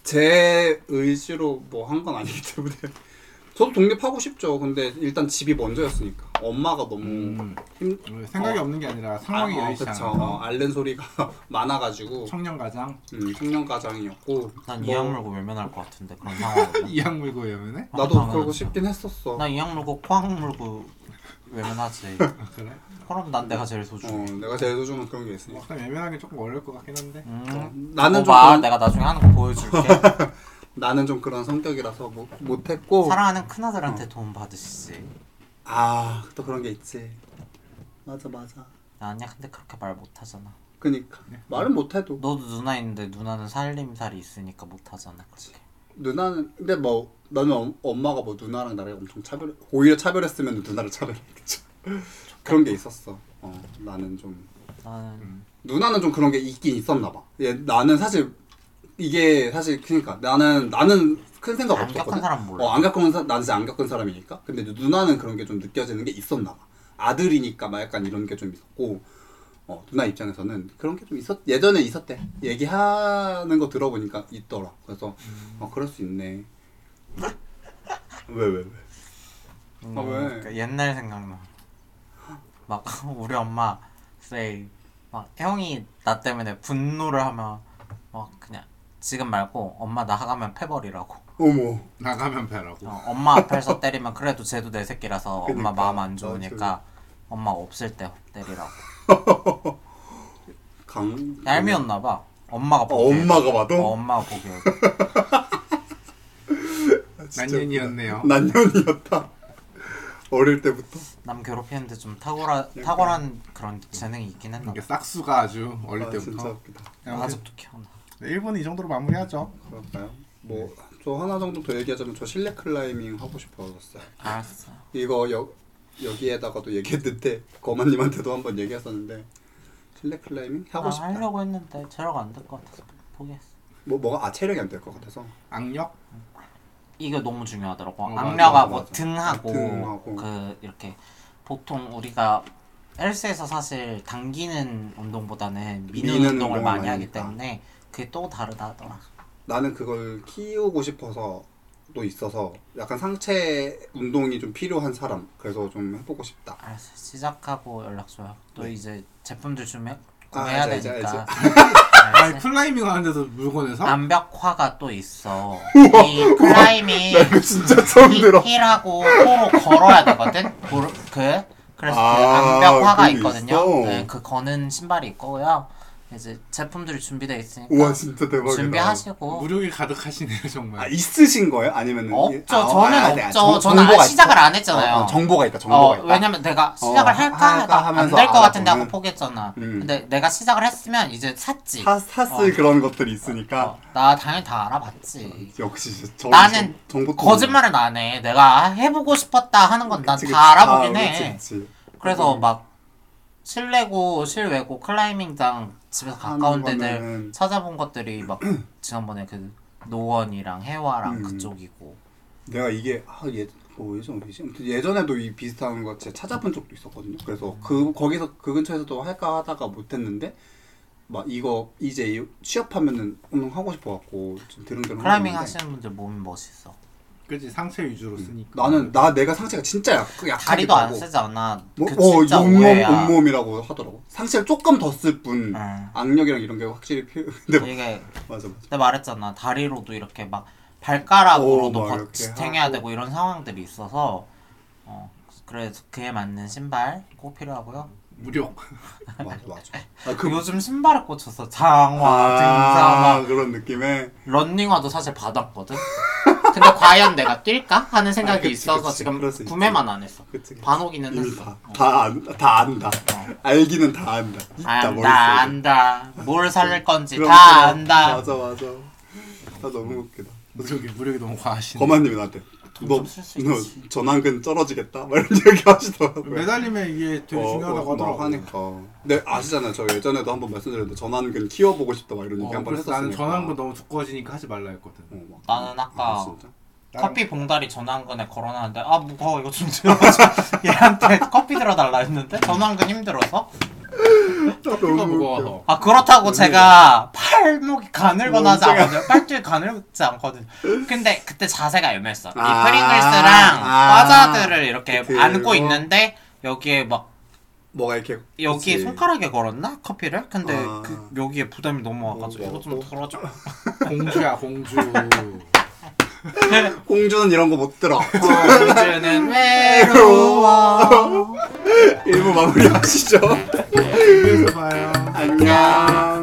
[SPEAKER 3] 제 의지로 뭐 한 건 아니기 때문에 저도 독립하고 싶죠. 근데 일단 집이 먼저였으니까 엄마가 너무
[SPEAKER 2] 음.
[SPEAKER 3] 힘
[SPEAKER 2] 생각이
[SPEAKER 3] 어.
[SPEAKER 2] 없는 게 아니라 상황이
[SPEAKER 3] 아, 어,
[SPEAKER 2] 여의치
[SPEAKER 3] 그쵸.
[SPEAKER 2] 않아.
[SPEAKER 3] 어, 앓는 소리가 많아가지고
[SPEAKER 2] 청년 가장
[SPEAKER 3] 음, 청년 가장이었고
[SPEAKER 1] 난
[SPEAKER 3] 뭐,
[SPEAKER 1] 이악 물고 외면할 것 같은데 그런 상황.
[SPEAKER 2] 이양 물고 외면해?
[SPEAKER 3] 나도 그러고 싶긴 했었어.
[SPEAKER 1] 난 이악 물고 코악 물고 외면하지.
[SPEAKER 2] 아, 그래?
[SPEAKER 1] 그럼 난 내가 제일
[SPEAKER 3] 어,
[SPEAKER 1] 소중해.
[SPEAKER 3] 내가 제일 소중한 그런 게 있으니까.
[SPEAKER 2] 약간 외면하기 조금 어려울 것 같긴 한데.
[SPEAKER 1] 음.
[SPEAKER 3] 나는 좀
[SPEAKER 1] 어,
[SPEAKER 2] 뭐
[SPEAKER 1] 봐,
[SPEAKER 3] 그런,
[SPEAKER 1] 내가 나중에 하는 거 보여줄게.
[SPEAKER 3] 나는 좀 그런 성격이라서 뭐, 못, 못했고
[SPEAKER 1] 사랑하는 큰 아들한테
[SPEAKER 3] 어.
[SPEAKER 1] 도움 받으시지.
[SPEAKER 3] 아또 그런 게 있지. 맞아 맞아.
[SPEAKER 1] 아니야, 근데 그렇게 말 못하잖아.
[SPEAKER 3] 그니까
[SPEAKER 2] 네.
[SPEAKER 3] 말은 못해도
[SPEAKER 1] 너도 누나 있는데 누나는 살림살이 있으니까 못하잖아. 그렇게.
[SPEAKER 3] 누나는 근데 뭐 나는 엄- 엄마가 뭐 누나랑 나를 엄청 차별 오히려 차별했으면 누나를 차별했겠죠 그런 게 있었어 어 나는 좀 음.
[SPEAKER 1] 나는
[SPEAKER 3] 누나는 좀 그런 게 있긴 있었나 봐얘 예, 나는 사실 이게 사실 그러니까 나는 나는 큰 생각
[SPEAKER 1] 안 겪은
[SPEAKER 3] 없었거든
[SPEAKER 1] 사람 몰라.
[SPEAKER 3] 어안 겪은 사람 난 진짜 안 겪은 사람이니까 근데 누나는 그런 게 좀 느껴지는 게 있었나 봐 아들이니까 막 약간 이런 게 좀 있었고 어 누나 입장에서는 그런 게 좀 있었 예전에 있었대 얘기하는 거 들어보니까 있더라 그래서 어 그럴 수 있네 왜 왜 왜?
[SPEAKER 1] 음,
[SPEAKER 3] 아, 왜?
[SPEAKER 1] 그 옛날 생각나. 막 우리 엄마 say 막 형이 나 때문에 분노를 하면 막 그냥 지금 말고 엄마 나가면 패버리라고.
[SPEAKER 3] 어머
[SPEAKER 2] 나가면 배라고.
[SPEAKER 1] 어, 엄마 앞에서 때리면 그래도 쟤도 내 새끼라서
[SPEAKER 3] 그니까.
[SPEAKER 1] 엄마 마음 안
[SPEAKER 3] 그러니까. 맞아요.
[SPEAKER 1] 좋으니까 엄마 없을 때 때리라고.
[SPEAKER 3] 강
[SPEAKER 1] 얄미웠나 봐. 엄마가
[SPEAKER 3] 어,
[SPEAKER 1] 보기에.
[SPEAKER 3] 엄마가 봐도?
[SPEAKER 1] 어, 엄마가 보기에.
[SPEAKER 3] 아,
[SPEAKER 2] 난년이었네요.
[SPEAKER 3] 난년이었다 어릴 때부터
[SPEAKER 1] 남 괴롭히는데 좀 탁월한
[SPEAKER 3] 그러니까.
[SPEAKER 1] 탁월한 그런 재능이 있긴 했나
[SPEAKER 2] 이게
[SPEAKER 1] 봐.
[SPEAKER 2] 싹수가 아주 어릴
[SPEAKER 3] 아, 진짜
[SPEAKER 2] 때부터.
[SPEAKER 3] 웃기다
[SPEAKER 2] 그냥 아직
[SPEAKER 1] 아직도 기억나.
[SPEAKER 2] 일본은 이 정도로 마무리하죠.
[SPEAKER 3] 그럴까요? 뭐 저 하나 정도 더 얘기하자면 저 실내 클라이밍 하고 싶어졌어요.
[SPEAKER 1] 알았어.
[SPEAKER 3] 이거 여 여기에다가도 얘기했는데 거만님한테도 한번 얘기했었는데 실내 클라이밍 하고
[SPEAKER 1] 나
[SPEAKER 3] 싶다.
[SPEAKER 1] 아, 하려고 했는데 제로가 안 될 것 같아서 포기했어.
[SPEAKER 3] 뭐 뭐가 아 체력이 안 될 것 같아서
[SPEAKER 2] 악력?
[SPEAKER 1] 이게 너무 중요하더라고.
[SPEAKER 2] 어, 맞아,
[SPEAKER 1] 악력하고
[SPEAKER 3] 맞아.
[SPEAKER 1] 등하고
[SPEAKER 3] 등하고.
[SPEAKER 1] 그 이렇게 보통 우리가 헬스에서 사실 당기는 운동보다는 미는,
[SPEAKER 3] 미는
[SPEAKER 1] 운동을
[SPEAKER 3] 운동을
[SPEAKER 1] 많이,
[SPEAKER 3] 많이
[SPEAKER 1] 하기
[SPEAKER 3] 하니까.
[SPEAKER 1] 때문에 그게 또 다르다더라.
[SPEAKER 3] 나는 그걸 키우고 싶어서 또 있어서 약간 상체 운동이 좀 필요한 사람 그래서 좀 해보고 싶다
[SPEAKER 1] 알았어. 아, 시작하고 연락 줘요. 또
[SPEAKER 3] 네.
[SPEAKER 1] 이제 제품들 좀 해,
[SPEAKER 3] 아,
[SPEAKER 1] 구해야
[SPEAKER 3] 알지, 알지,
[SPEAKER 1] 되니까.
[SPEAKER 2] 아니 어?
[SPEAKER 1] 알았어?
[SPEAKER 2] 클라이밍 하는데도 물건에서
[SPEAKER 3] 아,
[SPEAKER 1] 암벽화가 또 있어. 이 클라이밍
[SPEAKER 3] 그 진짜 처음
[SPEAKER 1] 히- 힐하고 코로 걸어야 되거든. 고르- 그 그래서 그
[SPEAKER 3] 아,
[SPEAKER 1] 암벽화가
[SPEAKER 3] 그게
[SPEAKER 1] 있거든요.
[SPEAKER 3] 있어?
[SPEAKER 1] 네, 그 거는 신발이 있고요. 이제 제품들이 준비되어 있으니까
[SPEAKER 3] 우와 진짜 대박이다
[SPEAKER 1] 준비하시고 어,
[SPEAKER 2] 무력이 가득하시네요 정말.
[SPEAKER 3] 어. 아 있으신 거예요? 아니면
[SPEAKER 1] 없죠. 저는 없죠. 저는 아예 시작을 안 했잖아요.
[SPEAKER 3] 정보가 있다. 정보가
[SPEAKER 1] 어,
[SPEAKER 3] 있다.
[SPEAKER 1] 왜냐면 내가 시작을
[SPEAKER 3] 어,
[SPEAKER 1] 할까
[SPEAKER 3] 할까
[SPEAKER 1] 하다가
[SPEAKER 3] 하면서
[SPEAKER 1] 안될 것
[SPEAKER 3] 아,
[SPEAKER 1] 같은데 하고
[SPEAKER 3] 저는-
[SPEAKER 1] 포기했잖아.
[SPEAKER 3] 음.
[SPEAKER 1] 근데 내가 시작을 했으면 이제 샀지.
[SPEAKER 3] 사, 사스 그런 것들이 있으니까
[SPEAKER 1] 어, 나 당연히 다 알아봤지.
[SPEAKER 3] 역시 저
[SPEAKER 1] 나는
[SPEAKER 3] 정- 정보
[SPEAKER 1] 거짓말은 안 해. 내가 해보고 싶었다 하는 건 난
[SPEAKER 3] 그치,
[SPEAKER 1] 다
[SPEAKER 3] 그치.
[SPEAKER 1] 알아보긴
[SPEAKER 3] 아,
[SPEAKER 1] 해.
[SPEAKER 3] 그치, 그치.
[SPEAKER 1] 그래서
[SPEAKER 3] 음.
[SPEAKER 1] 막 실내고 실외고 클라이밍장 집에서 가까운
[SPEAKER 3] 하는 음.
[SPEAKER 1] 데들
[SPEAKER 3] 거면은-
[SPEAKER 1] 찾아본 것들이 막 지난번에 그 노원이랑 해와랑
[SPEAKER 3] 음.
[SPEAKER 1] 그쪽이고
[SPEAKER 3] 내가 이게 아, 예, 뭐 예전 어디지? 아무튼 예전에도 이 비슷한 거 제가 찾아본 적도 있었거든요. 그래서 그 거기서 그 근처에서도 할까 하다가 못했는데 막 이거 이제 이- 취업하면은 운동 하고 싶어갖고 좀 드릉드릉
[SPEAKER 1] 클라이밍
[SPEAKER 3] 하고 있는데
[SPEAKER 1] 하시는 분들 몸이 멋있어.
[SPEAKER 2] 그지 상체 위주로 쓰니까.
[SPEAKER 3] 음. 나는 나 내가 상체가 진짜 약, 약하게
[SPEAKER 1] 다리도 안
[SPEAKER 3] 보고
[SPEAKER 1] 쓰지 않아.
[SPEAKER 3] 뭐,
[SPEAKER 1] 그
[SPEAKER 3] 어,
[SPEAKER 1] 진짜
[SPEAKER 3] 온몸,
[SPEAKER 1] 오해야.
[SPEAKER 3] 온몸이라고 하더라고. 상체를 조금 더 쓸 뿐,
[SPEAKER 1] 응.
[SPEAKER 3] 악력이랑 이런 게 확실히 필요. 근데 막-
[SPEAKER 1] 이게
[SPEAKER 3] 맞아, 맞아.
[SPEAKER 1] 내가 말했잖아 다리로도 이렇게 막 발가락으로도
[SPEAKER 3] 오, 어, 막
[SPEAKER 1] 거-
[SPEAKER 3] 이렇게
[SPEAKER 1] 지탱해야
[SPEAKER 3] 하고.
[SPEAKER 1] 되고 이런 상황들이 있어서 어 그래서 그에 맞는 신발 꼭 필요하고요.
[SPEAKER 2] 무력.
[SPEAKER 3] 맞아, 맞아. 아,
[SPEAKER 1] 그
[SPEAKER 3] 그,
[SPEAKER 1] 요즘 신발을 꽂혀서 장화, 등산
[SPEAKER 3] 아,
[SPEAKER 1] 막
[SPEAKER 3] 그런 느낌에.
[SPEAKER 1] 런닝화도 사실 받았거든. 근데 과연 내가 뛸까 하는 생각이
[SPEAKER 3] 아, 그치,
[SPEAKER 1] 있어서
[SPEAKER 3] 그치.
[SPEAKER 1] 지금
[SPEAKER 3] 그럴 수 있지.
[SPEAKER 1] 구매만 안 했어.
[SPEAKER 3] 그치, 그치.
[SPEAKER 1] 반옥이는
[SPEAKER 3] 이미
[SPEAKER 1] 했어.
[SPEAKER 3] 다,
[SPEAKER 1] 어.
[SPEAKER 3] 다, 안, 다 안다. 알기는 다 안다. 있다, 머릿속에.
[SPEAKER 1] 아, 안다 안다 뭘 살릴 건지
[SPEAKER 3] 그럼,
[SPEAKER 1] 다
[SPEAKER 3] 그럼.
[SPEAKER 1] 안다.
[SPEAKER 3] 맞아, 맞아. 아, 너무 웃기다.
[SPEAKER 2] 무력이 무력이 너무 과하시네.
[SPEAKER 3] 거만님이 나한테. 너,
[SPEAKER 1] 쓸수 있지.
[SPEAKER 3] 너 전환근 쩔어지겠다? 막 이런 얘기 하시더라고요.
[SPEAKER 2] 매달리면 이게 되게
[SPEAKER 3] 어,
[SPEAKER 2] 중요하다고
[SPEAKER 3] 어, 막
[SPEAKER 2] 하더라고.
[SPEAKER 3] 하니까. 근데 아시잖아요. 저 예전에도 한번 말씀드렸는데 전환근 키워보고 싶다 막 이런 얘기
[SPEAKER 2] 어,
[SPEAKER 3] 한번
[SPEAKER 2] 그래서
[SPEAKER 3] 했었으니까.
[SPEAKER 2] 나는 전환근 너무 두꺼워지니까 하지 말라 했거든.
[SPEAKER 3] 어, 막.
[SPEAKER 1] 나는 아까
[SPEAKER 3] 아, 진짜?
[SPEAKER 1] 커피 봉다리 전환근에 걸어놨는데 아 무거워 이거 좀 들어줘 얘한테 커피 들어달라 했는데 전환근 힘들어서
[SPEAKER 2] 피가
[SPEAKER 3] 너무
[SPEAKER 2] 무거워서.
[SPEAKER 1] 아 그렇다고 제가 팔목이
[SPEAKER 3] 아,
[SPEAKER 1] 가늘거나 하지 않거든요 팔뚝이 가늘지 않거든요 근데 그때 자세가 애매했어 이
[SPEAKER 3] 아,
[SPEAKER 1] 프링글스랑
[SPEAKER 3] 아.
[SPEAKER 1] 과자들을 이렇게
[SPEAKER 3] 그리고-
[SPEAKER 1] 안고 있는데 여기에 막
[SPEAKER 3] 뭐가 이렇게
[SPEAKER 1] 여기
[SPEAKER 3] 그치.
[SPEAKER 1] 손가락에 걸었나 커피를 근데
[SPEAKER 3] 아.
[SPEAKER 1] 그 여기에 부담이 너무 와가지고
[SPEAKER 3] 너무
[SPEAKER 1] 이거 좀 들어줘
[SPEAKER 2] 공주야 공주.
[SPEAKER 3] 공주는 이런 거 못 들어
[SPEAKER 1] 아, 공주는 외로워 아.
[SPEAKER 3] 일부 마무리 하시죠
[SPEAKER 1] 네.
[SPEAKER 2] 집에서 봐요.
[SPEAKER 3] 안녕